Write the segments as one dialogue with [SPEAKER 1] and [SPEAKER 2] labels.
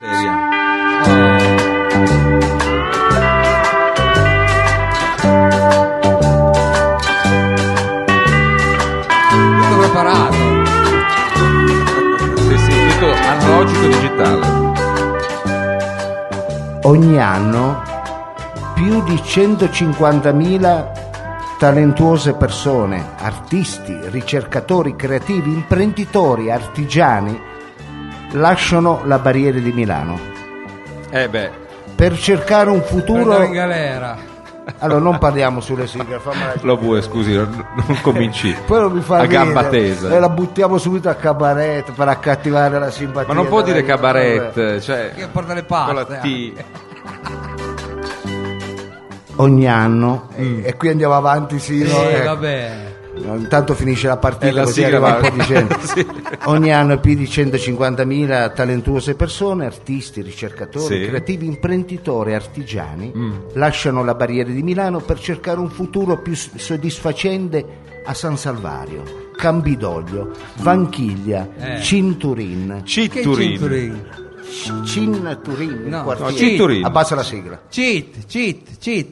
[SPEAKER 1] Eh,
[SPEAKER 2] ogni anno più di 150.000 talentuose persone, artisti, ricercatori, creativi, imprenditori, artigiani, lasciano la barriera di Milano
[SPEAKER 1] Eh beh,
[SPEAKER 2] per cercare un
[SPEAKER 3] Per
[SPEAKER 1] Eh,
[SPEAKER 3] andare in
[SPEAKER 2] futuro.
[SPEAKER 3] galera.
[SPEAKER 2] Allora non parliamo sulle sigle, fammela-
[SPEAKER 1] Lobue, scusi, non, non cominci
[SPEAKER 2] Poi non mi fa
[SPEAKER 1] a gamba
[SPEAKER 2] ridere.
[SPEAKER 1] tesa.
[SPEAKER 2] E la buttiamo subito a cabaret per accattivare la simpatia.
[SPEAKER 1] Ma non può
[SPEAKER 2] della
[SPEAKER 1] dire
[SPEAKER 2] vita, vabbè.
[SPEAKER 1] cabaret, cioè
[SPEAKER 3] Che porta le
[SPEAKER 1] con la
[SPEAKER 3] paste. eh.
[SPEAKER 1] T.
[SPEAKER 2] Ogni anno,
[SPEAKER 1] Mm.
[SPEAKER 2] e, e qui andiamo avanti
[SPEAKER 1] Eh,
[SPEAKER 3] Sì,
[SPEAKER 2] sino. ecco.
[SPEAKER 3] vabbè.
[SPEAKER 2] Intanto finisce la partita
[SPEAKER 1] È la
[SPEAKER 2] così
[SPEAKER 1] sigla,
[SPEAKER 2] arriva un
[SPEAKER 1] va.
[SPEAKER 2] po' di gente.
[SPEAKER 1] Sì.
[SPEAKER 2] Ogni anno più di 150.000 talentuose persone, artisti, ricercatori,
[SPEAKER 1] Sì. Mm.
[SPEAKER 2] creativi, imprenditori, artigiani, lasciano la barriera di Milano per cercare un futuro più s- soddisfacente a San Salvario. Cambidoglio,
[SPEAKER 1] Mm.
[SPEAKER 2] Vanchiglia,
[SPEAKER 3] Eh.
[SPEAKER 2] Cinturin,
[SPEAKER 3] Che
[SPEAKER 1] Citturin.
[SPEAKER 3] cinturin?
[SPEAKER 2] C- Cinturin,
[SPEAKER 3] No,
[SPEAKER 2] quartiere.
[SPEAKER 1] No, Cinturin.
[SPEAKER 2] Abbassa la sigla.
[SPEAKER 3] Cheat, cheat, cheat.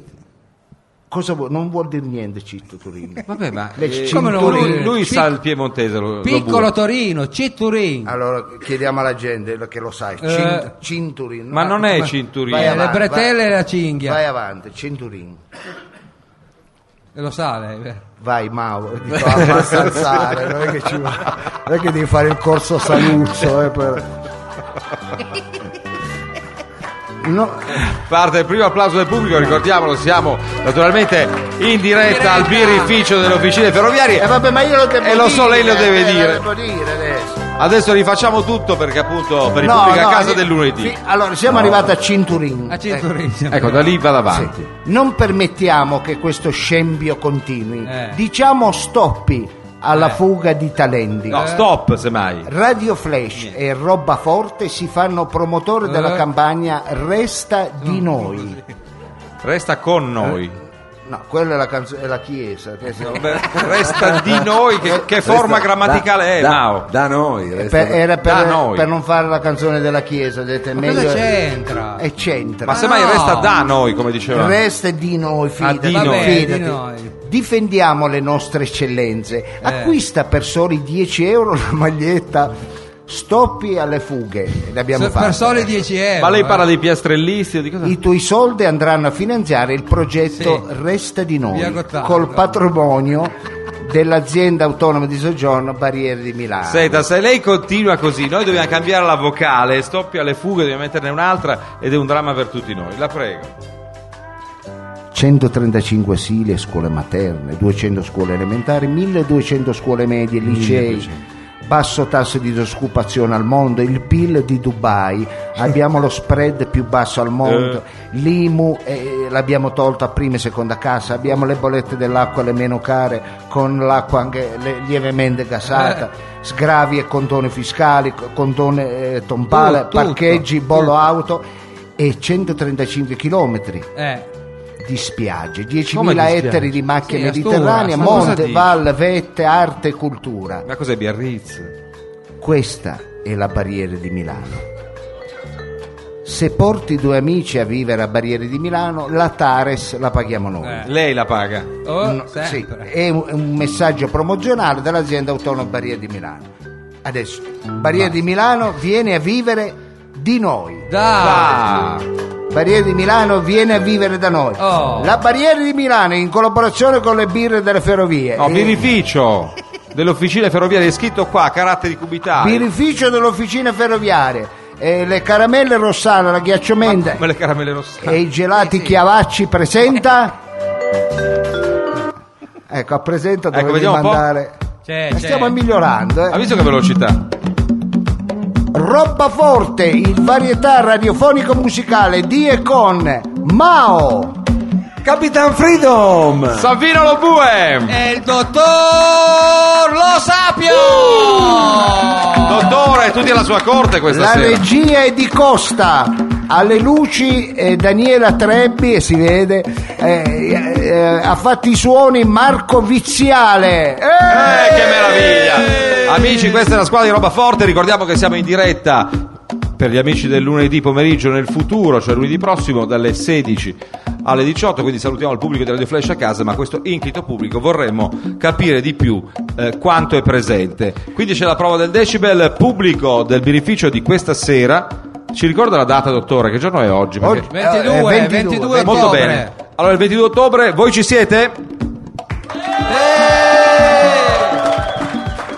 [SPEAKER 2] Cosa vuol- non vuol dire niente Cinturin.
[SPEAKER 1] Vabbè, ma
[SPEAKER 2] Le
[SPEAKER 1] eh,
[SPEAKER 2] Come
[SPEAKER 3] non vuol
[SPEAKER 1] lui-
[SPEAKER 3] dire?
[SPEAKER 1] lui
[SPEAKER 3] Ci-
[SPEAKER 1] sa il piemontese. Lo, Ah.
[SPEAKER 3] Piccolo
[SPEAKER 1] Lobue.
[SPEAKER 3] Torino, Citturin.
[SPEAKER 2] Allora chiediamo alla gente che lo sai,
[SPEAKER 3] Eh.
[SPEAKER 2] Cin- Cinturin.
[SPEAKER 1] Ma non è
[SPEAKER 2] Vai
[SPEAKER 3] Eh,
[SPEAKER 1] Cinturin.
[SPEAKER 2] avanti.
[SPEAKER 3] le bretelle
[SPEAKER 2] vai.
[SPEAKER 3] e la cinghia.
[SPEAKER 2] Vai avanti, Cinturin.
[SPEAKER 3] E Lo eh. sa lei, vero?
[SPEAKER 2] Vai Mauro, dico abbassa alzare, non è che ci va. Non è che devi fare il corso Saluzzo, eh, per... No,
[SPEAKER 1] Parte il primo applauso del pubblico, ricordiamolo, siamo naturalmente in diretta al birrificio delle officine ferroviarie.
[SPEAKER 2] eh, vabbè, ma io lo devo
[SPEAKER 1] E lo so, lei lo
[SPEAKER 2] dire,
[SPEAKER 1] deve
[SPEAKER 2] eh,
[SPEAKER 1] dire.
[SPEAKER 2] Lo devo dire adesso.
[SPEAKER 1] Adesso rifacciamo tutto perché appunto per il
[SPEAKER 2] No,
[SPEAKER 1] pubblico
[SPEAKER 2] no,
[SPEAKER 1] a casa
[SPEAKER 2] fi-
[SPEAKER 1] del lunedì.
[SPEAKER 2] fi- allora, siamo arrivati a Cinturin.
[SPEAKER 3] A Citturin. siamo.
[SPEAKER 1] Ecco, da lì vado avanti.
[SPEAKER 2] Non permettiamo che questo scempio continui.
[SPEAKER 3] Eh.
[SPEAKER 2] Diciamo stoppi alla fuga di talenti.
[SPEAKER 1] Eh. No, stop semmai.
[SPEAKER 2] Radio Flash e Roba Forte si fanno promotore della
[SPEAKER 3] Eh.
[SPEAKER 2] campagna Resta di noi.
[SPEAKER 1] Resta con noi.
[SPEAKER 2] No, quella è la, canzo- è la chiesa. che se-
[SPEAKER 1] Beh, Resta di noi, che, che forma grammaticale è?
[SPEAKER 4] da,
[SPEAKER 1] Mao?
[SPEAKER 4] Da noi. resta
[SPEAKER 2] Eh, per-
[SPEAKER 4] da-
[SPEAKER 2] era per,
[SPEAKER 1] da noi.
[SPEAKER 2] per non fare la canzone della chiesa, vedete,
[SPEAKER 3] Ma
[SPEAKER 2] meglio
[SPEAKER 3] cosa c'entra?
[SPEAKER 2] e c'entra.
[SPEAKER 1] Ma semmai
[SPEAKER 3] no.
[SPEAKER 1] resta da noi, come diceva.
[SPEAKER 2] Resta di noi, fidati,
[SPEAKER 1] di noi.
[SPEAKER 2] fidati.
[SPEAKER 3] Ah, Di noi. Eh.
[SPEAKER 2] Difendiamo le nostre eccellenze. Acquista per soli 10 euro la maglietta Stoppi alle fughe. L'abbiamo
[SPEAKER 3] So-
[SPEAKER 2] fatta.
[SPEAKER 3] per soli 10 euro.
[SPEAKER 1] Ma lei parla
[SPEAKER 3] eh.
[SPEAKER 1] dei piastrellisti o di cosa?
[SPEAKER 2] I tuoi soldi andranno a finanziare il progetto
[SPEAKER 3] Sì.
[SPEAKER 2] Resta di
[SPEAKER 3] Via
[SPEAKER 2] noi
[SPEAKER 3] Gottardo.
[SPEAKER 2] col patrimonio dell'azienda autonoma di soggiorno Barriere di Milano.
[SPEAKER 1] Senta, se lei continua così, noi dobbiamo cambiare la vocale, stoppia le fughe, dobbiamo metterne un'altra ed è un dramma per tutti noi. La prego.
[SPEAKER 2] 135 asili e scuole materne, 200 scuole elementari, 1200 scuole medie, licei. Basso tasso di disoccupazione al mondo, il PIL di Dubai, abbiamo lo spread più basso al mondo, l'IMU eh, l'abbiamo tolta a prima e seconda casa, abbiamo le bollette dell'acqua le meno care, con l'acqua anche le- lievemente gasata,
[SPEAKER 3] Eh.
[SPEAKER 2] sgravi e condoni fiscali, co- condone eh, tombale,
[SPEAKER 3] Tutto,
[SPEAKER 2] parcheggi,
[SPEAKER 3] tutto.
[SPEAKER 2] bollo auto e 135 chilometri
[SPEAKER 3] Eh,
[SPEAKER 2] di spiagge,
[SPEAKER 1] Come
[SPEAKER 2] 10.000
[SPEAKER 1] di
[SPEAKER 2] ettari di macchie
[SPEAKER 3] Sì,
[SPEAKER 2] mediterranee,
[SPEAKER 3] Asturia,
[SPEAKER 1] ma cosa
[SPEAKER 2] monte,
[SPEAKER 1] dici?
[SPEAKER 2] valle, vette, arte e cultura.
[SPEAKER 1] Ma cos'è Biarritz?
[SPEAKER 2] Questa è la barriera di Milano. Se porti due amici a vivere a Barriere di Milano, la Tares la paghiamo noi.
[SPEAKER 3] Eh.
[SPEAKER 1] Lei la paga.
[SPEAKER 3] oh,
[SPEAKER 2] No, sì,
[SPEAKER 3] sempre.
[SPEAKER 2] è un, è un messaggio promozionale dell'azienda autonoma Barriere di Milano. Adesso, Barriere di Milano viene a vivere di noi.
[SPEAKER 3] Dai.
[SPEAKER 1] Ah,
[SPEAKER 2] Barriere di Milano viene a vivere da noi.
[SPEAKER 3] Oh.
[SPEAKER 2] La Barriera di Milano in collaborazione con le birre delle ferrovie.
[SPEAKER 1] no,
[SPEAKER 2] Il
[SPEAKER 1] birrificio dell'officina ferroviaria, è scritto qua, caratteri cubitali.
[SPEAKER 2] birrificio dell'officina ferroviaria, eh, le caramelle rossane, la ghiacciomenda
[SPEAKER 1] Come le caramelle rosse.
[SPEAKER 2] e i gelati chiavacci presenta. ecco, a presenta
[SPEAKER 1] Ecco,
[SPEAKER 2] dovevi
[SPEAKER 1] vediamo un po'.
[SPEAKER 2] mandare.
[SPEAKER 3] C'è,
[SPEAKER 2] Ma
[SPEAKER 3] c'è.
[SPEAKER 2] stiamo migliorando,
[SPEAKER 1] Ha
[SPEAKER 2] eh.
[SPEAKER 1] visto che velocità?
[SPEAKER 2] Robba forte, il varietà radiofonico musicale di e con Mao.
[SPEAKER 4] Capitan Freedom!
[SPEAKER 1] Salvino
[SPEAKER 2] Eh.
[SPEAKER 1] Lobue!
[SPEAKER 3] E il dottor Lo Sapio!
[SPEAKER 1] Uh! Dottore, tutti alla sua corte questa
[SPEAKER 2] La
[SPEAKER 1] sera.
[SPEAKER 2] regia è di Costa, alle luci eh, Daniela Trebbi, e si vede, eh, eh, ha fatto i suoni Marco Viziale.
[SPEAKER 1] Eh, che meraviglia! Amici, questa è la squadra di roba forte, ricordiamo che siamo in diretta per gli amici del lunedì pomeriggio nel futuro, cioè lunedì prossimo dalle 16 alle 18, quindi salutiamo il pubblico di Radio Flash a casa, ma questo inclito pubblico vorremmo capire di più eh, quanto è presente. Quindi c'è la prova del decibel pubblico del birrificio di questa sera Ci ricorda la data, dottore? Che giorno è oggi? Perché-
[SPEAKER 2] Oggi-
[SPEAKER 3] 22,
[SPEAKER 2] Eh,
[SPEAKER 3] 22,
[SPEAKER 2] 22,
[SPEAKER 1] Molto
[SPEAKER 3] ottobre.
[SPEAKER 1] bene. Allora, il 22 ottobre, voi ci siete?
[SPEAKER 2] Eh!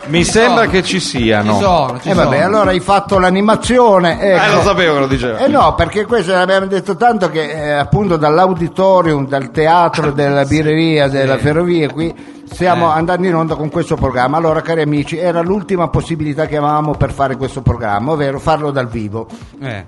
[SPEAKER 1] Mi sembra che ci
[SPEAKER 3] Ci
[SPEAKER 1] siano.
[SPEAKER 3] sono, ci
[SPEAKER 2] E Eh, vabbè,
[SPEAKER 3] sono.
[SPEAKER 2] allora hai fatto l'animazione. Ecco.
[SPEAKER 1] Eh, lo sapevo che lo diceva.
[SPEAKER 2] Eh no, perché questo l'abbiamo detto tanto che eh, appunto dall'auditorium, dal teatro della birreria, della ferrovia qui stiamo
[SPEAKER 1] Eh.
[SPEAKER 2] andando in onda con questo programma. Allora, cari amici, era l'ultima possibilità che avevamo per fare questo programma, ovvero farlo dal vivo,
[SPEAKER 3] Eh.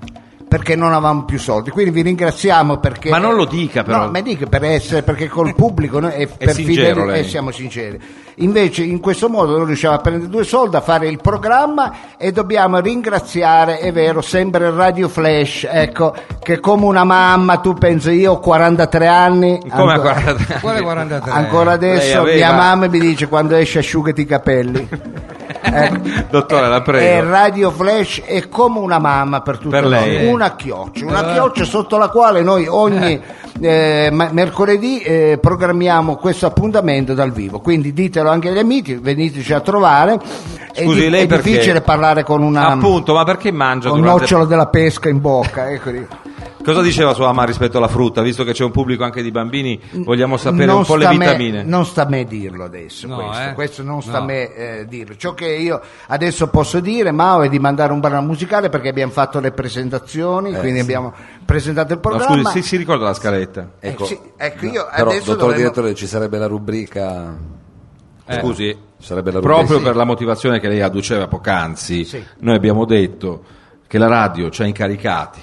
[SPEAKER 2] perché non avevamo più soldi. Quindi vi ringraziamo perché
[SPEAKER 1] Ma non lo dica, però.
[SPEAKER 2] No, ma dica per essere perché col pubblico noi e per
[SPEAKER 1] sincero,
[SPEAKER 2] fideli-
[SPEAKER 1] lei.
[SPEAKER 2] eh, siamo sinceri. Invece in questo modo noi riusciamo a prendere due soldi, a fare il programma e dobbiamo ringraziare, è vero, sempre il Radio Flash, ecco, che come una mamma, tu pensi io ho 43 anni,
[SPEAKER 1] Come a
[SPEAKER 2] ancora,
[SPEAKER 1] 43?
[SPEAKER 3] Quale 43?
[SPEAKER 2] ancora
[SPEAKER 1] Lei
[SPEAKER 2] adesso
[SPEAKER 1] aveva-
[SPEAKER 2] mia mamma mi dice quando esce asciugati i capelli. Ecco.
[SPEAKER 1] Dottore, la
[SPEAKER 2] E
[SPEAKER 1] prego.
[SPEAKER 2] Radio Flash è come una mamma per tutti
[SPEAKER 1] Per
[SPEAKER 2] noi,
[SPEAKER 1] lei.
[SPEAKER 2] una chioccia, una chioccia sotto la quale noi ogni eh, ma- mercoledì eh, programmiamo questo appuntamento dal vivo. Quindi ditelo anche agli amici, veniteci a trovare. È
[SPEAKER 1] Scusi,
[SPEAKER 2] di- è,
[SPEAKER 1] lei perché-
[SPEAKER 2] difficile parlare con una
[SPEAKER 1] Appunto, ma perché mangia
[SPEAKER 2] con un
[SPEAKER 1] durante...
[SPEAKER 2] nocciolo della pesca in bocca, ecco lì.
[SPEAKER 1] Cosa diceva sua mamma rispetto alla frutta? Visto che c'è un pubblico anche di bambini, vogliamo sapere
[SPEAKER 2] Non
[SPEAKER 1] un po' le
[SPEAKER 2] sta a me-
[SPEAKER 1] vitamine.
[SPEAKER 2] non sta a me dirlo adesso,
[SPEAKER 3] No,
[SPEAKER 2] questo,
[SPEAKER 3] eh.
[SPEAKER 2] questo non sta a
[SPEAKER 3] No.
[SPEAKER 2] me eh, dirlo. Ciò che io adesso posso dire, Mao, è di mandare un brano musicale perché abbiamo fatto le presentazioni, quindi abbiamo presentato il
[SPEAKER 1] No,
[SPEAKER 2] programma.
[SPEAKER 1] Eh, scusi, si, si ricorda la scaletta?
[SPEAKER 2] Eh,
[SPEAKER 4] Ecco,
[SPEAKER 2] sì, ecco, io
[SPEAKER 4] però,
[SPEAKER 2] adesso
[SPEAKER 4] dottor
[SPEAKER 2] dovremmo-
[SPEAKER 4] direttore, ci sarebbe la rubrica.
[SPEAKER 2] Eh.
[SPEAKER 1] Scusi,
[SPEAKER 4] Sarebbe la rubrica,
[SPEAKER 1] proprio
[SPEAKER 4] sì.
[SPEAKER 1] per la motivazione che lei adduceva poc'anzi,
[SPEAKER 2] Sì.
[SPEAKER 1] noi abbiamo detto che la radio ci ha incaricati,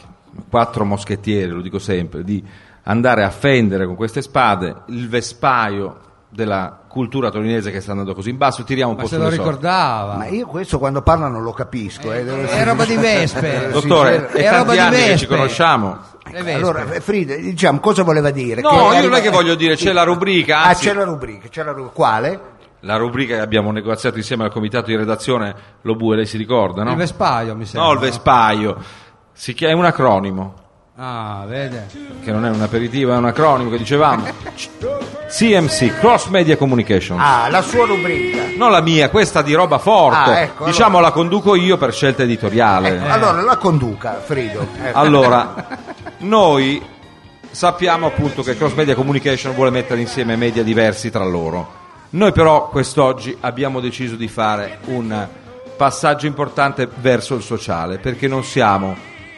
[SPEAKER 1] quattro moschettieri, lo dico sempre, di andare a fendere con queste spade il vespaio della cultura torinese che sta andando così in basso, tiriamo un
[SPEAKER 3] Ma
[SPEAKER 1] po'
[SPEAKER 3] se lo
[SPEAKER 1] sulle sorti.
[SPEAKER 3] ricordava.
[SPEAKER 2] Ma io questo quando parla non lo capisco. eh, devo
[SPEAKER 3] È
[SPEAKER 2] essere-
[SPEAKER 3] roba di vespe.
[SPEAKER 1] Eh, Dottore,
[SPEAKER 3] Sì,
[SPEAKER 1] è
[SPEAKER 3] è roba
[SPEAKER 1] tanti
[SPEAKER 3] di
[SPEAKER 1] anni che ci
[SPEAKER 3] vespe.
[SPEAKER 1] conosciamo.
[SPEAKER 3] Le vespe.
[SPEAKER 2] Ecco, Allora, Frida, diciamo cosa voleva dire? eh,
[SPEAKER 1] No, io non è che voglio dire, c'è la rubrica,
[SPEAKER 2] Ah,
[SPEAKER 1] anzi,
[SPEAKER 2] c'è la rubrica, c'è la rubrica. Quale?
[SPEAKER 1] la rubrica che abbiamo negoziato insieme al comitato di redazione, lo bue, lei si ricorda, no?
[SPEAKER 3] Il vespaio mi sembra.
[SPEAKER 1] No, il vespaio, Si chia- è un acronimo.
[SPEAKER 3] Ah, vede.
[SPEAKER 1] che non è un aperitivo, è un acronimo che dicevamo. CMC, Cross Media Communications.
[SPEAKER 2] Ah, la sua rubrica.
[SPEAKER 1] Non la mia, questa di roba forte.
[SPEAKER 2] Ah, ecco, Eh,
[SPEAKER 1] diciamo la conduco io per scelta editoriale.
[SPEAKER 2] Allora, la conduca, Frido. ecco.
[SPEAKER 1] Allora, noi sappiamo appunto che Cross Media Communication vuole mettere insieme media diversi tra loro. Noi però quest'oggi abbiamo deciso di fare un passaggio importante verso il sociale, perché non siamo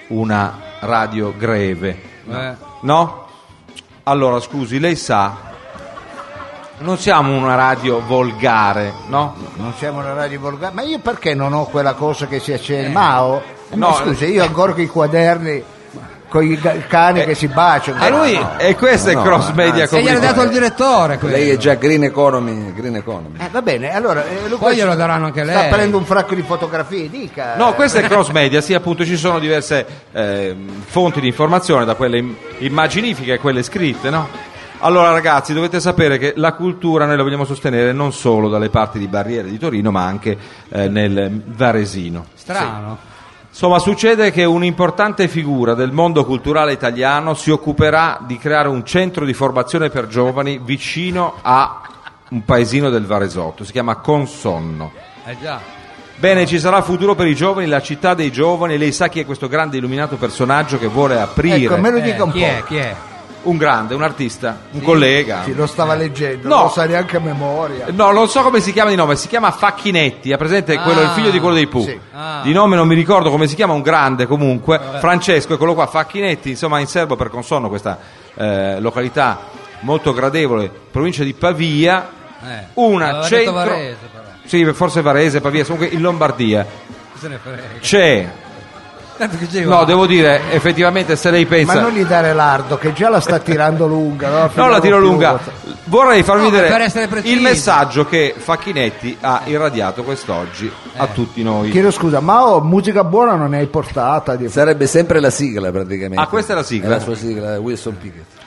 [SPEAKER 1] una radio greve,
[SPEAKER 3] Eh.
[SPEAKER 1] No? Allora, scusi, lei sa, non siamo una radio volgare, no?
[SPEAKER 2] Non siamo una radio volgare, ma io perché non ho quella cosa che si accende? Mao?
[SPEAKER 1] Eh. No,
[SPEAKER 2] No, scusa, io ancora con i quaderni, con i ga-
[SPEAKER 1] Eh.
[SPEAKER 2] cani che si baciano.
[SPEAKER 3] a lui- Ah,
[SPEAKER 2] No.
[SPEAKER 1] E questo
[SPEAKER 4] No,
[SPEAKER 1] è cross
[SPEAKER 4] ma-
[SPEAKER 1] media
[SPEAKER 4] anzi,
[SPEAKER 3] E gliel'ha dato
[SPEAKER 1] comunitaria.
[SPEAKER 3] il direttore quello.
[SPEAKER 4] Lei è già Green Economy. Green economy.
[SPEAKER 2] Eh, va bene, allora... eh, Luca
[SPEAKER 3] Poi glielo daranno anche
[SPEAKER 2] Sta
[SPEAKER 3] lei.
[SPEAKER 2] prendendo un fracco di fotografie, dica.
[SPEAKER 1] No, questo è cross media, sì, appunto ci sono diverse ehm, fonti di informazione, da quelle im- immaginifiche a quelle scritte, no? Allora ragazzi, dovete sapere che la cultura noi la vogliamo sostenere non solo dalle parti di Barriere di Torino, ma anche eh, nel Varesino.
[SPEAKER 3] Strano.
[SPEAKER 1] Insomma, succede che un'importante figura del mondo culturale italiano si occuperà di creare un centro di formazione per giovani vicino a un paesino del Varesotto, si chiama Consonno.
[SPEAKER 3] Eh già.
[SPEAKER 1] Bene, ci sarà futuro per i giovani, la città dei giovani, lei sa chi è questo grande illuminato personaggio che vuole aprire
[SPEAKER 2] Ecco, me lo
[SPEAKER 3] Eh,
[SPEAKER 2] dica un
[SPEAKER 3] chi
[SPEAKER 2] po'.
[SPEAKER 3] è? Chi è?
[SPEAKER 1] un grande, un artista, un collega.
[SPEAKER 2] Sì, lo stava leggendo,
[SPEAKER 1] No. Eh,
[SPEAKER 2] non lo sa neanche a memoria.
[SPEAKER 1] No, non so come si chiama di nome, si chiama Facchinetti, ha presente quello, il figlio di quello dei Pooh.
[SPEAKER 2] sì.
[SPEAKER 3] Ah.
[SPEAKER 1] Di nome non mi ricordo come si chiama, un grande comunque, Francesco, eccolo qua, Facchinetti, insomma in serbo per Consonno, questa eh, località molto gradevole, provincia di Pavia,
[SPEAKER 3] Eh.
[SPEAKER 1] una
[SPEAKER 3] Aveva
[SPEAKER 1] centro...
[SPEAKER 3] detto Varese, però.
[SPEAKER 1] Sì, forse Varese, Pavia, comunque in Lombardia.
[SPEAKER 3] Chi se ne frega.
[SPEAKER 1] C'è,
[SPEAKER 3] Tanto che ci va.
[SPEAKER 1] no, devo dire, effettivamente se lei
[SPEAKER 2] Ma
[SPEAKER 1] pensa...
[SPEAKER 2] non gli dare l'ardo, che già la sta tirando lunga. No,
[SPEAKER 1] No, la tiro
[SPEAKER 2] Finiamo
[SPEAKER 1] lunga.
[SPEAKER 2] più.
[SPEAKER 1] Vorrei farvi
[SPEAKER 3] No, ma per
[SPEAKER 1] vedere
[SPEAKER 3] essere precisi.
[SPEAKER 1] il messaggio che Facchinetti ha irradiato quest'oggi a
[SPEAKER 3] Eh.
[SPEAKER 1] tutti noi.
[SPEAKER 2] Chiedo scusa, ma oh, musica buona non ne hai portata. di-
[SPEAKER 4] Sarebbe sempre la sigla praticamente.
[SPEAKER 1] Ah, questa è la sigla?
[SPEAKER 4] È la sua sigla, eh, Wilson Pickett.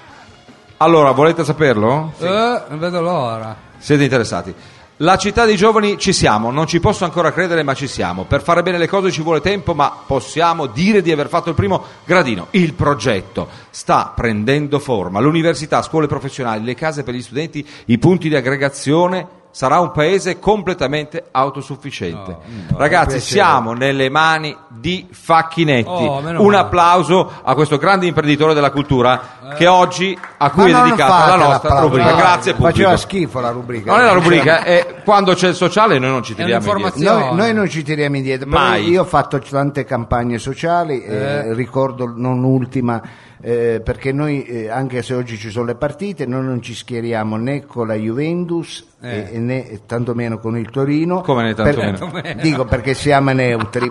[SPEAKER 1] Allora, volete saperlo?
[SPEAKER 3] Eh, non vedo l'ora.
[SPEAKER 1] Siete interessati? La città dei giovani ci siamo, non ci posso ancora credere, ma ci siamo. Per fare bene le cose ci vuole tempo, ma possiamo dire di aver fatto il primo gradino. Il progetto sta prendendo forma. L'università, scuole professionali, le case per gli studenti, i punti di aggregazione sarà un paese completamente autosufficiente.
[SPEAKER 3] No,
[SPEAKER 1] Ragazzi, siamo nelle mani di Facchinetti.
[SPEAKER 3] Oh, meno
[SPEAKER 1] un
[SPEAKER 3] male. Eh.
[SPEAKER 1] applauso a questo grande imprenditore della cultura che oggi a cui è
[SPEAKER 2] Ma non
[SPEAKER 1] dedicata la
[SPEAKER 2] fatela,
[SPEAKER 1] nostra
[SPEAKER 2] Paolo,
[SPEAKER 1] rubrica.
[SPEAKER 2] no,
[SPEAKER 1] Grazie
[SPEAKER 2] Faceva
[SPEAKER 1] pubblico.
[SPEAKER 2] schifo la rubrica.
[SPEAKER 1] Non è la rubrica, è quando c'è il sociale noi non ci tiriamo indietro.
[SPEAKER 3] un'informazione.
[SPEAKER 2] Noi, noi non ci tiriamo indietro, però
[SPEAKER 1] Mai.
[SPEAKER 2] io ho fatto tante campagne sociali, eh, ricordo non ultima, eh, perché noi eh, anche se oggi ci sono le partite, noi non ci schieriamo né con la Juventus
[SPEAKER 3] Eh.
[SPEAKER 2] e- e né e tantomeno con il Torino.
[SPEAKER 1] Come né tantomeno.
[SPEAKER 3] Tantomeno.
[SPEAKER 2] Dico perché siamo neutri,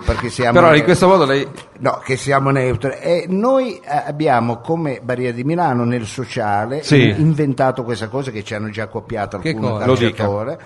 [SPEAKER 2] perché siamo
[SPEAKER 1] Però in
[SPEAKER 2] neutri.
[SPEAKER 1] questo modo lei
[SPEAKER 2] No, che siamo neutri. E noi eh, abbiamo come Baria di Milano nel sociale
[SPEAKER 1] Sì.
[SPEAKER 2] in- inventato questa cosa che ci hanno già copiato
[SPEAKER 3] Che
[SPEAKER 2] alcuni
[SPEAKER 3] cosa?
[SPEAKER 1] Lo dica.
[SPEAKER 2] calciatori.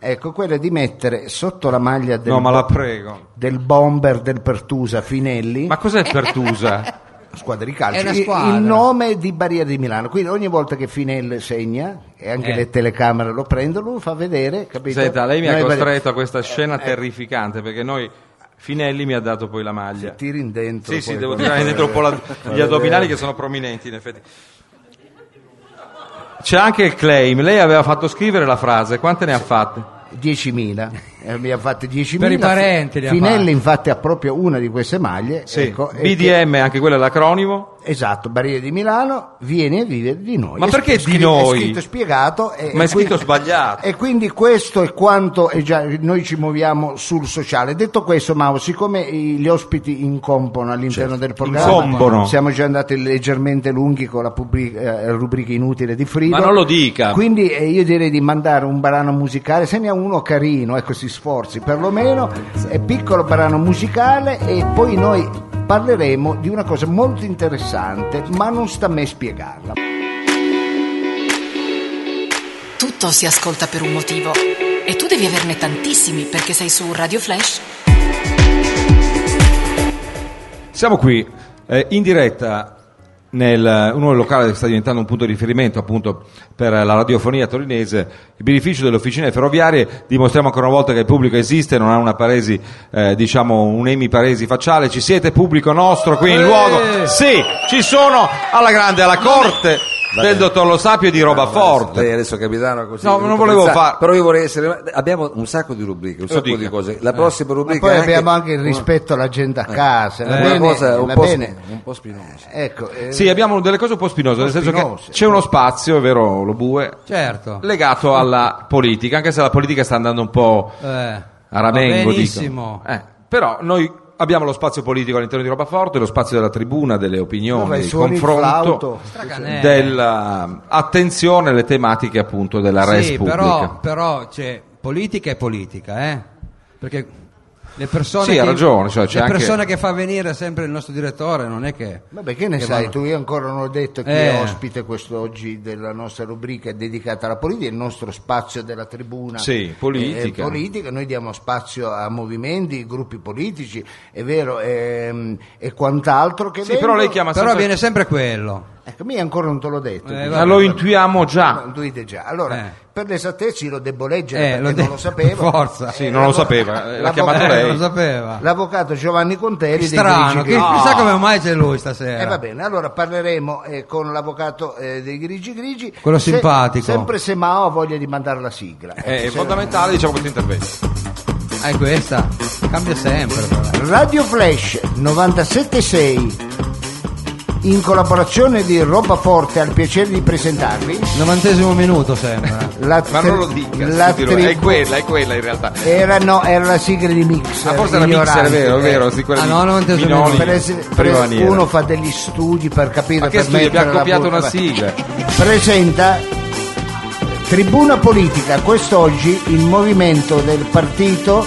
[SPEAKER 2] Ecco, quella di mettere sotto la maglia del,
[SPEAKER 1] No, ma la prego.
[SPEAKER 2] del bomber del Pertusa Finelli,
[SPEAKER 1] Ma cos'è Pertusa?
[SPEAKER 2] squadra di calcio,
[SPEAKER 3] È una
[SPEAKER 2] il-
[SPEAKER 3] squadra.
[SPEAKER 2] il nome di Baria di Milano. Quindi ogni volta che Finelli segna, e anche
[SPEAKER 3] Eh.
[SPEAKER 2] le telecamere lo prendono, lo fa vedere, capito?
[SPEAKER 1] Senta, lei mi ha
[SPEAKER 2] Noi Baria-
[SPEAKER 1] costretto a questa scena terrificante perché noi Finelli mi ha dato poi la maglia.
[SPEAKER 2] Tiri in dentro.
[SPEAKER 1] Sì, sì,
[SPEAKER 2] poi
[SPEAKER 1] devo
[SPEAKER 2] quando-
[SPEAKER 1] tirare dentro un po' la- gli addominali che sono prominenti in effetti. C'è anche il claim, lei aveva fatto scrivere la frase, quante ne ha fatte?
[SPEAKER 2] 10.000, eh, mi ha fatte 10.000.
[SPEAKER 3] Per i parenti li ha
[SPEAKER 2] Finelli
[SPEAKER 3] fatti.
[SPEAKER 2] infatti ha proprio una di queste maglie. ecco, e che-
[SPEAKER 1] BDM, anche quello è l'acronimo.
[SPEAKER 2] esatto, Barriere di Milano, vieni a vivere di noi.
[SPEAKER 1] Ma
[SPEAKER 2] È
[SPEAKER 1] perché
[SPEAKER 2] scr-
[SPEAKER 1] di
[SPEAKER 2] è
[SPEAKER 1] noi?
[SPEAKER 2] È scritto e
[SPEAKER 1] Ma
[SPEAKER 2] spiegato. E,
[SPEAKER 1] è
[SPEAKER 2] e quindi-
[SPEAKER 1] scritto sbagliato.
[SPEAKER 2] E quindi questo è quanto è già- noi ci muoviamo sul sociale. Detto questo, Mauro, siccome i- gli ospiti incompono all'interno
[SPEAKER 1] Certo.
[SPEAKER 2] del programma,
[SPEAKER 1] Incombono.
[SPEAKER 2] siamo già andati leggermente lunghi con la pubblic- eh, rubrica inutile di Frido.
[SPEAKER 1] Ma non lo
[SPEAKER 4] Ah.
[SPEAKER 1] dica.
[SPEAKER 2] Quindi eh, io direi di mandare un brano musicale, se ne ha uno carino, ecco si sforzi perlomeno, è piccolo brano musicale e poi noi parleremo di una cosa molto interessante, ma non sta a me spiegarla.
[SPEAKER 5] Tutto si ascolta per un motivo e tu devi averne tantissimi perché sei su Radio Flash.
[SPEAKER 1] Siamo qui eh, in diretta nel uno locale che sta diventando un punto di riferimento appunto per la radiofonia torinese, il beneficio delle officine ferroviarie, dimostriamo ancora una volta che il pubblico esiste, non ha una paresi, eh, diciamo un emiparesi facciale, ci siete pubblico nostro qui in
[SPEAKER 3] Eh!
[SPEAKER 1] luogo, sì, ci sono alla grande, alla corte del dottor Lo Sapio e di roba
[SPEAKER 4] Lei
[SPEAKER 1] forte.
[SPEAKER 4] adesso capitano così.
[SPEAKER 1] No,
[SPEAKER 4] tutto
[SPEAKER 1] non volevo
[SPEAKER 4] pensato.
[SPEAKER 1] far-
[SPEAKER 4] Però io vorrei essere. Abbiamo un sacco di rubriche, un
[SPEAKER 1] Lo
[SPEAKER 4] sacco
[SPEAKER 1] dica.
[SPEAKER 4] di cose. La prossima
[SPEAKER 2] Ma
[SPEAKER 4] rubrica.
[SPEAKER 2] poi
[SPEAKER 4] è
[SPEAKER 2] abbiamo anche il rispetto alla gente a casa, va
[SPEAKER 4] Eh. una
[SPEAKER 2] bene?
[SPEAKER 4] cosa un
[SPEAKER 2] va
[SPEAKER 4] po',
[SPEAKER 2] bene?
[SPEAKER 4] sp- un po' spinosa.
[SPEAKER 2] Ecco, eh,
[SPEAKER 1] Sì, abbiamo delle cose un po' spinose, nel senso che
[SPEAKER 2] spinose.
[SPEAKER 1] c'è uno spazio, è vero, lo bue,
[SPEAKER 3] Certo.
[SPEAKER 1] legato alla politica, anche se la politica sta andando un po'
[SPEAKER 3] Eh,
[SPEAKER 1] a
[SPEAKER 3] va
[SPEAKER 1] ramengo dicono.
[SPEAKER 3] benissimo.
[SPEAKER 1] Eh, però noi abbiamo lo spazio politico all'interno di Robaforte lo spazio della tribuna delle
[SPEAKER 2] Dove
[SPEAKER 1] opinioni il
[SPEAKER 2] suoni il
[SPEAKER 1] confronto
[SPEAKER 2] flauto.
[SPEAKER 3] Stracanello.
[SPEAKER 1] dell'attenzione alle tematiche appunto della res
[SPEAKER 3] sì,
[SPEAKER 1] pubblica
[SPEAKER 3] però, eh, però c'è politica e politica, eh? Perché le persone,
[SPEAKER 1] Sì,
[SPEAKER 3] che,
[SPEAKER 1] ha ragione, cioè, c'è
[SPEAKER 3] le
[SPEAKER 1] anche-
[SPEAKER 3] persone che fa venire sempre il nostro direttore non è che...
[SPEAKER 2] Vabbè, che ne
[SPEAKER 3] che
[SPEAKER 2] sai
[SPEAKER 3] vanno-
[SPEAKER 2] tu? Io ancora non ho detto chi
[SPEAKER 3] Eh.
[SPEAKER 2] è ospite quest'oggi della nostra rubrica dedicata alla politica, il nostro spazio della tribuna.
[SPEAKER 1] Sì, politica.
[SPEAKER 2] Eh, politica, Noi diamo spazio a movimenti, gruppi politici, è vero, ehm, e quant'altro che
[SPEAKER 1] sì, però lei
[SPEAKER 2] vengono-
[SPEAKER 1] chiama
[SPEAKER 3] Però
[SPEAKER 1] sempre...
[SPEAKER 3] viene sempre quello.
[SPEAKER 2] Ecco, mi ancora non te l'ho detto.
[SPEAKER 3] Eh,
[SPEAKER 2] quindi-
[SPEAKER 1] Ma lo intuiamo già
[SPEAKER 2] Non dite già. Allora,
[SPEAKER 3] Eh.
[SPEAKER 2] per l'esattezza io lo devo leggere
[SPEAKER 3] Eh,
[SPEAKER 2] perché
[SPEAKER 3] lo
[SPEAKER 2] non
[SPEAKER 3] de-
[SPEAKER 2] lo sapevo.
[SPEAKER 3] Forza.
[SPEAKER 1] sì, non lo sapeva eh, l'ha
[SPEAKER 2] La
[SPEAKER 1] chiamato
[SPEAKER 2] bocca-
[SPEAKER 3] Eh, lo
[SPEAKER 1] lei
[SPEAKER 3] sapeva.
[SPEAKER 2] L'avvocato Giovanni Contelli
[SPEAKER 3] Che
[SPEAKER 2] dei
[SPEAKER 3] strano,
[SPEAKER 2] Grigi
[SPEAKER 3] che,
[SPEAKER 2] Grigi.
[SPEAKER 3] chissà come mai c'è lui stasera.
[SPEAKER 2] Eh, va bene, allora parleremo eh, con l'avvocato eh, dei Grigi Grigi.
[SPEAKER 3] Quello simpatico.
[SPEAKER 2] Sempre se Mao ha voglia di mandare la sigla.
[SPEAKER 1] è
[SPEAKER 2] Ecco, se-
[SPEAKER 1] fondamentale diciamo questo intervento
[SPEAKER 3] Ah, è questa. Cambia sempre. però.
[SPEAKER 2] Radio Flash 976 in collaborazione di Roba Forte ha il piacere di presentarvi
[SPEAKER 3] Novantesimo minuto sembra.
[SPEAKER 2] la
[SPEAKER 1] ma non lo
[SPEAKER 2] tri-
[SPEAKER 1] dica
[SPEAKER 2] la
[SPEAKER 1] sì, dirlo. è
[SPEAKER 2] tribù-
[SPEAKER 1] quella è quella in realtà
[SPEAKER 2] Era, no, era la sigla di Mix.
[SPEAKER 1] Ah, forse era mixer è vero è vero sì, quella
[SPEAKER 3] Ah,
[SPEAKER 1] di
[SPEAKER 3] no, non te-
[SPEAKER 1] Minoli,
[SPEAKER 2] Per essere- per
[SPEAKER 1] prima
[SPEAKER 2] essere-
[SPEAKER 1] maniera.
[SPEAKER 2] eh. uno fa degli studi per capire
[SPEAKER 1] ma che
[SPEAKER 2] per
[SPEAKER 1] studio
[SPEAKER 2] mettere
[SPEAKER 1] abbiamo
[SPEAKER 2] la Eh,
[SPEAKER 1] copiato
[SPEAKER 2] bocca-
[SPEAKER 1] una sigla
[SPEAKER 2] presenta Tribuna Politica, quest'oggi il movimento del partito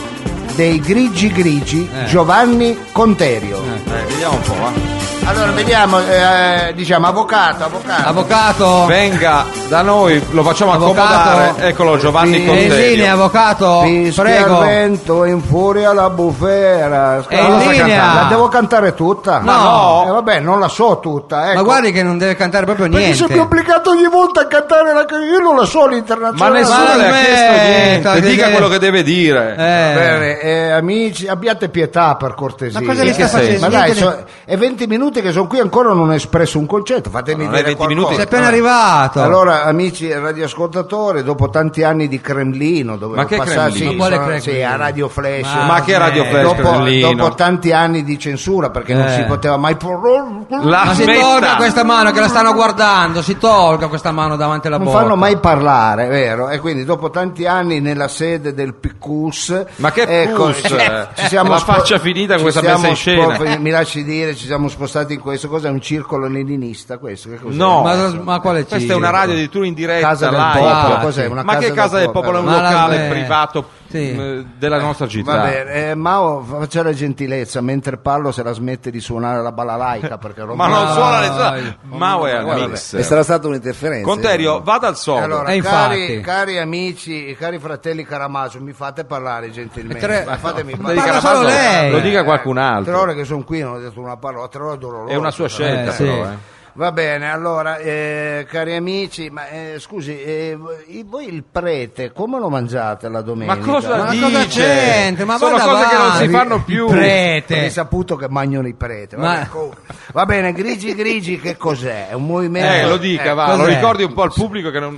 [SPEAKER 2] dei Grigi Grigi
[SPEAKER 3] Eh.
[SPEAKER 2] Giovanni Conterio.
[SPEAKER 1] Eh, vediamo un po' va.
[SPEAKER 2] Allora vediamo, eh, diciamo avvocato, avvocato.
[SPEAKER 3] Avvocato!
[SPEAKER 1] Venga da noi, lo facciamo
[SPEAKER 3] Avvocato.
[SPEAKER 1] accomodare. Eccolo Giovanni
[SPEAKER 2] Sì.
[SPEAKER 3] È Eh, in linea,
[SPEAKER 1] Conterio.
[SPEAKER 3] avvocato!
[SPEAKER 2] Fischia
[SPEAKER 3] Prego!
[SPEAKER 2] il vento in furia la bufera.
[SPEAKER 3] È in
[SPEAKER 2] La posso
[SPEAKER 3] linea.
[SPEAKER 2] cantare? La devo cantare tutta?
[SPEAKER 3] Ma no.
[SPEAKER 2] Eh, vabbè, non la so tutta. Ecco.
[SPEAKER 3] Ma guardi che non deve cantare proprio
[SPEAKER 2] Perché
[SPEAKER 3] niente.
[SPEAKER 2] sono più obbligato ogni volta a cantare la canzone. Io non la so
[SPEAKER 1] Ma
[SPEAKER 2] l'internazionale.
[SPEAKER 1] nessuno
[SPEAKER 3] Ma
[SPEAKER 1] le ha
[SPEAKER 3] smetta
[SPEAKER 1] chiesto niente,
[SPEAKER 3] eh, di
[SPEAKER 1] dica
[SPEAKER 3] dire-
[SPEAKER 1] quello che deve dire.
[SPEAKER 3] Eh,
[SPEAKER 2] Bene, eh, amici, abbiate pietà per cortesia.
[SPEAKER 3] Ma cosa che
[SPEAKER 2] Eh,
[SPEAKER 3] sta
[SPEAKER 2] sì.
[SPEAKER 1] facendo?
[SPEAKER 2] Ma dai,
[SPEAKER 3] Niente
[SPEAKER 2] so- è 20 minuti tutti che sono qui ancora non ho espresso un concetto, fatemi
[SPEAKER 1] No, non è
[SPEAKER 2] dire
[SPEAKER 1] 20
[SPEAKER 2] qualcosa. Eh.
[SPEAKER 1] minuti.
[SPEAKER 3] Sei appena arrivato.
[SPEAKER 2] Allora, amici radioascoltatori, dopo tanti anni di Cremlino, dove
[SPEAKER 1] Ma che
[SPEAKER 2] passarsi
[SPEAKER 1] Cremlino? Ma
[SPEAKER 2] sì,
[SPEAKER 3] quale
[SPEAKER 2] sono-
[SPEAKER 3] Cremlino?
[SPEAKER 2] sì, a Radio Flash,
[SPEAKER 3] Ma-
[SPEAKER 1] Ma che Radio
[SPEAKER 3] eh,
[SPEAKER 1] Flash
[SPEAKER 2] dopo,
[SPEAKER 1] Berlino?
[SPEAKER 2] dopo tanti anni di censura, perché non
[SPEAKER 3] Eh.
[SPEAKER 2] si poteva mai por-
[SPEAKER 1] La
[SPEAKER 3] Ma si
[SPEAKER 1] smetta.
[SPEAKER 3] tolga questa mano che la stanno guardando, si tolga questa mano davanti alla
[SPEAKER 2] non
[SPEAKER 3] bocca.
[SPEAKER 2] fanno mai parlare, vero? E quindi dopo tanti anni nella sede del PQS,
[SPEAKER 1] Ma che
[SPEAKER 2] ecco,
[SPEAKER 1] PQS?
[SPEAKER 2] cioè, ci siamo
[SPEAKER 1] La faccia finita con
[SPEAKER 2] ci
[SPEAKER 1] questa
[SPEAKER 2] siamo
[SPEAKER 1] messa in scena.
[SPEAKER 2] spo- mi lasci dire, ci siamo spostati in questo. Cos'è un circolo leninista? Questo? Che cos'è?
[SPEAKER 1] No.
[SPEAKER 3] Ma, ma quale
[SPEAKER 1] Questa
[SPEAKER 3] circo?
[SPEAKER 1] è una radio di tour in diretta
[SPEAKER 2] Casa del
[SPEAKER 1] live.
[SPEAKER 2] popolo,
[SPEAKER 1] Ah,
[SPEAKER 2] cos'è? Una
[SPEAKER 1] ma
[SPEAKER 2] casa
[SPEAKER 1] che
[SPEAKER 2] del
[SPEAKER 1] casa del
[SPEAKER 2] popolo?
[SPEAKER 1] popolo? È un
[SPEAKER 3] Ma la
[SPEAKER 1] locale
[SPEAKER 3] smetta.
[SPEAKER 1] privato
[SPEAKER 3] Sì. Eh.
[SPEAKER 1] mh, della nostra città.
[SPEAKER 2] Va bene, eh, Mao faccia la gentilezza, mentre parlo se la smette di suonare la balalaica perché
[SPEAKER 1] Ma
[SPEAKER 2] ormai-
[SPEAKER 1] non
[SPEAKER 3] Ma-
[SPEAKER 1] suona le sue. Mao è al
[SPEAKER 4] Guarda,
[SPEAKER 1] mix.
[SPEAKER 4] è stata stata un'interferenza.
[SPEAKER 1] Conterio, vada al solo.
[SPEAKER 2] Allora,
[SPEAKER 3] Eh,
[SPEAKER 2] cari,
[SPEAKER 3] infatti.
[SPEAKER 2] cari amici, cari fratelli Caramaso, mi fate parlare gentilmente.
[SPEAKER 3] Tre-
[SPEAKER 2] Ma fatemi
[SPEAKER 3] Ma
[SPEAKER 2] parlare.
[SPEAKER 3] dica solo lei.
[SPEAKER 1] Lo dica qualcun
[SPEAKER 2] Tre
[SPEAKER 1] altro.
[SPEAKER 2] ore che sono qui non ho detto una parola, tre ore doloroso.
[SPEAKER 1] È una sua scelta,
[SPEAKER 3] Eh, sì.
[SPEAKER 1] però. eh.
[SPEAKER 2] Va bene, allora, eh, cari amici, ma eh, scusi, eh, voi- voi il prete come lo mangiate la domenica?
[SPEAKER 1] Ma cosa
[SPEAKER 3] Ma
[SPEAKER 2] Ho
[SPEAKER 1] dice?
[SPEAKER 3] cosa c'entra? Ma
[SPEAKER 1] Sono
[SPEAKER 3] vada
[SPEAKER 1] cose che non
[SPEAKER 3] avanti.
[SPEAKER 1] si fanno più.
[SPEAKER 3] Il prete.
[SPEAKER 2] saputo che mangiano i preti. Va,
[SPEAKER 3] Ma-
[SPEAKER 2] bene, comunque. Va bene, grigi grigi che cos'è? È un movimento...
[SPEAKER 1] Eh, lo dica, va,
[SPEAKER 3] cos'è?
[SPEAKER 1] lo ricordi un po' al pubblico che non...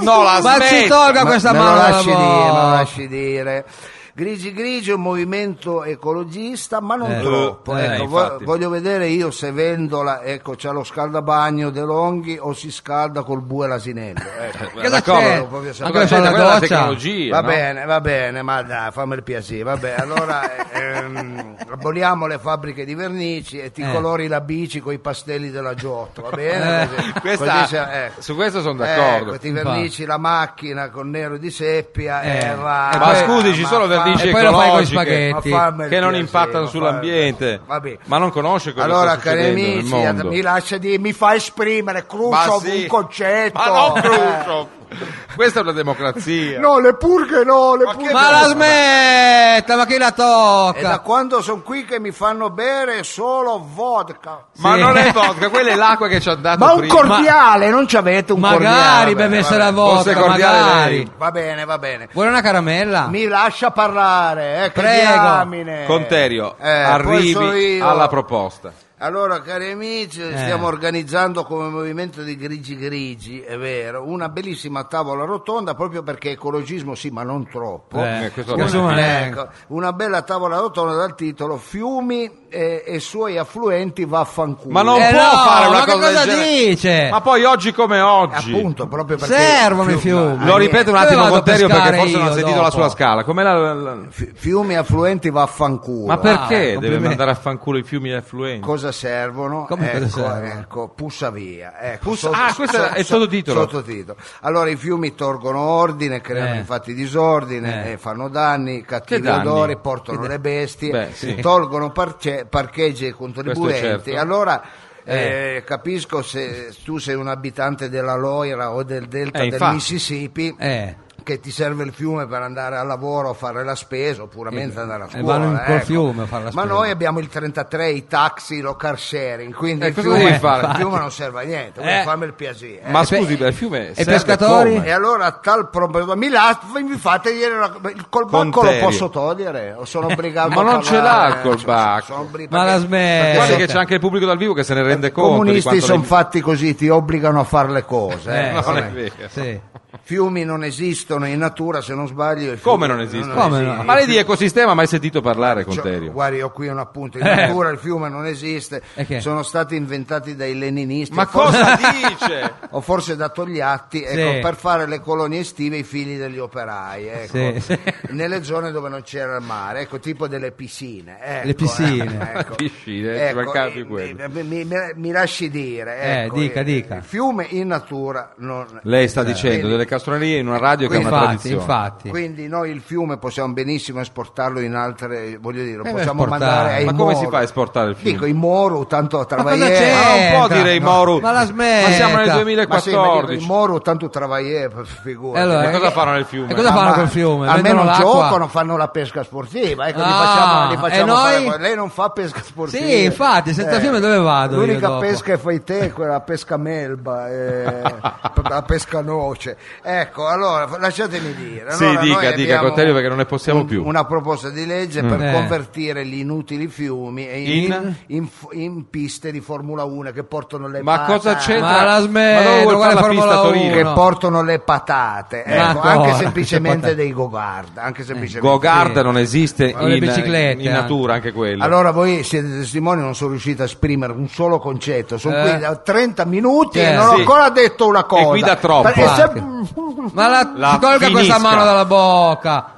[SPEAKER 1] No, la
[SPEAKER 3] Ma si
[SPEAKER 1] smetta!
[SPEAKER 3] tolga questa
[SPEAKER 2] me
[SPEAKER 3] mano
[SPEAKER 2] lo
[SPEAKER 3] dalla
[SPEAKER 2] lasci dire, me lo
[SPEAKER 3] bocca.
[SPEAKER 2] lasci dire. Grigi Grigi è un movimento ecologista, ma non
[SPEAKER 3] Eh.
[SPEAKER 2] troppo.
[SPEAKER 1] Eh,
[SPEAKER 2] ecco,
[SPEAKER 1] infatti.
[SPEAKER 2] vo- voglio vedere io se vendola, ecco, c'ha lo scaldabagno De Longhi o si scalda col bue e l'asinello. ecco.
[SPEAKER 1] Eh,
[SPEAKER 3] Cosa
[SPEAKER 1] d'accordo.
[SPEAKER 3] c'è?
[SPEAKER 2] Proprio se-
[SPEAKER 1] Ma quella
[SPEAKER 3] Anche per fare
[SPEAKER 1] gente,
[SPEAKER 3] la
[SPEAKER 1] quella è la
[SPEAKER 3] doccia?
[SPEAKER 1] tecnologia,
[SPEAKER 2] Va
[SPEAKER 1] no?
[SPEAKER 2] bene, va bene, ma dai, fammi il piacere. Va bene, allora ehm, aboliamo le fabbriche di vernici e ti
[SPEAKER 3] Eh.
[SPEAKER 2] colori la bici con i pastelli della Giotto, va bene?
[SPEAKER 3] Eh.
[SPEAKER 2] Così-
[SPEAKER 1] Questa-
[SPEAKER 2] così se- ecco.
[SPEAKER 1] Su questo sono d'accordo.
[SPEAKER 2] Ecco, ti vernici la macchina con nero di seppia e
[SPEAKER 3] Eh,
[SPEAKER 2] vai.
[SPEAKER 3] e
[SPEAKER 1] Ma
[SPEAKER 3] poi-
[SPEAKER 1] scusi, ci
[SPEAKER 2] ma
[SPEAKER 1] sono
[SPEAKER 2] fa-
[SPEAKER 1] vernici
[SPEAKER 3] e poi lo fai coi
[SPEAKER 1] ecologiche
[SPEAKER 3] spaghetti.
[SPEAKER 2] ma fammi il
[SPEAKER 1] che non
[SPEAKER 2] piacere,
[SPEAKER 1] impattano
[SPEAKER 2] ma
[SPEAKER 1] sull'ambiente.
[SPEAKER 2] fammi- Vabbè.
[SPEAKER 1] Ma non conosce cosa
[SPEAKER 2] Allora,
[SPEAKER 1] sta succedendo
[SPEAKER 2] cari amici,
[SPEAKER 1] nel mondo.
[SPEAKER 2] mi lascia dire, mi fa esprimere,
[SPEAKER 1] Ma
[SPEAKER 2] Crucio
[SPEAKER 1] sì.
[SPEAKER 2] un concetto.
[SPEAKER 1] Ma non
[SPEAKER 2] Eh.
[SPEAKER 1] Crucio. Questa è una democrazia.
[SPEAKER 2] No, le purghe no, le
[SPEAKER 1] Ma che
[SPEAKER 2] purghe
[SPEAKER 3] Ma
[SPEAKER 2] no.
[SPEAKER 3] la smetta, ma chi
[SPEAKER 2] È
[SPEAKER 3] la
[SPEAKER 2] da
[SPEAKER 3] tocca?
[SPEAKER 2] quando sono qui che mi fanno bere solo vodka.
[SPEAKER 1] Ma
[SPEAKER 3] Sì.
[SPEAKER 1] non è vodka, quella è l'acqua che ci ha dato
[SPEAKER 2] Ma un
[SPEAKER 1] prima.
[SPEAKER 2] cordiale, non ci avete un cordiale.
[SPEAKER 3] Magari bevesse la
[SPEAKER 1] Forse
[SPEAKER 3] vodka,
[SPEAKER 1] è cordiale
[SPEAKER 3] magari.
[SPEAKER 1] lei.
[SPEAKER 2] Va bene, va bene.
[SPEAKER 3] Vuole una caramella?
[SPEAKER 2] Ah.
[SPEAKER 3] Eh,
[SPEAKER 2] Mi lascia parlare, eh, che
[SPEAKER 3] Prego.
[SPEAKER 2] diamine.
[SPEAKER 1] Conterio,
[SPEAKER 2] Eh, poi sono
[SPEAKER 1] arrivi
[SPEAKER 2] io.
[SPEAKER 1] alla proposta.
[SPEAKER 2] Allora, cari amici,
[SPEAKER 3] Eh.
[SPEAKER 2] stiamo organizzando come movimento di grigi grigi, è vero, una bellissima tavola rotonda proprio perché ecologismo sì, ma non troppo.
[SPEAKER 3] Eh,
[SPEAKER 1] Eh, questo
[SPEAKER 3] insomma,
[SPEAKER 1] lo
[SPEAKER 3] eh,
[SPEAKER 2] Ecco, una bella tavola rotonda dal titolo Fiumi e, e suoi affluenti vaffanculo.
[SPEAKER 1] Ma non
[SPEAKER 3] Eh,
[SPEAKER 1] può
[SPEAKER 3] no,
[SPEAKER 1] fare una
[SPEAKER 3] ma che
[SPEAKER 1] cosa del
[SPEAKER 3] cosa
[SPEAKER 1] genere.
[SPEAKER 3] dice?
[SPEAKER 1] Ma poi oggi come oggi.
[SPEAKER 2] Eh. Appunto, proprio perché
[SPEAKER 3] Servono i fiumi.
[SPEAKER 1] Lo
[SPEAKER 2] Ah,
[SPEAKER 1] ripeto un
[SPEAKER 3] Dove
[SPEAKER 1] attimo
[SPEAKER 3] vado a
[SPEAKER 1] Conterio perché
[SPEAKER 3] pescare
[SPEAKER 1] forse non ha
[SPEAKER 3] io
[SPEAKER 1] sentito
[SPEAKER 3] dopo?
[SPEAKER 1] la sua scala. Com'è la- la- la-
[SPEAKER 2] Fi- Fiumi e affluenti vaffanculo.
[SPEAKER 1] Ma perché deve
[SPEAKER 3] complimenti.
[SPEAKER 1] mandare a fanculo i fiumi affluenti?
[SPEAKER 2] cosa servono?
[SPEAKER 3] Come cosa
[SPEAKER 2] ecco,
[SPEAKER 3] servono?
[SPEAKER 2] ecco, pussa via. Ecco,
[SPEAKER 1] Pussa- ah, questo è il sottotitolo.
[SPEAKER 2] sottotitolo. Allora i fiumi torgono ordine, creano
[SPEAKER 3] Eh.
[SPEAKER 2] infatti disordine,
[SPEAKER 3] Eh.
[SPEAKER 2] eh, fanno danni, cattivi
[SPEAKER 1] danni?
[SPEAKER 2] odori, portano le bestie,
[SPEAKER 1] Beh, sì.
[SPEAKER 2] tolgono parce- parcheggi ai contribuenti.
[SPEAKER 1] certo.
[SPEAKER 2] Allora eh, capisco se tu sei un abitante della Loira o del delta
[SPEAKER 1] Eh,
[SPEAKER 2] del
[SPEAKER 1] infatti.
[SPEAKER 2] Mississippi
[SPEAKER 3] Eh.
[SPEAKER 2] che ti serve il fiume per andare al lavoro a fare la spesa oppure andare a
[SPEAKER 3] Eh,
[SPEAKER 2] scuola.
[SPEAKER 3] vanno in- col
[SPEAKER 2] ecco.
[SPEAKER 3] fiume a fare la
[SPEAKER 2] Ma
[SPEAKER 3] spesa.
[SPEAKER 2] noi abbiamo il 33, i taxi, lo car sharing, quindi
[SPEAKER 1] Eh,
[SPEAKER 2] il,
[SPEAKER 1] cosa
[SPEAKER 2] fiume,
[SPEAKER 1] vuoi fare?
[SPEAKER 2] il fiume non serve a niente, quindi
[SPEAKER 3] Eh.
[SPEAKER 2] fammi il piacere. eh.
[SPEAKER 1] Ma
[SPEAKER 3] E pe-
[SPEAKER 1] scusi, il fiume serve
[SPEAKER 3] pescatori?
[SPEAKER 1] come?
[SPEAKER 2] E allora a tal proposito, mi, la- mi fate dire una- il colbacco lo
[SPEAKER 1] Conterio.
[SPEAKER 2] posso togliere? O sono obbligato
[SPEAKER 1] Ma
[SPEAKER 2] a
[SPEAKER 1] non ce
[SPEAKER 2] parlare?
[SPEAKER 1] l'ha il colbacco.
[SPEAKER 2] Sono obbligato-
[SPEAKER 3] Ma la
[SPEAKER 2] perché-
[SPEAKER 1] Guarda che
[SPEAKER 3] smetta.
[SPEAKER 1] c'è anche il pubblico dal vivo che se ne rende
[SPEAKER 2] I
[SPEAKER 1] conto. di
[SPEAKER 2] comunisti
[SPEAKER 1] quanto
[SPEAKER 2] sono
[SPEAKER 1] lei-
[SPEAKER 2] fatti così, ti obbligano a fare le cose. eh.
[SPEAKER 3] Eh,
[SPEAKER 1] No, non è
[SPEAKER 2] Vabbè.
[SPEAKER 1] vero.
[SPEAKER 3] Sì.
[SPEAKER 2] Fiumi non esistono in natura, se non sbaglio. i fiumi
[SPEAKER 1] Come non esiste?
[SPEAKER 3] Come no?
[SPEAKER 1] Ma lei di ecosistema ha mai sentito parlare, Conterio?
[SPEAKER 2] Guardi, io qui ho un appunto in
[SPEAKER 3] Eh.
[SPEAKER 2] natura, il fiume non esiste,
[SPEAKER 3] E che?
[SPEAKER 2] sono stati inventati dai leninisti.
[SPEAKER 1] Ma
[SPEAKER 2] o forse-
[SPEAKER 1] cosa dice?
[SPEAKER 2] O forse da Togliatti ecco,
[SPEAKER 3] Sì.
[SPEAKER 2] per fare le colonie estive i figli degli operai, ecco,
[SPEAKER 3] Sì, sì.
[SPEAKER 2] nelle zone dove non c'era il mare, ecco, tipo delle piscine. ecco,
[SPEAKER 3] Le
[SPEAKER 2] eh,
[SPEAKER 3] piscine.
[SPEAKER 2] ecco.
[SPEAKER 1] Piscine, ci
[SPEAKER 2] Ecco,
[SPEAKER 1] mancava più
[SPEAKER 2] eh,
[SPEAKER 1] quello.
[SPEAKER 2] mi, mi- mi- mi lasci dire,
[SPEAKER 3] Eh,
[SPEAKER 2] ecco,
[SPEAKER 3] dica,
[SPEAKER 2] eh,
[SPEAKER 3] dica.
[SPEAKER 2] il fiume in natura non
[SPEAKER 1] Lei sta dicendo delle castronerie in una radio che è una
[SPEAKER 3] Infatti,
[SPEAKER 1] tradizione.
[SPEAKER 3] infatti.
[SPEAKER 2] Quindi noi il fiume possiamo benissimo esportarlo in altre, voglio dire, lo
[SPEAKER 3] Eh,
[SPEAKER 2] possiamo
[SPEAKER 3] esportare.
[SPEAKER 2] mandare ai
[SPEAKER 1] Ma eh, come si
[SPEAKER 2] Moro.
[SPEAKER 1] fa a esportare il fiume?
[SPEAKER 2] Dico i Moro, tanto
[SPEAKER 3] Ma cosa
[SPEAKER 2] travagliere.
[SPEAKER 1] Ma
[SPEAKER 3] c'è?
[SPEAKER 1] non può dire i
[SPEAKER 3] No.
[SPEAKER 1] Moru.
[SPEAKER 3] Ma la smetta.
[SPEAKER 1] Ma siamo nel
[SPEAKER 2] Ma sì, ma dico, i
[SPEAKER 1] 2014.
[SPEAKER 2] Moro, tanto travagliere, figura.
[SPEAKER 3] E allora,
[SPEAKER 1] Ma cosa
[SPEAKER 3] eh,
[SPEAKER 1] fanno nel fiume?
[SPEAKER 3] E cosa
[SPEAKER 2] Ah,
[SPEAKER 3] fanno
[SPEAKER 2] ma
[SPEAKER 3] col fiume?
[SPEAKER 2] A me
[SPEAKER 3] Vendono
[SPEAKER 2] non
[SPEAKER 3] l'acqua?
[SPEAKER 2] giocano, fanno la pesca sportiva. Ecco, li
[SPEAKER 3] Ah,
[SPEAKER 2] facciamo, li
[SPEAKER 3] e
[SPEAKER 2] facciamo fare
[SPEAKER 3] noi?
[SPEAKER 2] quello. Lei non fa pesca sportiva. Eh,
[SPEAKER 3] Sì, infatti, senza fiume dove vado io
[SPEAKER 2] L'unica
[SPEAKER 3] dopo?
[SPEAKER 2] pesca che fai te è quella pesca melba, eh, la pesca noce. Ecco, allora lasciatemi dire.
[SPEAKER 1] Sì,
[SPEAKER 2] Allora,
[SPEAKER 1] dica,
[SPEAKER 2] noi
[SPEAKER 1] dica,
[SPEAKER 2] abbiamo
[SPEAKER 1] Contelli, perché non ne possiamo più.
[SPEAKER 2] Una proposta di legge per
[SPEAKER 3] Eh.
[SPEAKER 2] convertire gli inutili fiumi in,
[SPEAKER 1] In?
[SPEAKER 2] in f- in piste di Formula 1 che portano le
[SPEAKER 1] Ma
[SPEAKER 2] patate.
[SPEAKER 1] cosa c'entra?
[SPEAKER 3] Ma la smetto,
[SPEAKER 1] Ma non vuol
[SPEAKER 3] guarda
[SPEAKER 1] fare la pista a
[SPEAKER 3] Formula
[SPEAKER 1] Torino?
[SPEAKER 2] Che
[SPEAKER 3] uno.
[SPEAKER 2] portano le patate,
[SPEAKER 3] Ma
[SPEAKER 2] ecco,
[SPEAKER 3] ancora,
[SPEAKER 2] anche
[SPEAKER 3] che
[SPEAKER 2] semplicemente
[SPEAKER 3] patate.
[SPEAKER 2] dei Gogard. Anche semplicemente.
[SPEAKER 1] Gogard
[SPEAKER 3] Sì.
[SPEAKER 1] non esiste
[SPEAKER 3] O le
[SPEAKER 1] in,
[SPEAKER 3] biciclette,
[SPEAKER 1] in natura, anche quello.
[SPEAKER 2] Allora voi siete testimoni, non sono riusciti a esprimere un solo concetto. Sono
[SPEAKER 3] Eh.
[SPEAKER 2] qui da 30 minuti e
[SPEAKER 3] Sì.
[SPEAKER 2] non ho
[SPEAKER 1] Sì.
[SPEAKER 2] ancora detto una cosa.
[SPEAKER 1] guida troppo.
[SPEAKER 2] Perché se-
[SPEAKER 3] Ma la,
[SPEAKER 1] La
[SPEAKER 3] si tolga
[SPEAKER 1] finisca.
[SPEAKER 3] questa mano dalla bocca.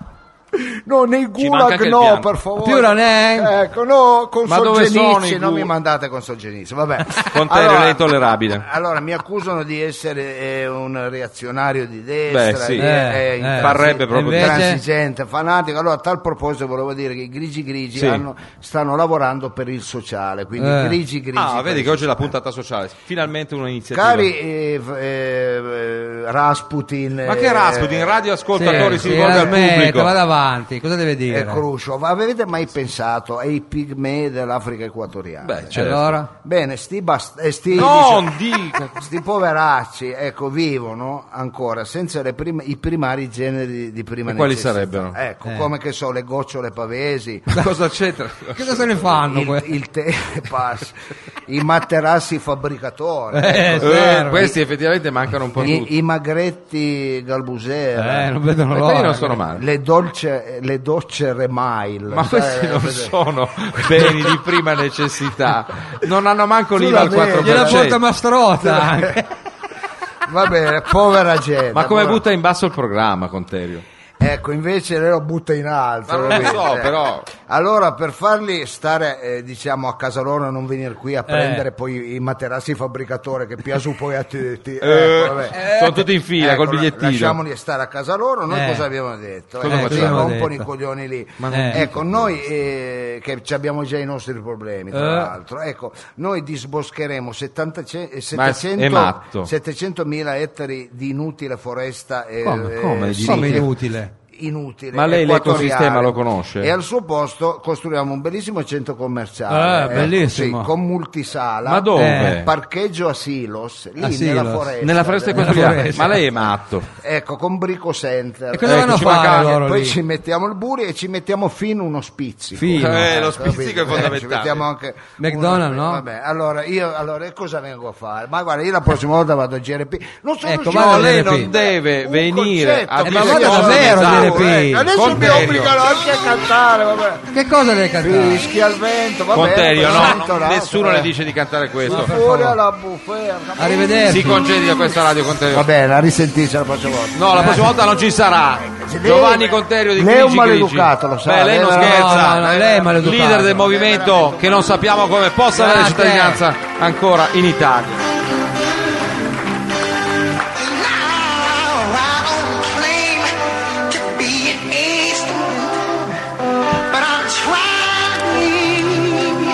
[SPEAKER 2] No, nei
[SPEAKER 1] manca anche
[SPEAKER 2] gulag
[SPEAKER 1] il
[SPEAKER 2] no,
[SPEAKER 1] piano.
[SPEAKER 2] per favore.
[SPEAKER 3] Più non è?
[SPEAKER 2] Ecco, no, con
[SPEAKER 1] Ma dove sono
[SPEAKER 2] Solgenizi,
[SPEAKER 1] i
[SPEAKER 2] non
[SPEAKER 1] gu-
[SPEAKER 2] mi mandate con Solgenizi, vabbè.
[SPEAKER 1] Con te è intollerabile.
[SPEAKER 2] Allora, mi accusano di essere eh, un reazionario di
[SPEAKER 1] Beh,
[SPEAKER 2] destra,
[SPEAKER 1] sì.
[SPEAKER 2] di-
[SPEAKER 1] Eh,
[SPEAKER 2] eh,
[SPEAKER 3] eh.
[SPEAKER 2] intransi-
[SPEAKER 1] Parrebbe proprio di-
[SPEAKER 2] intransigente, fanatico. Allora, a tal proposito volevo dire che i grigi grigi
[SPEAKER 1] Sì.
[SPEAKER 2] hanno- stanno lavorando per il sociale, quindi
[SPEAKER 3] Eh.
[SPEAKER 2] grigi grigi.
[SPEAKER 1] Ah,
[SPEAKER 2] per
[SPEAKER 1] vedi
[SPEAKER 2] il
[SPEAKER 1] che oggi è la puntata sociale. Finalmente un'iniziativa.
[SPEAKER 2] Cari eh, f- eh, eh, Rasputin,
[SPEAKER 1] Ma che
[SPEAKER 2] eh,
[SPEAKER 1] Rasputin, radioascoltatori
[SPEAKER 3] Sì,
[SPEAKER 1] si
[SPEAKER 3] sì,
[SPEAKER 1] rivolge
[SPEAKER 3] la
[SPEAKER 1] al
[SPEAKER 3] smetta,
[SPEAKER 1] pubblico.
[SPEAKER 3] Vada avanti, cosa deve dire?
[SPEAKER 2] e Khrushchev, avete mai pensato ai pigmei dell'Africa equatoriana?
[SPEAKER 1] Beh,
[SPEAKER 3] E
[SPEAKER 1] certo.
[SPEAKER 3] Cioè, Allora?
[SPEAKER 2] Bene, sti, bast- eh, sti,
[SPEAKER 1] Non
[SPEAKER 2] dice-
[SPEAKER 1] dica.
[SPEAKER 2] sti poveracci ecco, vivono ancora senza le prim- i primari generi di prima
[SPEAKER 1] E quali
[SPEAKER 2] necessità.
[SPEAKER 1] sarebbero?
[SPEAKER 2] Ecco,
[SPEAKER 3] Eh.
[SPEAKER 2] come che so, le gocciole pavesi,
[SPEAKER 1] Cosa c'entra?
[SPEAKER 3] Che cosa se ne fanno?
[SPEAKER 2] il,
[SPEAKER 3] que-
[SPEAKER 2] il tè, pass, i materassi fabbricatori,
[SPEAKER 3] Eh,
[SPEAKER 2] ecco,
[SPEAKER 1] Eh,
[SPEAKER 3] serve.
[SPEAKER 1] questi effettivamente mancano un po' tutti.
[SPEAKER 2] i, i magretti galbusera.
[SPEAKER 3] Eh, non vedono
[SPEAKER 1] Ma
[SPEAKER 3] l'ora.
[SPEAKER 1] quelli non sono male. Eh,
[SPEAKER 2] Le, dolce, le docce remail
[SPEAKER 1] Ma questi non sono beni di prima necessità. Non hanno manco l'IVA al
[SPEAKER 2] Sulla media.
[SPEAKER 3] Gliela porta
[SPEAKER 1] 4%.
[SPEAKER 3] Mastrota anche.
[SPEAKER 2] va bene povera gente
[SPEAKER 1] Ma come
[SPEAKER 2] povera-
[SPEAKER 1] butta in basso il programma, Conterio?
[SPEAKER 2] ecco invece lei lo butta in alto
[SPEAKER 1] Ma non lo
[SPEAKER 2] capite?
[SPEAKER 1] so, però.
[SPEAKER 2] allora per farli stare eh, diciamo a casa loro e non venire qui a prendere poi i materassi fabbricatore che piasu poi a tutti
[SPEAKER 1] Eh,
[SPEAKER 2] ecco, vabbè.
[SPEAKER 1] sono tutti in fila
[SPEAKER 2] Ecco,
[SPEAKER 1] col bigliettino.
[SPEAKER 2] Lasciamoli stare a casa loro, noi
[SPEAKER 3] Eh.
[SPEAKER 2] cosa abbiamo detto?
[SPEAKER 1] Cosa
[SPEAKER 2] Eh,
[SPEAKER 1] facciamo?
[SPEAKER 2] rompono i
[SPEAKER 3] detto.
[SPEAKER 2] coglioni lì.
[SPEAKER 3] Ma non dico
[SPEAKER 2] ecco, noi eh, che ci abbiamo già i nostri problemi, tra
[SPEAKER 3] Eh.
[SPEAKER 2] l'altro, ecco, noi disboscheremo 70 ce- eh,
[SPEAKER 1] Ma è
[SPEAKER 2] 700
[SPEAKER 1] matto.
[SPEAKER 2] 700.000 ettari di inutile foresta. eh,
[SPEAKER 1] Come-
[SPEAKER 2] eh,
[SPEAKER 1] come di
[SPEAKER 2] sì,
[SPEAKER 3] Insomma,
[SPEAKER 1] inutile?
[SPEAKER 3] inutile.
[SPEAKER 2] inutile,
[SPEAKER 1] Ma lei
[SPEAKER 2] equatoriale.
[SPEAKER 1] l'ecosistema lo conosce?
[SPEAKER 2] e al suo posto costruiamo un bellissimo centro commerciale
[SPEAKER 3] Eh,
[SPEAKER 2] ecco,
[SPEAKER 3] bellissimo.
[SPEAKER 2] sì, con multisala
[SPEAKER 1] Ah, Ma dove?
[SPEAKER 2] eh, parcheggio a Silos lì
[SPEAKER 3] A
[SPEAKER 2] nella
[SPEAKER 3] Silos.
[SPEAKER 2] foresta
[SPEAKER 1] Nella foresta
[SPEAKER 2] Eh,
[SPEAKER 1] equatoriale.
[SPEAKER 3] foresta.
[SPEAKER 1] Ma lei è matto.
[SPEAKER 2] Ecco, con Brico Center.
[SPEAKER 3] E cosa
[SPEAKER 1] Ecco,
[SPEAKER 3] vanno a
[SPEAKER 1] ci
[SPEAKER 3] fare
[SPEAKER 1] mancava-
[SPEAKER 3] loro
[SPEAKER 2] poi
[SPEAKER 3] lì?
[SPEAKER 2] ci mettiamo il buri e ci mettiamo fino uno spizzico.
[SPEAKER 3] Fino.
[SPEAKER 1] Eh, lo
[SPEAKER 2] Ecco,
[SPEAKER 1] spizzico
[SPEAKER 2] capito?
[SPEAKER 1] è
[SPEAKER 2] Eh,
[SPEAKER 1] fondamentale.
[SPEAKER 2] ci mettiamo anche
[SPEAKER 3] McDonald's,
[SPEAKER 2] uno-
[SPEAKER 3] no?
[SPEAKER 2] Vabbè, allora io allora, e cosa vengo a fare? Ma guarda, io la prossima volta vado a GRP. Non sono
[SPEAKER 3] Ecco,
[SPEAKER 2] riuscito-
[SPEAKER 3] vada
[SPEAKER 1] No,
[SPEAKER 3] a
[SPEAKER 1] lei
[SPEAKER 3] GRP.
[SPEAKER 1] non deve
[SPEAKER 2] Un
[SPEAKER 1] venire
[SPEAKER 2] concetto,
[SPEAKER 1] a
[SPEAKER 3] Eh, ma
[SPEAKER 1] Bisognolo
[SPEAKER 3] vada
[SPEAKER 1] di
[SPEAKER 3] davvero a
[SPEAKER 1] Zau,
[SPEAKER 3] GRP.
[SPEAKER 1] eh.
[SPEAKER 2] Adesso mi
[SPEAKER 1] Conterio.
[SPEAKER 2] obbligano anche a cantare, vabbè.
[SPEAKER 3] Che cosa deve cantare?
[SPEAKER 2] Fischi al vento, vabbè.
[SPEAKER 1] Conterio,
[SPEAKER 2] però
[SPEAKER 1] no,
[SPEAKER 2] sento
[SPEAKER 1] non-
[SPEAKER 2] l'altro,
[SPEAKER 1] nessuno
[SPEAKER 2] eh.
[SPEAKER 1] le dice di cantare questo.
[SPEAKER 2] Fuori alla bufera.
[SPEAKER 3] Arrivederci.
[SPEAKER 1] Si congedi da questa radio, Conterio.
[SPEAKER 2] Va bene, a risentirci la prossima volta.
[SPEAKER 1] No, la prossima volta non ci sarà.
[SPEAKER 2] Lei-
[SPEAKER 1] Giovanni Conterio di
[SPEAKER 2] lei è un
[SPEAKER 1] Grigi
[SPEAKER 2] maleducato,
[SPEAKER 1] Grigi.
[SPEAKER 2] lo sa,
[SPEAKER 1] Beh, lei
[SPEAKER 2] lei
[SPEAKER 1] non
[SPEAKER 2] è- no,
[SPEAKER 1] scherza.
[SPEAKER 3] no, no, lei è maleducato.
[SPEAKER 1] Leader del movimento che non sappiamo come possa avere
[SPEAKER 3] Grazie.
[SPEAKER 1] cittadinanza ancora in Italia.
[SPEAKER 6] Now I don't claim to be an instrument, but I'm trying.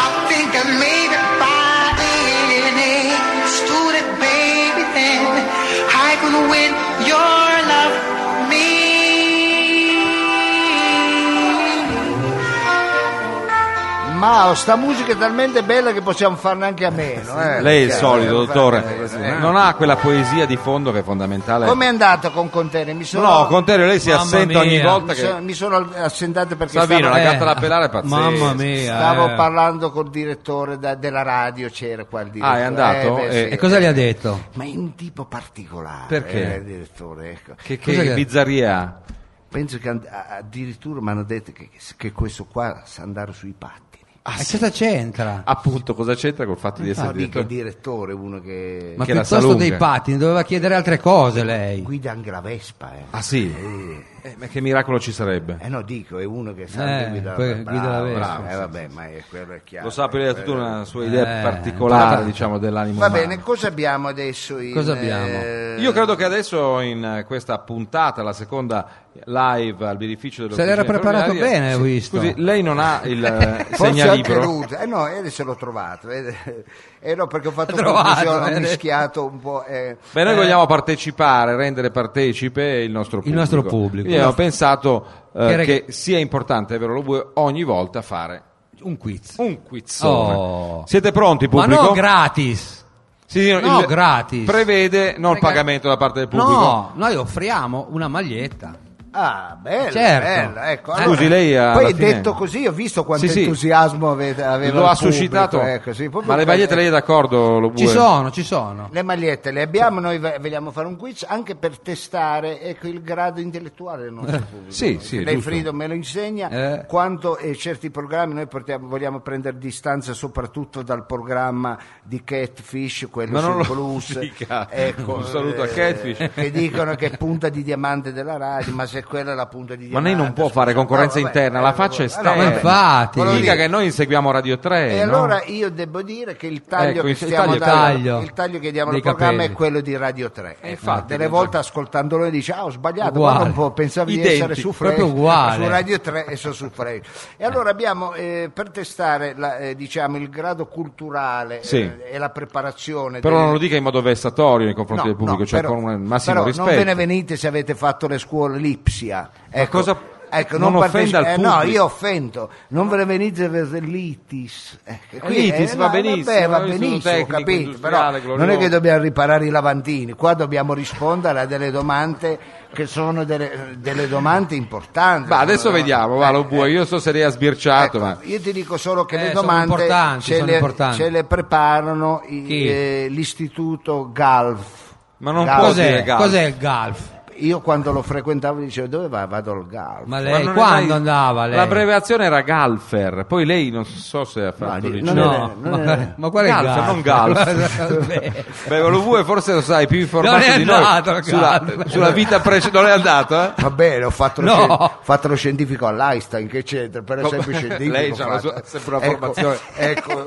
[SPEAKER 6] I think I may be finding a student, baby. Then I can win your love, for me.
[SPEAKER 2] Ma sta musica è talmente bella che possiamo farne anche a meno. eh.
[SPEAKER 1] Lei è il
[SPEAKER 2] Cioè,
[SPEAKER 1] solito,
[SPEAKER 2] possiamo farne
[SPEAKER 1] dottore.
[SPEAKER 2] anche a meno.
[SPEAKER 1] Non ha quella poesia di fondo che è fondamentale.
[SPEAKER 2] Com'è andata con Contere? Mi sono,
[SPEAKER 1] No, Conterio, lei si
[SPEAKER 3] Mamma
[SPEAKER 1] assenta ogni
[SPEAKER 3] mia.
[SPEAKER 1] volta
[SPEAKER 2] mi sono,
[SPEAKER 1] che.
[SPEAKER 2] mi sono assentato perché
[SPEAKER 1] Savino,
[SPEAKER 2] stavo,
[SPEAKER 1] la carta da pelare è pazzesca.
[SPEAKER 3] Eh. Mamma mia.
[SPEAKER 2] stavo
[SPEAKER 3] eh.
[SPEAKER 2] parlando col direttore da- della radio, c'era qua il
[SPEAKER 1] Ah,
[SPEAKER 2] direttore.
[SPEAKER 1] è andato?
[SPEAKER 2] Eh, beh,
[SPEAKER 1] E-
[SPEAKER 2] sì.
[SPEAKER 3] E cosa gli ha detto?
[SPEAKER 2] Ma è un tipo particolare.
[SPEAKER 1] Perché?
[SPEAKER 2] eh, il direttore, ecco.
[SPEAKER 1] Che, che
[SPEAKER 3] Cos'è che-
[SPEAKER 1] bizzarria ha?
[SPEAKER 2] Penso che and- a- addirittura mi hanno detto che, che questo qua sa andare sui pattini.
[SPEAKER 1] Ah,
[SPEAKER 3] E cosa c'entra?
[SPEAKER 1] Appunto, cosa c'entra col fatto di essere
[SPEAKER 2] No, dico il
[SPEAKER 1] direttore?
[SPEAKER 2] direttore, uno che
[SPEAKER 3] Ma
[SPEAKER 1] che la
[SPEAKER 3] piuttosto
[SPEAKER 1] salunga.
[SPEAKER 3] dei pattini, doveva chiedere altre cose lei.
[SPEAKER 2] guida anche la Vespa. Eh.
[SPEAKER 1] Ah, sì. Eh, ma che miracolo ci sarebbe?
[SPEAKER 2] Eh no, dico, è uno che sa anche
[SPEAKER 3] Eh,
[SPEAKER 2] guidare
[SPEAKER 3] poi
[SPEAKER 2] bravo,
[SPEAKER 3] guida la Vespa,
[SPEAKER 2] bravo,
[SPEAKER 3] sì,
[SPEAKER 2] eh,
[SPEAKER 3] sì,
[SPEAKER 2] vabbè, ma è, quello è chiaro. eh,
[SPEAKER 1] Lo sa, perché ha tutta
[SPEAKER 2] Quello-
[SPEAKER 1] una sua idea
[SPEAKER 3] Eh,
[SPEAKER 1] particolare,
[SPEAKER 3] però-
[SPEAKER 1] diciamo, dell'animo
[SPEAKER 2] Va
[SPEAKER 1] umano.
[SPEAKER 2] bene, cosa abbiamo adesso? in,
[SPEAKER 3] Cosa abbiamo?
[SPEAKER 2] eh,
[SPEAKER 1] Io credo che adesso in eh, questa puntata, la seconda live al beneficio dello
[SPEAKER 3] Se l'era preparato bene, ho visto.
[SPEAKER 1] Scusi, lei non ha il eh,
[SPEAKER 2] Forse anche
[SPEAKER 1] segnalibro?
[SPEAKER 2] l'utero. Eh no, eh, adesso l'ho trovato. eh, eh, no, perché ho fatto
[SPEAKER 3] Trovato,
[SPEAKER 2] confusione, ho
[SPEAKER 3] eh.
[SPEAKER 2] mischiato un po'. eh.
[SPEAKER 1] Beh, noi vogliamo partecipare, rendere partecipe il nostro pubblico.
[SPEAKER 3] nostro pubblico.
[SPEAKER 1] Quindi abbiamo pensato eh,
[SPEAKER 3] Che reg-
[SPEAKER 1] che sia importante, è vero lo vuoi, ogni volta fare
[SPEAKER 3] Un quiz.
[SPEAKER 1] un quizzone.
[SPEAKER 3] Oh.
[SPEAKER 1] Siete pronti,
[SPEAKER 3] Ma
[SPEAKER 1] pubblico?
[SPEAKER 3] no gratis.
[SPEAKER 1] Sì, sì,
[SPEAKER 3] No,
[SPEAKER 1] il-
[SPEAKER 3] gratis.
[SPEAKER 1] Prevede non il
[SPEAKER 3] Perché-
[SPEAKER 1] pagamento da parte del pubblico.
[SPEAKER 3] No, noi offriamo una maglietta.
[SPEAKER 2] Ah, bello,
[SPEAKER 3] Certo.
[SPEAKER 2] bello. Ecco,
[SPEAKER 1] Scusi, lei alla
[SPEAKER 2] Poi
[SPEAKER 1] fine-
[SPEAKER 2] detto così, ho visto quanto
[SPEAKER 1] Sì, sì.
[SPEAKER 2] entusiasmo avete- aveva
[SPEAKER 1] Lo
[SPEAKER 2] il
[SPEAKER 1] ha
[SPEAKER 2] pubblico,
[SPEAKER 1] suscitato.
[SPEAKER 2] ecco, sì, proprio
[SPEAKER 1] Ma le
[SPEAKER 2] perché-
[SPEAKER 1] magliette lei è d'accordo? Lo
[SPEAKER 3] Ci sono, ci sono.
[SPEAKER 2] Le magliette le abbiamo, noi ve- vogliamo fare un quiz anche per testare ecco, il grado intellettuale del nostro pubblico.
[SPEAKER 1] Eh, sì, sì,
[SPEAKER 2] Se lei
[SPEAKER 1] giusto.
[SPEAKER 2] Frido me lo insegna,
[SPEAKER 3] Eh.
[SPEAKER 2] quanto eh, certi programmi noi portiamo- vogliamo prendere distanza soprattutto dal programma di Catfish, quello
[SPEAKER 1] Ma non
[SPEAKER 2] sul
[SPEAKER 1] lo
[SPEAKER 2] blues. ecco, eh,
[SPEAKER 1] dica. Un saluto a Catfish.
[SPEAKER 2] Che dicono che è punta di diamante della radio, ma se quella è la punta di
[SPEAKER 1] Ma
[SPEAKER 2] diamante...
[SPEAKER 1] lei non può fare concorrenza
[SPEAKER 2] No, vabbè,
[SPEAKER 1] interna,
[SPEAKER 2] eh,
[SPEAKER 1] la faccia
[SPEAKER 2] no,
[SPEAKER 1] esterna.
[SPEAKER 2] vabbè.
[SPEAKER 3] Ma infatti.
[SPEAKER 2] Volevo
[SPEAKER 1] Dica
[SPEAKER 2] dire-
[SPEAKER 1] che noi inseguiamo Radio 3.
[SPEAKER 2] e
[SPEAKER 1] no?
[SPEAKER 2] allora io devo dire che il taglio
[SPEAKER 1] Ecco,
[SPEAKER 2] che
[SPEAKER 1] il
[SPEAKER 2] stiamo
[SPEAKER 1] taglio-
[SPEAKER 2] dando,
[SPEAKER 3] taglio
[SPEAKER 2] il taglio che diamo al
[SPEAKER 3] dei
[SPEAKER 2] programma
[SPEAKER 3] capelli.
[SPEAKER 2] è quello di Radio 3.
[SPEAKER 1] Eh, infatti,
[SPEAKER 2] delle
[SPEAKER 1] quindi-
[SPEAKER 2] volte ascoltandolo e dice "Ah, ho sbagliato,
[SPEAKER 3] Uguale.
[SPEAKER 2] guarda un po', pensavo di
[SPEAKER 1] Identico,
[SPEAKER 2] essere su Fresh,
[SPEAKER 3] proprio uguale.
[SPEAKER 2] su Radio 3 e sono su Fresh". E allora abbiamo eh, per testare la, eh, diciamo il grado culturale
[SPEAKER 1] Sì.
[SPEAKER 2] eh, e la preparazione
[SPEAKER 1] Però
[SPEAKER 2] del-
[SPEAKER 1] non lo dica in modo vessatorio nei confronti
[SPEAKER 2] No,
[SPEAKER 1] del pubblico,
[SPEAKER 2] no,
[SPEAKER 1] cioè
[SPEAKER 2] però-
[SPEAKER 1] con un massimo
[SPEAKER 2] però
[SPEAKER 1] rispetto.
[SPEAKER 2] Non ve ne venite se avete fatto le scuole Lipsia. Ecco,
[SPEAKER 1] cosa-
[SPEAKER 2] ecco,
[SPEAKER 1] non
[SPEAKER 2] parteci-
[SPEAKER 1] offenda il
[SPEAKER 2] eh, No,
[SPEAKER 1] pubblico.
[SPEAKER 2] io offendo. Non ve ne venite se avete l'itis. Ecco,
[SPEAKER 1] Eh, l'itis va benissimo,
[SPEAKER 2] vabbè, va
[SPEAKER 1] è un istituto
[SPEAKER 2] benissimo,
[SPEAKER 1] tecnico,
[SPEAKER 2] capito. Però
[SPEAKER 1] industriale,
[SPEAKER 2] non è
[SPEAKER 1] glorioso.
[SPEAKER 2] che dobbiamo riparare i lavandini, qua dobbiamo rispondere a delle domande che sono delle, delle domande importanti.
[SPEAKER 1] Ma adesso
[SPEAKER 2] Sono-
[SPEAKER 1] vediamo, va lo buio, io so se lei ha sbirciato,
[SPEAKER 2] Ecco,
[SPEAKER 1] ma...
[SPEAKER 2] Io ti dico solo che
[SPEAKER 3] Eh,
[SPEAKER 2] le
[SPEAKER 3] sono
[SPEAKER 2] domande
[SPEAKER 3] importanti,
[SPEAKER 2] ce,
[SPEAKER 3] sono
[SPEAKER 2] le,
[SPEAKER 3] importanti.
[SPEAKER 2] ce le preparano i-
[SPEAKER 3] Chi?
[SPEAKER 2] eh, l'istituto Galf.
[SPEAKER 1] Ma non
[SPEAKER 2] Galf.
[SPEAKER 1] può
[SPEAKER 2] Cos'è?
[SPEAKER 1] Ah, dire
[SPEAKER 3] Cos'è,
[SPEAKER 1] Galf.
[SPEAKER 3] cos'è il golf?
[SPEAKER 2] Io quando lo frequentavo dicevo dove vai? Vado al Galf.
[SPEAKER 3] Ma
[SPEAKER 1] Ma
[SPEAKER 3] lei
[SPEAKER 1] non è
[SPEAKER 3] quando
[SPEAKER 1] mai-
[SPEAKER 3] andava? Lei?
[SPEAKER 1] L'abbreviazione era Galfer, poi lei non so se ha fatto
[SPEAKER 2] di-
[SPEAKER 1] il
[SPEAKER 2] non
[SPEAKER 1] liceo.
[SPEAKER 2] era-
[SPEAKER 3] No,
[SPEAKER 2] non
[SPEAKER 3] ma,
[SPEAKER 2] era-
[SPEAKER 3] ma qual è il
[SPEAKER 1] Galf,
[SPEAKER 3] golf?
[SPEAKER 1] non Galf. Beh, lo vuoi forse lo sai più informato
[SPEAKER 3] Non è
[SPEAKER 1] di noi
[SPEAKER 3] andato al
[SPEAKER 1] sulla,
[SPEAKER 3] Galf.
[SPEAKER 1] sulla vita precedente, non è andato, eh?
[SPEAKER 2] Va bene, ho fatto, lo,
[SPEAKER 3] No.
[SPEAKER 2] scien- ho fatto lo scientifico all'Einstein, che c'entra? Per esempio scientifico.
[SPEAKER 1] Lei
[SPEAKER 2] ho
[SPEAKER 1] c'ha la
[SPEAKER 2] fatto.
[SPEAKER 1] sua- sempre una
[SPEAKER 2] Ecco,
[SPEAKER 1] formazione.
[SPEAKER 2] Ecco,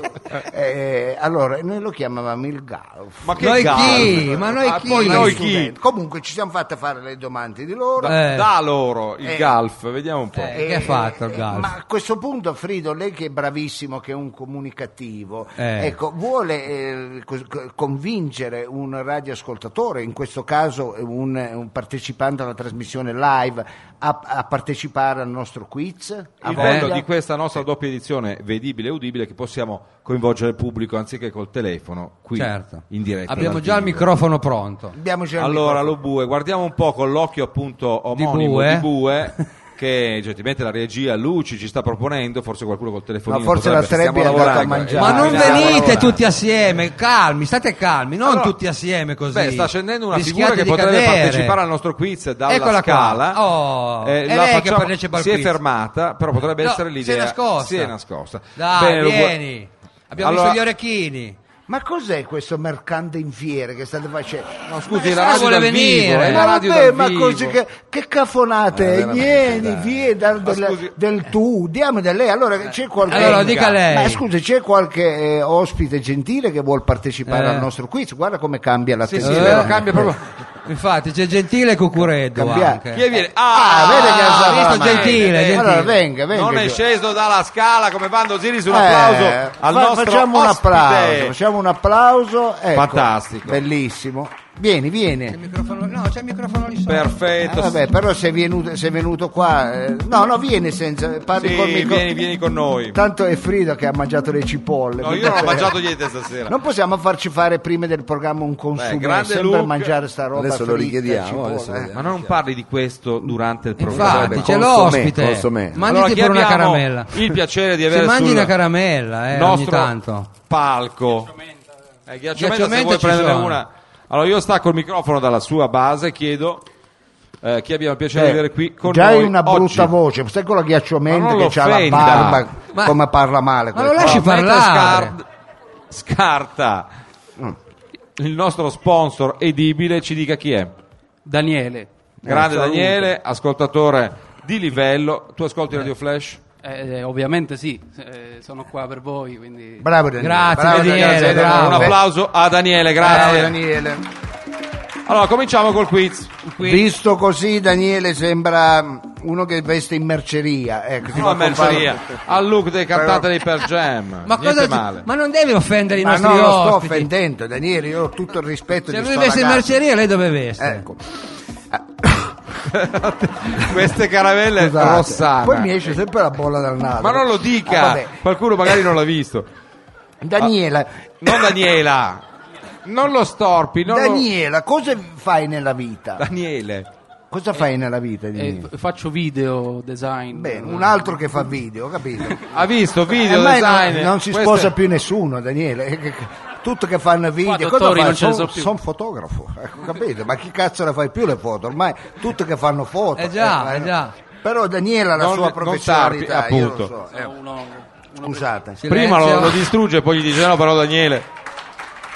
[SPEAKER 2] eh, allora, noi lo chiamavamo il Galf.
[SPEAKER 1] Ma che
[SPEAKER 3] Noi
[SPEAKER 1] Galf?
[SPEAKER 3] chi? Ma
[SPEAKER 2] Ah,
[SPEAKER 3] noi chi?
[SPEAKER 1] poi noi chi?
[SPEAKER 2] Studenti. Comunque ci siamo fatte fare le domande di loro.
[SPEAKER 1] Da,
[SPEAKER 3] Eh.
[SPEAKER 1] da loro il
[SPEAKER 2] Eh.
[SPEAKER 1] Galf, vediamo un po'.
[SPEAKER 3] Eh. che ha fatto il
[SPEAKER 2] eh,
[SPEAKER 3] Galf?
[SPEAKER 2] Ma a questo punto, Frido, lei che è bravissimo, che è un comunicativo,
[SPEAKER 3] Eh.
[SPEAKER 2] ecco, vuole eh, cos- co- convincere un radioascoltatore, in questo caso eh, un, un partecipante alla trasmissione live, a, a partecipare al nostro quiz? Ha
[SPEAKER 1] Il
[SPEAKER 2] voglia?
[SPEAKER 1] bello di questa nostra doppia edizione vedibile e udibile è che possiamo coinvolgere il pubblico anziché col telefono qui
[SPEAKER 3] Certo.
[SPEAKER 1] in diretta.
[SPEAKER 3] Abbiamo
[SPEAKER 1] dal
[SPEAKER 3] già il
[SPEAKER 1] vivo.
[SPEAKER 3] microfono pronto.
[SPEAKER 2] Abbiamoci al
[SPEAKER 1] Allora,
[SPEAKER 2] microfono.
[SPEAKER 1] lo bue, guardiamo un po' con l'occhio appunto omonimo
[SPEAKER 3] Bue.
[SPEAKER 1] di bue. che gentilmente la regia Luci ci sta proponendo, forse qualcuno col telefonino.
[SPEAKER 2] Ma forse
[SPEAKER 1] potrebbe-
[SPEAKER 2] la Trebbi
[SPEAKER 1] Stiamo
[SPEAKER 2] è
[SPEAKER 1] lavorando,
[SPEAKER 2] andata a
[SPEAKER 1] eh.
[SPEAKER 2] mangiare.
[SPEAKER 3] Ma
[SPEAKER 2] Già,
[SPEAKER 3] non
[SPEAKER 2] già,
[SPEAKER 3] venite
[SPEAKER 2] allora.
[SPEAKER 3] tutti assieme, calmi, state calmi, non
[SPEAKER 1] Allora,
[SPEAKER 3] tutti assieme così.
[SPEAKER 1] Beh, sta scendendo una
[SPEAKER 3] Rischiate
[SPEAKER 1] figura che
[SPEAKER 3] di
[SPEAKER 1] potrebbe
[SPEAKER 3] cadere.
[SPEAKER 1] partecipare al nostro quiz dalla
[SPEAKER 3] Eccola qua.
[SPEAKER 1] scala. Eh,
[SPEAKER 3] Oh, è
[SPEAKER 1] la
[SPEAKER 3] lei che
[SPEAKER 1] facciamo-
[SPEAKER 3] partecipa al
[SPEAKER 1] si è
[SPEAKER 3] quiz.
[SPEAKER 1] fermata, però potrebbe
[SPEAKER 3] No,
[SPEAKER 1] essere l'idea.
[SPEAKER 3] Si è nascosta.
[SPEAKER 1] Si è nascosta.
[SPEAKER 3] Dai,
[SPEAKER 1] Bene, lo bue-
[SPEAKER 3] vieni. Abbiamo
[SPEAKER 1] Allora-
[SPEAKER 3] visto gli orecchini.
[SPEAKER 2] Ma cos'è questo mercante in fiere che state facendo?
[SPEAKER 1] No, scusi, è
[SPEAKER 3] Ma
[SPEAKER 1] la radio
[SPEAKER 3] vuole
[SPEAKER 1] dal vivo,
[SPEAKER 3] venire.
[SPEAKER 1] è
[SPEAKER 3] Eh,
[SPEAKER 1] la
[SPEAKER 2] ma
[SPEAKER 1] radio
[SPEAKER 2] vabbè,
[SPEAKER 1] dal
[SPEAKER 2] ma
[SPEAKER 1] vivo.
[SPEAKER 2] così che, che
[SPEAKER 4] Eh,
[SPEAKER 2] cafonate,
[SPEAKER 4] veramente,
[SPEAKER 2] vieni,
[SPEAKER 4] dai.
[SPEAKER 2] vieni dal,
[SPEAKER 1] Ma
[SPEAKER 2] del,
[SPEAKER 1] scusi- eh.
[SPEAKER 2] del tu, diamo da lei. Allora c'è qualche
[SPEAKER 3] Allora, dica lei.
[SPEAKER 2] Ma scusi, c'è qualche eh, ospite gentile che vuole partecipare
[SPEAKER 3] Eh.
[SPEAKER 2] al nostro quiz? Guarda come cambia la
[SPEAKER 1] Sì, sì,
[SPEAKER 3] Eh.
[SPEAKER 1] vero, cambia proprio.
[SPEAKER 3] Infatti, c'è Gentile e Cucureddo
[SPEAKER 2] Cambia-
[SPEAKER 3] anche.
[SPEAKER 1] Chi è viene?
[SPEAKER 2] Ah, vede che
[SPEAKER 3] ah,
[SPEAKER 2] alzava la
[SPEAKER 3] visto
[SPEAKER 2] mano.
[SPEAKER 3] Gentile, Gentile.
[SPEAKER 2] Allora venga, venga.
[SPEAKER 1] Non è
[SPEAKER 2] Gio-
[SPEAKER 1] sceso dalla scala come vanno Osiris. Un
[SPEAKER 2] Eh,
[SPEAKER 1] applauso al
[SPEAKER 2] fa-
[SPEAKER 1] nostro
[SPEAKER 2] facciamo un
[SPEAKER 1] ospite.
[SPEAKER 2] applauso, facciamo un applauso. ecco,
[SPEAKER 1] Fantastico.
[SPEAKER 2] Bellissimo. Vieni,
[SPEAKER 3] C'è il
[SPEAKER 2] vieni.
[SPEAKER 3] microfono, no, c'è il microfono lì sotto.
[SPEAKER 2] Eh,
[SPEAKER 1] Perfetto.
[SPEAKER 2] vabbè, però sei venuto, sei venuto qua. eh, no, no, vieni senza. Parli
[SPEAKER 1] Sì,
[SPEAKER 2] col micro-
[SPEAKER 1] vieni, vieni con noi.
[SPEAKER 2] Tanto è Frido che ha mangiato le cipolle.
[SPEAKER 1] No,
[SPEAKER 2] quindi-
[SPEAKER 1] io non ho mangiato niente stasera.
[SPEAKER 2] Non possiamo farci fare prima del programma un consumo,
[SPEAKER 1] Beh, grande
[SPEAKER 2] sempre
[SPEAKER 1] Luca.
[SPEAKER 2] mangiare sta roba.
[SPEAKER 4] Adesso lo
[SPEAKER 2] fritta,
[SPEAKER 4] richiediamo,
[SPEAKER 2] cipolla,
[SPEAKER 4] adesso
[SPEAKER 2] eh.
[SPEAKER 4] vediamo.
[SPEAKER 1] Ma non parli di questo durante il programma.
[SPEAKER 3] Infatti,
[SPEAKER 4] Sarebbe
[SPEAKER 3] c'è
[SPEAKER 4] consomè,
[SPEAKER 3] l'ospite.
[SPEAKER 4] consomè.
[SPEAKER 3] Mandati
[SPEAKER 1] Allora, chi
[SPEAKER 3] pure una
[SPEAKER 1] abbiamo
[SPEAKER 3] caramella.
[SPEAKER 1] il piacere di
[SPEAKER 3] Si
[SPEAKER 1] avere
[SPEAKER 3] mangi
[SPEAKER 1] sul
[SPEAKER 3] una caramella, eh, ogni
[SPEAKER 1] nostro
[SPEAKER 3] tanto.
[SPEAKER 1] palco. Eh, ghiacciomenta, se
[SPEAKER 3] Ghiacciomenta
[SPEAKER 1] vuoi
[SPEAKER 3] ci
[SPEAKER 1] prendere
[SPEAKER 3] sono.
[SPEAKER 1] una. Allora io stacco il microfono dalla sua base e chiedo eh, chi abbiamo il piacere di avere qui con
[SPEAKER 2] Già
[SPEAKER 1] noi
[SPEAKER 2] hai una brutta
[SPEAKER 1] oggi.
[SPEAKER 2] voce, stai con la
[SPEAKER 1] Ma
[SPEAKER 2] ghiacciomento
[SPEAKER 1] non
[SPEAKER 2] che
[SPEAKER 1] lo
[SPEAKER 2] c'ha la
[SPEAKER 1] offenda.
[SPEAKER 2] barba,
[SPEAKER 3] Ma-
[SPEAKER 2] come parla male.
[SPEAKER 3] Ma
[SPEAKER 2] quel
[SPEAKER 3] lo
[SPEAKER 2] qua.
[SPEAKER 3] lasci
[SPEAKER 1] Oh, mentre
[SPEAKER 3] parlare.
[SPEAKER 1] scar- scarta
[SPEAKER 2] Mm.
[SPEAKER 1] il nostro sponsor edibile ci dica chi è.
[SPEAKER 7] Daniele.
[SPEAKER 1] Grande
[SPEAKER 7] Eh, saluto.
[SPEAKER 1] Daniele, ascoltatore di livello. Tu ascolti Radio Flash?
[SPEAKER 7] Eh, eh, ovviamente sì, eh, sono qua per voi, quindi...
[SPEAKER 2] Bravo Daniele.
[SPEAKER 3] Grazie,
[SPEAKER 2] bravo
[SPEAKER 3] Daniele,
[SPEAKER 1] Un
[SPEAKER 3] bravo.
[SPEAKER 1] applauso a Daniele,
[SPEAKER 2] Bravo,
[SPEAKER 1] grazie.
[SPEAKER 2] Daniele.
[SPEAKER 1] Allora, cominciamo col quiz.
[SPEAKER 3] Qui-
[SPEAKER 2] Visto così, Daniele sembra uno che veste in merceria. Ecco, ti
[SPEAKER 1] No,
[SPEAKER 2] fa
[SPEAKER 1] merceria.
[SPEAKER 2] compare-
[SPEAKER 1] Al look dei cantanti dei Per Jam.
[SPEAKER 3] Ma,
[SPEAKER 1] Niente
[SPEAKER 3] cosa
[SPEAKER 1] male.
[SPEAKER 3] ma non devi offendere i
[SPEAKER 2] Ma
[SPEAKER 3] nostri
[SPEAKER 2] no, lo sto
[SPEAKER 3] ospiti.
[SPEAKER 2] offendendo, Daniele. Io ho tutto il rispetto
[SPEAKER 3] Se
[SPEAKER 2] di
[SPEAKER 3] lui
[SPEAKER 2] sto
[SPEAKER 3] veste in
[SPEAKER 2] ragazzo.
[SPEAKER 3] merceria, lei dove veste?
[SPEAKER 2] Ecco.
[SPEAKER 1] Queste caramelle
[SPEAKER 2] Scusate.
[SPEAKER 1] rossane.
[SPEAKER 2] Esatto. Poi mi esce sempre la bolla dal naso.
[SPEAKER 1] Ma non lo
[SPEAKER 2] Ah,
[SPEAKER 1] dica.
[SPEAKER 2] vabbè.
[SPEAKER 1] Qualcuno magari non l'ha visto.
[SPEAKER 2] Daniele,
[SPEAKER 1] Non Daniela.
[SPEAKER 8] Non lo storpi, non lo-
[SPEAKER 2] Daniela, cosa fai nella
[SPEAKER 1] Eh.
[SPEAKER 2] vita?
[SPEAKER 1] Daniele.
[SPEAKER 2] Cosa fai nella vita?
[SPEAKER 7] Eh,
[SPEAKER 2] Daniela?
[SPEAKER 7] f- faccio video design.
[SPEAKER 2] Bene, un altro che fa video, capito?
[SPEAKER 1] Ha visto video
[SPEAKER 2] Ormai Eh, non-
[SPEAKER 1] design.
[SPEAKER 2] non, si
[SPEAKER 1] Questo-
[SPEAKER 2] sposa più nessuno, Daniele. Eh, che- che- Tutto che fanno video,
[SPEAKER 7] Qua
[SPEAKER 2] cosa
[SPEAKER 7] dottori
[SPEAKER 2] fai?
[SPEAKER 7] non ce ne
[SPEAKER 2] Son-
[SPEAKER 7] so più.
[SPEAKER 2] son fotografo, ecco, capito? Ma chi cazzo le fai più le foto? Ormai tutto che fanno foto.
[SPEAKER 3] Eh già,
[SPEAKER 2] eh,
[SPEAKER 3] eh già.
[SPEAKER 2] Però Daniela ha la
[SPEAKER 1] Non-
[SPEAKER 2] sua
[SPEAKER 1] non
[SPEAKER 2] professionalità,
[SPEAKER 1] tarpi,
[SPEAKER 2] io
[SPEAKER 1] appunto.
[SPEAKER 2] lo so.
[SPEAKER 7] Sono
[SPEAKER 2] eh,
[SPEAKER 7] uno-
[SPEAKER 2] scusate.
[SPEAKER 1] Prima lo,
[SPEAKER 3] Silenzio.
[SPEAKER 1] lo distrugge e poi gli dice no però Daniele.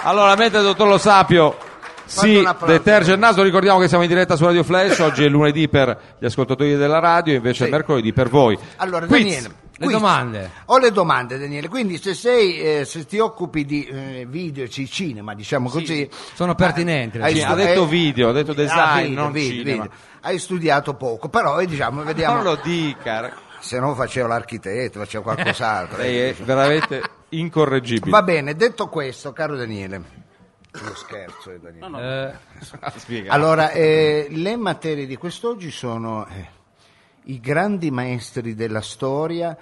[SPEAKER 1] Allora mentre il dottor Lo Sapio si
[SPEAKER 2] un applauso.
[SPEAKER 1] deterge il naso, ricordiamo che siamo in diretta su Radio Flash, oggi è lunedì per gli ascoltatori della radio, invece è mercoledì per voi.
[SPEAKER 2] Allora,
[SPEAKER 1] Quiz.
[SPEAKER 2] Daniele,
[SPEAKER 3] Le
[SPEAKER 2] quiz.
[SPEAKER 3] domande.
[SPEAKER 2] Ho le domande, Daniele. Quindi, se sei, eh, se ti occupi di eh, video, cioè cinema, diciamo così,
[SPEAKER 3] Sono pertinenti.
[SPEAKER 2] Hai
[SPEAKER 1] Sì,
[SPEAKER 2] stu-
[SPEAKER 1] Cioè, ha detto
[SPEAKER 2] eh,
[SPEAKER 1] video, ha detto design,
[SPEAKER 2] ah, video,
[SPEAKER 1] non
[SPEAKER 2] video,
[SPEAKER 1] cinema.
[SPEAKER 2] video. Hai studiato poco, però eh, diciamo, vediamo.
[SPEAKER 1] Non lo dica,
[SPEAKER 2] Se no facevo l'architetto, facevo qualcos'altro.
[SPEAKER 1] lei è veramente incorreggibile.
[SPEAKER 2] Va bene, detto questo, caro Daniele. Lo scherzo, eh, Daniele.
[SPEAKER 1] Spiega.
[SPEAKER 2] Allora, eh, le materie di quest'oggi sono eh, i grandi maestri della storia,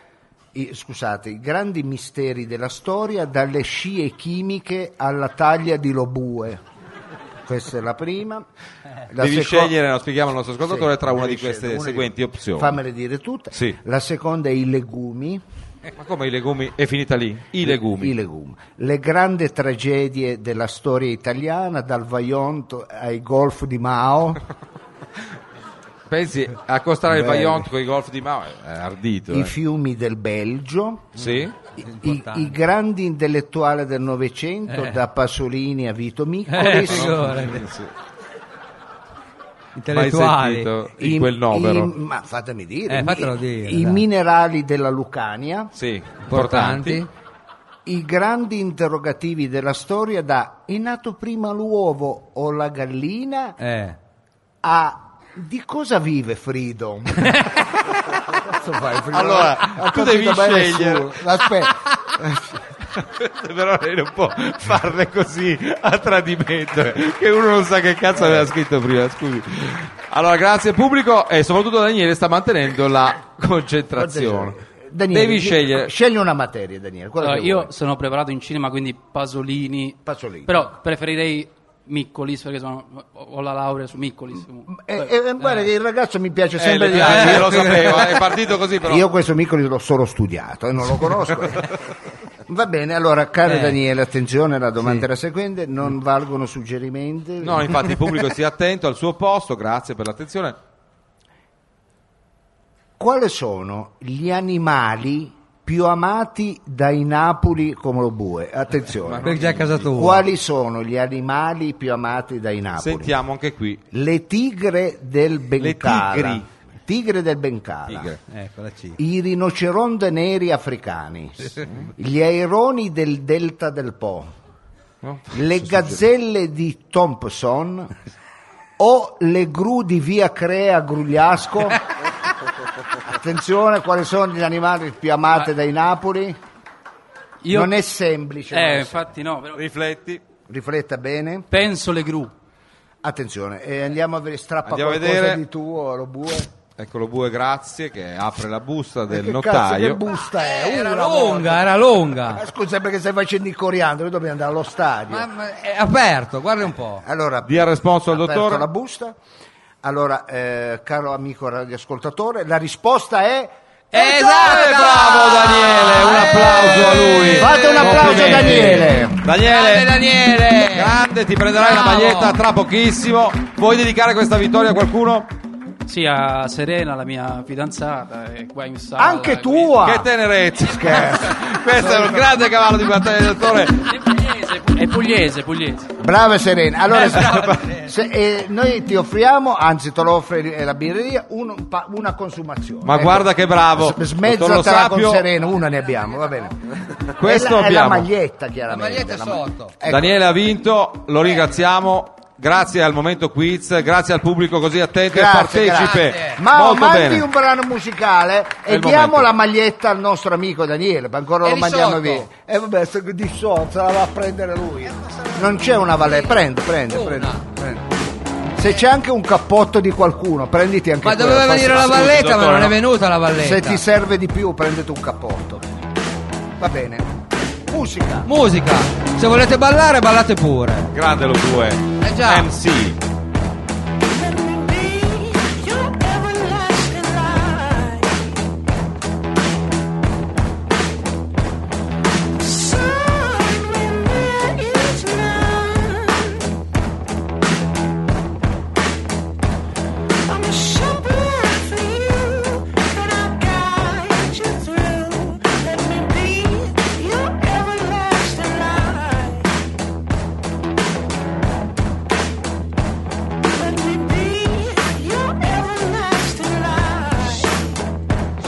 [SPEAKER 2] i- scusate, i grandi misteri della storia, dalle scie chimiche alla taglia di Lobue. Questa è la prima. La
[SPEAKER 1] Devi
[SPEAKER 2] seco-
[SPEAKER 1] scegliere, no, spieghiamo al nostro ascoltatore,
[SPEAKER 2] Sì,
[SPEAKER 1] tra una
[SPEAKER 2] devi
[SPEAKER 1] di queste
[SPEAKER 2] scegliere, una di-
[SPEAKER 1] seguenti opzioni.
[SPEAKER 2] Fammele dire tutte.
[SPEAKER 1] Sì.
[SPEAKER 2] La seconda è i legumi.
[SPEAKER 1] Ma come i legumi? È finita lì? I legumi.
[SPEAKER 2] I legumi. Le grandi tragedie della storia italiana, dal Vaionto ai golf di Mao.
[SPEAKER 1] Certo, Pensi, accostare il
[SPEAKER 2] Bene.
[SPEAKER 1] Vaillant con i golf di Mao è ardito.
[SPEAKER 2] i
[SPEAKER 1] eh.
[SPEAKER 2] fiumi del Belgio,
[SPEAKER 1] Sì?
[SPEAKER 2] i- i, i grandi intellettuali del Novecento, da Pasolini a Vito Miccolis,
[SPEAKER 3] figurati.
[SPEAKER 1] Sì. Mai
[SPEAKER 3] Intellettuali.
[SPEAKER 1] sentito
[SPEAKER 2] i-
[SPEAKER 1] in quel
[SPEAKER 2] i-
[SPEAKER 1] novero.
[SPEAKER 2] ma fatemi dire,
[SPEAKER 3] Eh, fatelo
[SPEAKER 2] i,
[SPEAKER 3] dire,
[SPEAKER 2] i
[SPEAKER 3] dai.
[SPEAKER 2] minerali della Lucania,
[SPEAKER 1] Sì, importanti.
[SPEAKER 3] Importanti.
[SPEAKER 2] i grandi interrogativi della storia da è nato prima l'uovo o la gallina
[SPEAKER 3] Eh.
[SPEAKER 2] a di cosa vive Freedom?
[SPEAKER 1] Allora, tu devi scegliere.
[SPEAKER 2] Aspetta,
[SPEAKER 1] Però lei non può farle così a tradimento, eh, che uno non sa che cazzo aveva scritto prima, scusi. Allora, grazie pubblico e soprattutto Daniele sta mantenendo la concentrazione.
[SPEAKER 2] Daniele,
[SPEAKER 1] devi
[SPEAKER 2] di-
[SPEAKER 1] scegliere.
[SPEAKER 2] Scegli una materia, Daniele. quella
[SPEAKER 7] Allora,
[SPEAKER 2] che
[SPEAKER 7] io
[SPEAKER 2] vuoi.
[SPEAKER 7] sono preparato in cinema, quindi Pasolini.
[SPEAKER 2] Pasolini.
[SPEAKER 7] Però preferirei Miccolis perché sono- ho la laurea su Miccolis. comunque.
[SPEAKER 2] Eh, eh, guarda che il ragazzo mi piace
[SPEAKER 1] Eh,
[SPEAKER 2] sempre
[SPEAKER 1] le-
[SPEAKER 2] di
[SPEAKER 1] eh,
[SPEAKER 2] più.
[SPEAKER 1] lo sapevo, è partito così però.
[SPEAKER 2] Io questo Micoli l'ho solo studiato e non lo conosco. Va bene, allora, caro
[SPEAKER 3] Eh.
[SPEAKER 2] Daniele, attenzione, la domanda è la seguente, non valgono suggerimenti.
[SPEAKER 1] No, infatti il pubblico sia attento al suo posto, grazie per l'attenzione.
[SPEAKER 2] Quali sono gli animali più amati dai Napoli come lo bue? Attenzione.
[SPEAKER 3] Per già a casa tua.
[SPEAKER 2] Quali sono gli animali più amati dai Napoli?
[SPEAKER 1] Sentiamo anche qui.
[SPEAKER 2] Le tigre del Bengala.
[SPEAKER 1] tigri.
[SPEAKER 2] Tigre del Bengala.
[SPEAKER 1] Tigre.
[SPEAKER 3] Ecco la C.
[SPEAKER 2] I rinoceronte neri africani, gli aironi del delta del Po,
[SPEAKER 1] No?
[SPEAKER 2] le gazzelle di Thompson o le gru di via Crea a Grugliasco? Attenzione, quali sono gli animali più amati dai Napoli?
[SPEAKER 7] Io-
[SPEAKER 2] Non è semplice. non è
[SPEAKER 7] Eh,
[SPEAKER 2] semplice.
[SPEAKER 7] infatti no, però
[SPEAKER 1] Rifletti.
[SPEAKER 2] Rifletta bene.
[SPEAKER 7] penso le gru.
[SPEAKER 2] Attenzione, e andiamo a vedere, strappa
[SPEAKER 1] Andiamo a
[SPEAKER 2] qualcosa
[SPEAKER 1] vedere.
[SPEAKER 2] di tuo, lo bue.
[SPEAKER 1] Eccolo Bue, grazie, che apre la busta del
[SPEAKER 2] Eh, che cazzo
[SPEAKER 1] notaio.
[SPEAKER 2] che
[SPEAKER 1] Eh,
[SPEAKER 2] busta è?
[SPEAKER 3] Era
[SPEAKER 2] Una volta.
[SPEAKER 3] lunga, era lunga.
[SPEAKER 2] Ma scusa, perché stai facendo il coriandolo? Noi dobbiamo andare allo stadio.
[SPEAKER 3] Ma, ma è aperto, guarda un po'.
[SPEAKER 2] Allora,
[SPEAKER 1] Dia il responso al
[SPEAKER 2] aperto
[SPEAKER 1] dottore.
[SPEAKER 2] la busta. Allora, eh, caro amico radioascoltatore, la risposta è...
[SPEAKER 1] Eh, bravo Daniele, un applauso a lui.
[SPEAKER 2] Fate un applauso a
[SPEAKER 1] Complimenti.
[SPEAKER 2] Daniele.
[SPEAKER 1] Daniele,
[SPEAKER 3] Grande Daniele.
[SPEAKER 1] grande, ti prenderai la
[SPEAKER 3] Bravo.
[SPEAKER 1] maglietta tra pochissimo. Vuoi dedicare questa vittoria a qualcuno?
[SPEAKER 7] Sì, a Serena, la mia fidanzata, è qua in sala.
[SPEAKER 2] Anche
[SPEAKER 7] quindi-
[SPEAKER 2] tua!
[SPEAKER 1] Che tenerezza.
[SPEAKER 2] Scherzo.
[SPEAKER 1] Questo è un grande cavallo di battaglia del dottore.
[SPEAKER 7] È pugliese, pu- è pugliese, pugliese.
[SPEAKER 2] Brava Serena. Allora, se- eh, noi ti offriamo, anzi te lo offre eh, la birreria, un- un pa- una consumazione.
[SPEAKER 1] Ma guarda che bravo.
[SPEAKER 2] Ecco. S-
[SPEAKER 1] Dottor Lo
[SPEAKER 2] Smezzatela
[SPEAKER 1] Sapio.
[SPEAKER 2] con Serena, una ne abbiamo, va bene.
[SPEAKER 1] Questo
[SPEAKER 2] è la, è la
[SPEAKER 1] abbiamo.
[SPEAKER 2] maglietta, chiaramente.
[SPEAKER 3] La maglietta è
[SPEAKER 2] ma-
[SPEAKER 3] sotto.
[SPEAKER 2] Ecco.
[SPEAKER 1] Daniele ha vinto, lo ringraziamo. Grazie al momento quiz, grazie al pubblico così attento e
[SPEAKER 2] Grazie,
[SPEAKER 1] partecipe.
[SPEAKER 2] grazie.
[SPEAKER 1] Molto
[SPEAKER 2] Mao, mandi
[SPEAKER 1] bene.
[SPEAKER 2] un brano musicale
[SPEAKER 1] È
[SPEAKER 2] e
[SPEAKER 1] il
[SPEAKER 2] diamo
[SPEAKER 1] momento.
[SPEAKER 2] la maglietta al nostro amico Daniele, ma ancora
[SPEAKER 3] E
[SPEAKER 2] lo
[SPEAKER 3] di
[SPEAKER 2] mandiamo
[SPEAKER 3] sotto?
[SPEAKER 2] via. E vabbè, se- di sotto se la va a prendere lui. Non c'è una valetta, prendi, prendi,
[SPEAKER 3] Una.
[SPEAKER 2] prendi, prendi. Se c'è anche un cappotto di qualcuno, prenditi anche
[SPEAKER 3] Ma
[SPEAKER 2] quello,
[SPEAKER 3] doveva
[SPEAKER 2] fa-
[SPEAKER 3] venire la
[SPEAKER 1] scusi,
[SPEAKER 3] valletta, ma
[SPEAKER 1] dottore,
[SPEAKER 3] non è
[SPEAKER 1] no.
[SPEAKER 3] venuta la valletta.
[SPEAKER 2] Se ti serve di più, prenditi un cappotto. Va bene. Musica.
[SPEAKER 3] Musica. Se volete ballare, ballate pure.
[SPEAKER 1] Grande lo due.
[SPEAKER 3] Eh già.
[SPEAKER 1] MC.
[SPEAKER 6] Let me be your everlasting light.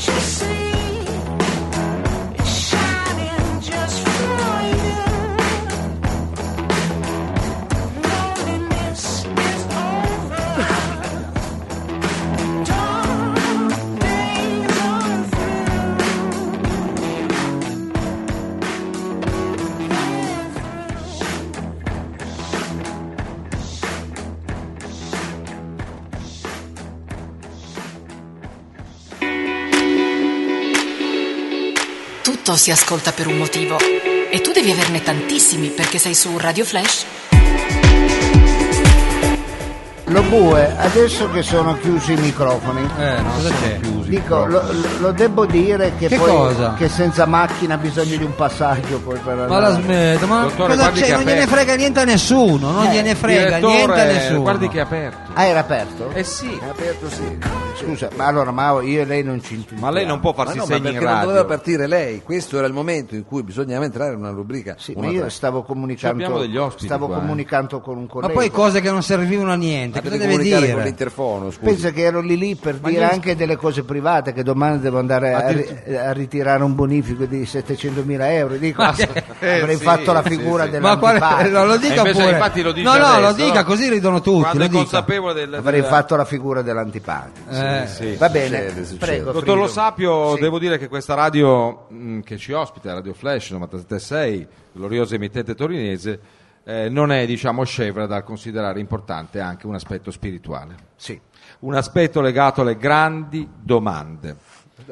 [SPEAKER 6] See? Shining just for you. Loneliness is over. Dark days are
[SPEAKER 5] Tutto si ascolta per un motivo. E tu devi averne tantissimi perché sei su Radio Flash.
[SPEAKER 2] Lo bue, adesso che sono chiusi i microfoni,
[SPEAKER 3] Eh, cosa c'è?
[SPEAKER 2] dico, lo, lo devo dire che,
[SPEAKER 3] Che
[SPEAKER 2] poi
[SPEAKER 3] cosa?
[SPEAKER 2] che senza macchina ha bisogno di un passaggio poi per
[SPEAKER 3] Ma la smetta, ma
[SPEAKER 1] Dottore,
[SPEAKER 3] cosa
[SPEAKER 1] guardi che
[SPEAKER 3] c'è?
[SPEAKER 1] è
[SPEAKER 3] Non gliene
[SPEAKER 1] aperto.
[SPEAKER 3] frega niente a nessuno,
[SPEAKER 4] Eh,
[SPEAKER 3] non gliene frega
[SPEAKER 1] Direttore,
[SPEAKER 3] niente a nessuno.
[SPEAKER 1] Guardi che è aperto.
[SPEAKER 2] Ah, era aperto?
[SPEAKER 1] Eh sì.
[SPEAKER 4] È aperto sì.
[SPEAKER 2] Scusa, ma allora Mao, io e lei non ci intuiamo.
[SPEAKER 1] Ma lei non può
[SPEAKER 4] ma
[SPEAKER 1] farsi
[SPEAKER 4] no, ma
[SPEAKER 1] segni in
[SPEAKER 4] perché non doveva
[SPEAKER 1] radio.
[SPEAKER 4] partire lei? Questo era il momento in cui bisognava entrare in una rubrica.
[SPEAKER 2] Sì,
[SPEAKER 4] una
[SPEAKER 2] ma io
[SPEAKER 4] tra-
[SPEAKER 2] stavo comunicando,
[SPEAKER 1] abbiamo degli ospiti
[SPEAKER 2] stavo
[SPEAKER 1] qua, eh.
[SPEAKER 2] comunicando con un
[SPEAKER 3] ma
[SPEAKER 2] collega.
[SPEAKER 3] poi cose che non servivano a niente,
[SPEAKER 4] Ma
[SPEAKER 3] cosa
[SPEAKER 4] deve
[SPEAKER 3] deve
[SPEAKER 4] comunicare
[SPEAKER 3] dire?
[SPEAKER 4] con l'interfono, scusi.
[SPEAKER 2] Pensa che ero lì lì per dire anche delle cose private che domani devo andare a, ri- a ritirare un bonifico di 700.000 euro. Dico,
[SPEAKER 3] Ma che-
[SPEAKER 2] avrei
[SPEAKER 1] eh, sì,
[SPEAKER 2] fatto la
[SPEAKER 1] sì,
[SPEAKER 2] figura
[SPEAKER 1] sì.
[SPEAKER 3] Ma quale-
[SPEAKER 2] dell'antipatico.
[SPEAKER 3] no, lo
[SPEAKER 1] E
[SPEAKER 3] dica
[SPEAKER 1] Eh, invece
[SPEAKER 3] pure.
[SPEAKER 1] infatti lo dice
[SPEAKER 3] no, no, lo
[SPEAKER 1] adesso,
[SPEAKER 3] dica, così ridono tutti.
[SPEAKER 1] Quando
[SPEAKER 3] Lo
[SPEAKER 1] è
[SPEAKER 3] dica.
[SPEAKER 1] consapevole del...
[SPEAKER 2] Avrei
[SPEAKER 1] del-
[SPEAKER 2] fatto la figura dell'antipatico.
[SPEAKER 3] Eh,
[SPEAKER 1] Sì.
[SPEAKER 2] Va bene,
[SPEAKER 4] succede, succede.
[SPEAKER 2] prego.
[SPEAKER 1] Dottor
[SPEAKER 2] Frido.
[SPEAKER 1] Lo Sapio,
[SPEAKER 2] Sì.
[SPEAKER 1] devo dire che questa radio mh, che ci ospita, Radio Flash 976, gloriosa emittente torinese, eh, non è diciamo scevra dal considerare importante anche un aspetto spirituale.
[SPEAKER 2] Sì.
[SPEAKER 1] un aspetto legato alle grandi domande,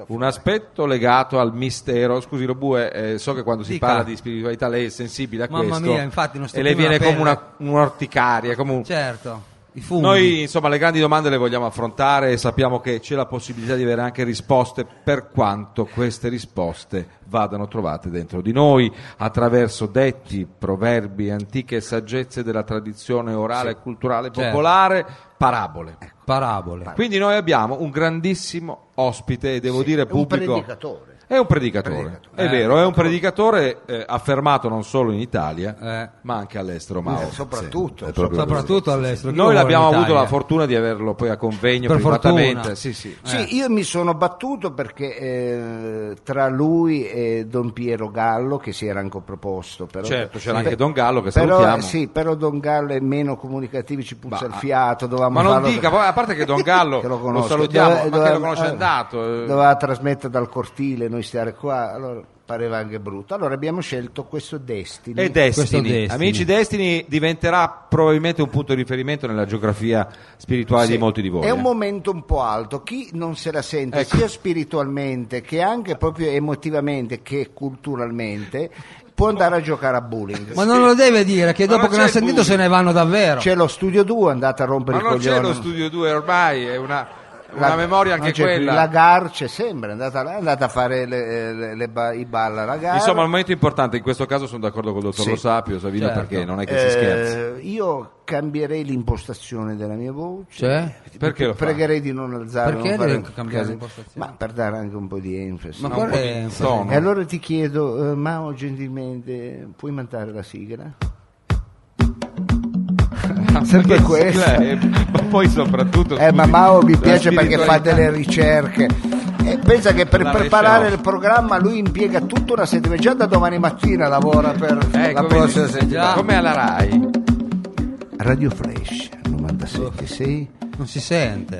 [SPEAKER 1] un aspetto legato al mistero. Scusi, Robue, eh, so che quando si
[SPEAKER 3] Dica.
[SPEAKER 1] parla di spiritualità lei è sensibile a
[SPEAKER 3] Mamma
[SPEAKER 1] questo.
[SPEAKER 3] mia, infatti, non
[SPEAKER 1] e
[SPEAKER 3] sto
[SPEAKER 1] le
[SPEAKER 3] più
[SPEAKER 1] viene
[SPEAKER 3] nella
[SPEAKER 1] come una, un'orticaria, come un-
[SPEAKER 3] Certo, i funghi.
[SPEAKER 1] Noi, insomma, le grandi domande le vogliamo affrontare e sappiamo che c'è la possibilità di avere anche risposte per quanto queste risposte vadano trovate dentro di noi attraverso detti, proverbi, antiche saggezze della tradizione orale, culturale,
[SPEAKER 3] Certo.
[SPEAKER 1] popolare, parabole.
[SPEAKER 3] Parabole.
[SPEAKER 1] Quindi noi abbiamo un grandissimo ospite, e devo dire
[SPEAKER 2] è un
[SPEAKER 1] pubblico.
[SPEAKER 2] predicatore.
[SPEAKER 1] È un predicatore,
[SPEAKER 2] Predicatore.
[SPEAKER 1] è
[SPEAKER 3] Eh,
[SPEAKER 1] vero, è un predicatore eh, affermato non solo in Italia,
[SPEAKER 3] Eh.
[SPEAKER 1] ma anche all'estero. Mao.
[SPEAKER 2] Eh, soprattutto,
[SPEAKER 4] Sì, è proprio-
[SPEAKER 3] Soprattutto all'estero. chi lo
[SPEAKER 1] Noi
[SPEAKER 3] vuole
[SPEAKER 1] l'abbiamo
[SPEAKER 3] in
[SPEAKER 1] avuto
[SPEAKER 3] Italia?
[SPEAKER 1] la fortuna di averlo poi a convegno
[SPEAKER 3] Per
[SPEAKER 1] privatamente.
[SPEAKER 3] fortuna.
[SPEAKER 1] Sì, sì.
[SPEAKER 2] Sì, io mi sono battuto perché eh, tra lui e Don Piero Gallo, che si era anche proposto, però,
[SPEAKER 1] Certo, c'era
[SPEAKER 2] Sì.
[SPEAKER 1] anche Don Gallo che
[SPEAKER 2] però,
[SPEAKER 1] salutiamo.
[SPEAKER 2] sì, però Don Gallo è meno comunicativo, ci puzza
[SPEAKER 1] Ma-
[SPEAKER 2] il fiato. dovevamo
[SPEAKER 1] ma non
[SPEAKER 2] farlo-
[SPEAKER 1] dica, poi, a parte che Don Gallo
[SPEAKER 2] che
[SPEAKER 1] lo
[SPEAKER 2] conosco.
[SPEAKER 1] salutiamo,
[SPEAKER 2] Dove-
[SPEAKER 1] ma che
[SPEAKER 2] doveva-
[SPEAKER 1] lo conosce
[SPEAKER 2] eh,
[SPEAKER 1] andato, eh.
[SPEAKER 2] Doveva trasmettere dal cortile, noi stare qua, allora pareva anche brutto. Allora abbiamo scelto questo Destiny.
[SPEAKER 1] E Destiny.
[SPEAKER 3] Questo Destiny.
[SPEAKER 1] Amici Destiny diventerà probabilmente un punto di riferimento nella geografia spirituale
[SPEAKER 2] Sì,
[SPEAKER 1] di molti di voi.
[SPEAKER 2] È
[SPEAKER 1] eh.
[SPEAKER 2] un momento un po' alto, chi non se la sente
[SPEAKER 1] Ecco.
[SPEAKER 2] sia spiritualmente che anche proprio emotivamente che culturalmente può andare a giocare a bowling.
[SPEAKER 3] Ma non lo deve dire, che
[SPEAKER 1] Ma
[SPEAKER 3] dopo
[SPEAKER 1] non
[SPEAKER 3] che l'ha
[SPEAKER 1] c'è il
[SPEAKER 3] sentito
[SPEAKER 1] buio.
[SPEAKER 3] se ne vanno davvero.
[SPEAKER 2] C'è lo studio 2, andate a rompere
[SPEAKER 1] Ma
[SPEAKER 2] il
[SPEAKER 1] non
[SPEAKER 2] coglione.
[SPEAKER 1] c'è lo studio 2 ormai, è una, una
[SPEAKER 2] La-
[SPEAKER 1] memoria
[SPEAKER 2] non
[SPEAKER 1] anche
[SPEAKER 2] c'è più.
[SPEAKER 1] quella.
[SPEAKER 2] La GAR c'è sempre, è andata, là, è andata a fare le, le- le ba- i balla alla GAR.
[SPEAKER 1] Insomma, il momento importante, in questo caso sono d'accordo con il dottor
[SPEAKER 2] Sì.
[SPEAKER 1] Lo Sapio, Savino,
[SPEAKER 3] Certo.
[SPEAKER 1] perché non è che si scherza.
[SPEAKER 2] Eh, io cambierei l'impostazione della mia voce.
[SPEAKER 3] C'è?
[SPEAKER 1] Perché lo fa?
[SPEAKER 2] Pregherei di non alzare
[SPEAKER 3] Cioè? Perché
[SPEAKER 2] non fare-
[SPEAKER 3] deve cambiare l'impostazione?
[SPEAKER 2] Ma per dare anche un po' di enfasi.
[SPEAKER 3] Ma
[SPEAKER 2] No,
[SPEAKER 3] guarda-
[SPEAKER 1] un po' di
[SPEAKER 3] eh,
[SPEAKER 1] sonno.
[SPEAKER 2] E allora ti chiedo, eh, Mao, gentilmente, puoi mandare la sigla? Sempre questo.
[SPEAKER 1] Eh, ma poi soprattutto...
[SPEAKER 2] Eh, ma
[SPEAKER 1] scusi,
[SPEAKER 2] Mao mi
[SPEAKER 1] la
[SPEAKER 2] piace perché fa
[SPEAKER 1] spiritualità-
[SPEAKER 2] delle ricerche. E pensa che per
[SPEAKER 1] La
[SPEAKER 2] preparare
[SPEAKER 1] Rescia
[SPEAKER 2] il programma lui impiega tutta una settimana, già da domani mattina lavora per
[SPEAKER 1] Eh,
[SPEAKER 2] la
[SPEAKER 4] Ecco,
[SPEAKER 2] prossima
[SPEAKER 4] vedi,
[SPEAKER 2] settimana.
[SPEAKER 4] Come alla RAI.
[SPEAKER 2] Radio Flash 976
[SPEAKER 3] Non si sente.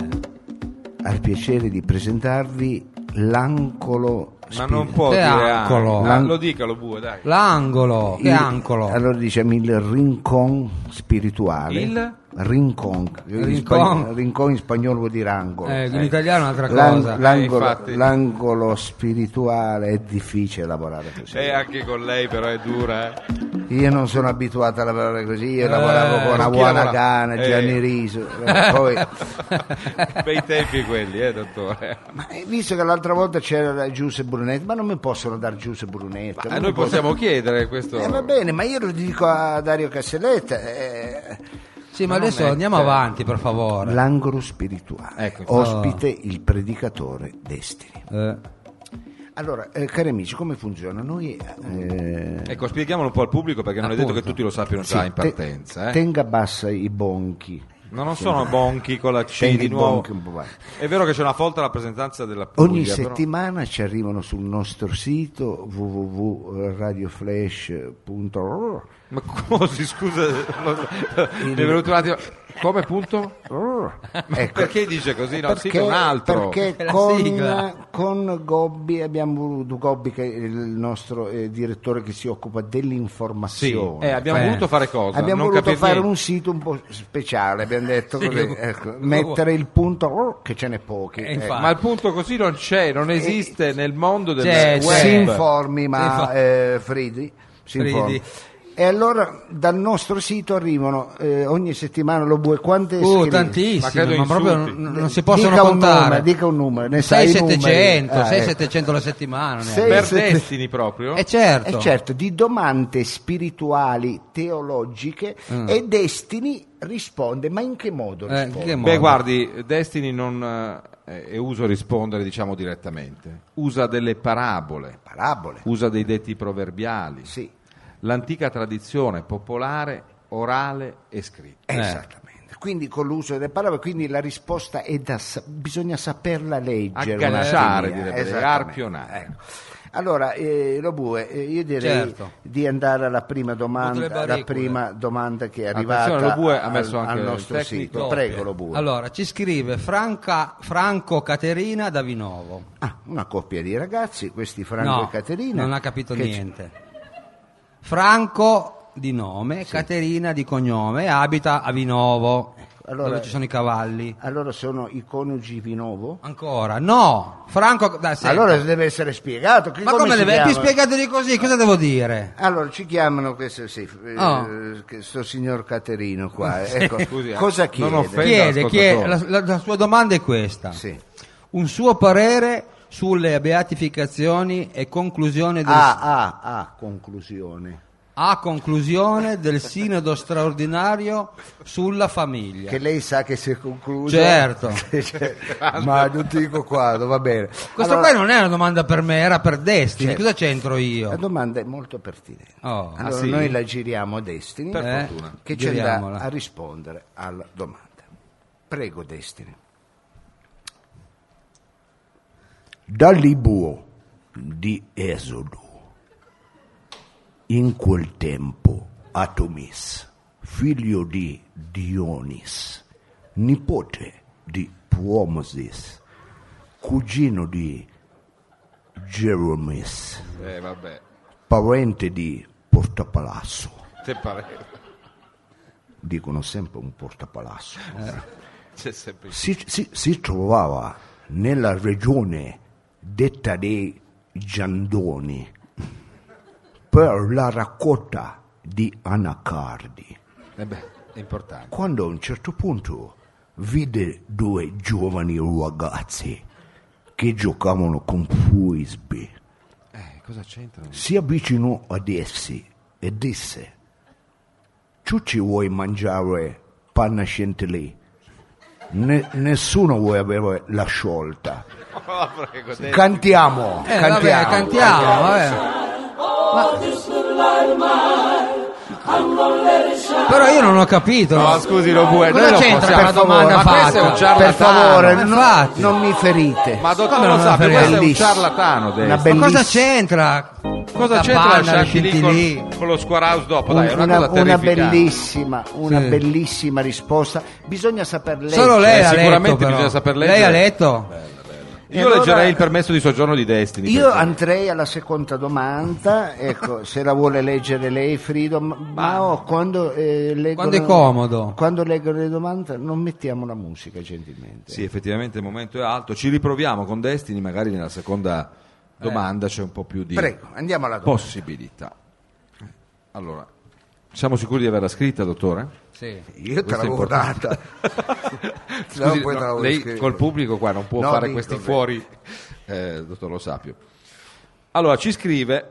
[SPEAKER 2] ha il piacere di presentarvi l'Ancolo
[SPEAKER 1] Ma
[SPEAKER 2] Spin.
[SPEAKER 1] non può
[SPEAKER 3] Che
[SPEAKER 1] dire
[SPEAKER 3] angolo.
[SPEAKER 1] ah, lo dica lo bue, dai.
[SPEAKER 3] L'angolo, che
[SPEAKER 2] Il-
[SPEAKER 3] angolo.
[SPEAKER 2] Allora diciamo il rincon spirituale.
[SPEAKER 1] Il?
[SPEAKER 2] Rincon.
[SPEAKER 3] Rincon.
[SPEAKER 2] In spagnolo- rincon in spagnolo vuol dire angolo.
[SPEAKER 3] Eh, in italiano è un'altra
[SPEAKER 2] L'an-
[SPEAKER 3] cosa.
[SPEAKER 2] l'angolo,
[SPEAKER 1] Eh, infatti.
[SPEAKER 2] l'angolo spirituale è difficile lavorare così.
[SPEAKER 1] Eh, anche con lei però è dura. eh.
[SPEAKER 2] Io non sono abituato a lavorare così, io lavoravo con
[SPEAKER 1] con Eh, chi
[SPEAKER 2] Awana
[SPEAKER 1] lavora?
[SPEAKER 2] Gana, Gianni
[SPEAKER 1] Eh.
[SPEAKER 2] Riso. eh, poi-
[SPEAKER 1] Bei tempi quelli, eh, dottore.
[SPEAKER 2] ma hai visto che l'altra volta c'era Giuseppe Brunetto, ma non mi possono dare Giuseppe Brunetto.
[SPEAKER 1] Ma Eh, noi possiamo chiedere questo.
[SPEAKER 2] Eh, va bene, ma io lo dico a Dario Castelletta. eh,
[SPEAKER 3] Sì, ma adesso andiamo avanti, per favore.
[SPEAKER 2] L'angolo spirituale,
[SPEAKER 1] Ecco,
[SPEAKER 2] ospite il predicatore Destini.
[SPEAKER 3] Eh,
[SPEAKER 2] Allora, eh, cari amici, come funziona? Noi eh,
[SPEAKER 1] Ecco, spieghiamolo un po' al pubblico perché non è detto che tutti lo sappiano già in
[SPEAKER 2] te-
[SPEAKER 1] partenza. eh.
[SPEAKER 2] Tenga bassa i bonchi.
[SPEAKER 1] No, non sono bonchi con la C
[SPEAKER 2] Tenga
[SPEAKER 1] di
[SPEAKER 2] i
[SPEAKER 1] nuovo.
[SPEAKER 2] bonchi un po' bassi.
[SPEAKER 1] È vero che c'è una folta rappresentanza della Puglia.
[SPEAKER 2] Ogni
[SPEAKER 1] però-
[SPEAKER 2] settimana ci arrivano sul nostro sito www.radioflash.org
[SPEAKER 1] Ma così, scusa, lo-
[SPEAKER 2] Il-
[SPEAKER 1] mi è venuto un attimo. Come punto?
[SPEAKER 2] Ecco.
[SPEAKER 1] Perché dice così? No, il sito
[SPEAKER 2] perché,
[SPEAKER 1] è un altro.
[SPEAKER 2] perché
[SPEAKER 3] È la
[SPEAKER 2] con,
[SPEAKER 3] sigla.
[SPEAKER 2] con Gobbi abbiamo voluto Gobbi che è il nostro eh, direttore che si occupa
[SPEAKER 1] Sì,
[SPEAKER 2] dell'informazione
[SPEAKER 1] eh, abbiamo
[SPEAKER 3] Eh.
[SPEAKER 1] voluto fare cosa?
[SPEAKER 2] abbiamo
[SPEAKER 1] non
[SPEAKER 2] voluto
[SPEAKER 1] capire
[SPEAKER 2] fare
[SPEAKER 1] niente.
[SPEAKER 2] un sito un po' speciale abbiamo detto
[SPEAKER 3] Sì,
[SPEAKER 2] così,
[SPEAKER 3] lo-
[SPEAKER 2] ecco,
[SPEAKER 3] lo-
[SPEAKER 2] mettere il punto oh, che ce n'è pochi
[SPEAKER 3] Eh,
[SPEAKER 2] ecco.
[SPEAKER 3] infatti.
[SPEAKER 1] Ma il punto così non c'è, non esiste nel mondo del
[SPEAKER 3] C'è,
[SPEAKER 1] web.
[SPEAKER 3] c'è.
[SPEAKER 2] si informi ma
[SPEAKER 3] Si infor-
[SPEAKER 2] eh, Fridi si
[SPEAKER 3] Fridi.
[SPEAKER 2] informi. e allora dal nostro sito arrivano eh, ogni settimana lo bue quante
[SPEAKER 3] Uh,
[SPEAKER 2] scrivi?
[SPEAKER 1] Ma
[SPEAKER 3] tantissimo,
[SPEAKER 1] credo
[SPEAKER 3] ma, proprio
[SPEAKER 1] insulti.
[SPEAKER 3] non, non si possono
[SPEAKER 2] dica un
[SPEAKER 3] contare.
[SPEAKER 2] numero, dica un numero ne sai i numeri.
[SPEAKER 3] 6700,
[SPEAKER 2] Ah, ecco.
[SPEAKER 3] 6700 la settimana. ne
[SPEAKER 2] Sei-
[SPEAKER 3] ha.
[SPEAKER 1] Per
[SPEAKER 2] se-
[SPEAKER 1] destini proprio.
[SPEAKER 3] Eh,
[SPEAKER 2] E
[SPEAKER 3] certo.
[SPEAKER 2] certo, di domande spirituali, teologiche e Destini risponde, ma in che modo
[SPEAKER 3] Eh,
[SPEAKER 2] risponde?
[SPEAKER 3] che modo?
[SPEAKER 1] Beh, guardi, Destiny non eh, è uso rispondere, diciamo, direttamente. Usa delle parabole,
[SPEAKER 2] Parabole.
[SPEAKER 1] usa dei detti proverbiali.
[SPEAKER 2] Sì,
[SPEAKER 1] L'antica tradizione popolare, orale e
[SPEAKER 2] Eh,
[SPEAKER 1] scritta.
[SPEAKER 3] Eh.
[SPEAKER 2] esattamente. Quindi con l'uso delle parabole, quindi la risposta è da sa- bisogna saperla leggere.
[SPEAKER 1] Agganciare,
[SPEAKER 2] una teoria,
[SPEAKER 1] direbbe,
[SPEAKER 2] esattamente.
[SPEAKER 1] arpionare.
[SPEAKER 2] Ecco. Allora, eh, Robue, eh, io direi
[SPEAKER 3] Certo.
[SPEAKER 2] di andare alla prima domanda,
[SPEAKER 3] Tutte le
[SPEAKER 2] la
[SPEAKER 3] baricole.
[SPEAKER 2] prima domanda che è
[SPEAKER 1] Attenzione,
[SPEAKER 2] arrivata
[SPEAKER 1] Robue ha
[SPEAKER 2] al-
[SPEAKER 1] messo
[SPEAKER 2] al,
[SPEAKER 1] anche il
[SPEAKER 2] nostro
[SPEAKER 1] tecnico.
[SPEAKER 2] sito. Prego, Robue.
[SPEAKER 3] Allora, ci scrive Franca- Franco Caterina da Vinovo.
[SPEAKER 2] Ah, una coppia di ragazzi, questi Franco
[SPEAKER 3] no,
[SPEAKER 2] e Caterina.
[SPEAKER 3] non ha capito
[SPEAKER 2] che-
[SPEAKER 3] niente. Franco di nome, Caterina di cognome, abita a Vinovo,
[SPEAKER 2] allora-
[SPEAKER 3] dove ci sono i cavalli.
[SPEAKER 2] Allora sono i coniugi Vinovo?
[SPEAKER 3] Ancora, no, Franco... dai, senti.
[SPEAKER 2] Allora deve essere spiegato. Che-
[SPEAKER 3] ma come
[SPEAKER 2] si
[SPEAKER 3] deve...
[SPEAKER 2] chiama?
[SPEAKER 3] Più spiegato di così, cosa devo dire?
[SPEAKER 2] Allora ci chiamano questo, sì, eh,
[SPEAKER 3] Oh.
[SPEAKER 2] questo signor Caterino qua. Ecco,
[SPEAKER 1] Scusi, eh,
[SPEAKER 2] cosa
[SPEAKER 1] non
[SPEAKER 2] chiede?
[SPEAKER 1] offendo. Prendo
[SPEAKER 3] Chiede, chiede- la,
[SPEAKER 1] l'ascoltatore.
[SPEAKER 3] la- la sua domanda è questa.
[SPEAKER 2] Sì.
[SPEAKER 3] Un suo parere sulle beatificazioni e conclusione del...
[SPEAKER 2] Ah, ah, ah, conclusione.
[SPEAKER 3] a conclusione del sinodo straordinario sulla famiglia.
[SPEAKER 2] Che lei sa che si è concluso.
[SPEAKER 3] Certo.
[SPEAKER 2] Cioè, Ma non ti dico quando, va bene.
[SPEAKER 3] Questa
[SPEAKER 2] Allora,
[SPEAKER 3] qua non è una domanda per me, era per Destiny.
[SPEAKER 2] Certo.
[SPEAKER 3] Cosa c'entro
[SPEAKER 2] La
[SPEAKER 3] io?
[SPEAKER 2] domanda è molto pertinente.
[SPEAKER 3] Oh,
[SPEAKER 2] Allora,
[SPEAKER 1] ah, sì?
[SPEAKER 2] Noi la giriamo a Destiny
[SPEAKER 1] Per
[SPEAKER 2] eh,
[SPEAKER 1] fortuna.
[SPEAKER 2] che ci andrà
[SPEAKER 3] Giriamola.
[SPEAKER 2] a rispondere alla domanda. Prego Destiny. Dall'Ibuo di Esodo, in quel tempo Atomis, figlio di Dionis, nipote di Puomosis, cugino di Jeromis,
[SPEAKER 1] Eh, vabbè,
[SPEAKER 2] parente di Portapalazzo,
[SPEAKER 1] te pare.
[SPEAKER 2] dicono sempre un Portapalazzo,
[SPEAKER 1] C'è sempre
[SPEAKER 2] si, si- si trovava nella regione detta dei Giandoni per la raccolta di anacardi.
[SPEAKER 1] Eh beh, è importante.
[SPEAKER 2] Quando a un certo punto vide due giovani ragazzi che giocavano con frisbee
[SPEAKER 1] Eh, cosa c'entra?
[SPEAKER 2] si avvicinò ad essi e disse: Tu ci vuoi mangiare panna lì? nessuno vuole avere la sciolta.
[SPEAKER 1] Oh, prego, te.
[SPEAKER 2] Cantiamo,
[SPEAKER 3] Eh,
[SPEAKER 2] cantiamo.
[SPEAKER 3] vabbè, cantiamo, vabbè. Ma- Però io non ho capito.
[SPEAKER 1] No, scusi, Robue,
[SPEAKER 3] Cosa
[SPEAKER 1] noi non
[SPEAKER 3] c'entra
[SPEAKER 1] possiamo-
[SPEAKER 3] una domanda
[SPEAKER 1] ma
[SPEAKER 3] fatta?
[SPEAKER 1] questo è un
[SPEAKER 2] per
[SPEAKER 1] ciarlatano.
[SPEAKER 2] favore,
[SPEAKER 3] ma
[SPEAKER 2] no-
[SPEAKER 3] infatti.
[SPEAKER 2] non mi ferite.
[SPEAKER 1] Ma dottor
[SPEAKER 3] Come non
[SPEAKER 1] Lo Sapio,
[SPEAKER 3] la
[SPEAKER 1] questo è un
[SPEAKER 2] bellissima.
[SPEAKER 1] ciarlatano. Dave.
[SPEAKER 2] Una
[SPEAKER 1] Ma
[SPEAKER 3] Ma cosa
[SPEAKER 2] Bellissimo.
[SPEAKER 3] c'entra?
[SPEAKER 1] cosa
[SPEAKER 3] La
[SPEAKER 1] c'entra
[SPEAKER 3] panna,
[SPEAKER 1] lasciarti lì
[SPEAKER 3] lì?
[SPEAKER 1] con, con lo squarehouse dopo? Dai, è una,
[SPEAKER 2] una,
[SPEAKER 1] cosa
[SPEAKER 2] una
[SPEAKER 1] terrificante.
[SPEAKER 2] bellissima, una
[SPEAKER 3] Sì.
[SPEAKER 2] bellissima risposta. Bisogna saper leggere.
[SPEAKER 3] Solo
[SPEAKER 1] Eh,
[SPEAKER 3] lei ha letto.
[SPEAKER 1] sicuramente
[SPEAKER 3] però.
[SPEAKER 1] bisogna saper
[SPEAKER 3] Lei ha
[SPEAKER 1] leggere. Eh,
[SPEAKER 3] letto?
[SPEAKER 2] E
[SPEAKER 1] Io
[SPEAKER 2] allora-
[SPEAKER 1] leggerei il permesso di soggiorno di Destiny.
[SPEAKER 2] Io
[SPEAKER 1] per
[SPEAKER 2] andrei alla seconda domanda, ecco, se la vuole leggere lei Frido, ma, ma oh, quando, eh, leggo
[SPEAKER 3] Quando è
[SPEAKER 2] la-
[SPEAKER 3] comodo.
[SPEAKER 2] Quando leggo le domande non mettiamo la musica gentilmente.
[SPEAKER 1] Sì, effettivamente il momento è alto. Ci riproviamo con Destiny, magari nella seconda domanda c'è un po' più di
[SPEAKER 2] Prego, andiamo alla domanda.
[SPEAKER 1] possibilità. Allora, siamo sicuri di averla scritta, dottore?
[SPEAKER 3] Sì.
[SPEAKER 4] Io te
[SPEAKER 1] Questo è
[SPEAKER 4] l'avevo
[SPEAKER 1] importante.
[SPEAKER 4] data.
[SPEAKER 1] Scusi,
[SPEAKER 4] No, poi
[SPEAKER 1] no,
[SPEAKER 4] te l'avevo
[SPEAKER 1] lei
[SPEAKER 4] scritta.
[SPEAKER 1] col pubblico qua non può
[SPEAKER 4] No,
[SPEAKER 1] fare
[SPEAKER 4] dico,
[SPEAKER 1] questi
[SPEAKER 4] beh.
[SPEAKER 1] fuori, eh, dottor Lo Sapio. Allora, ci scrive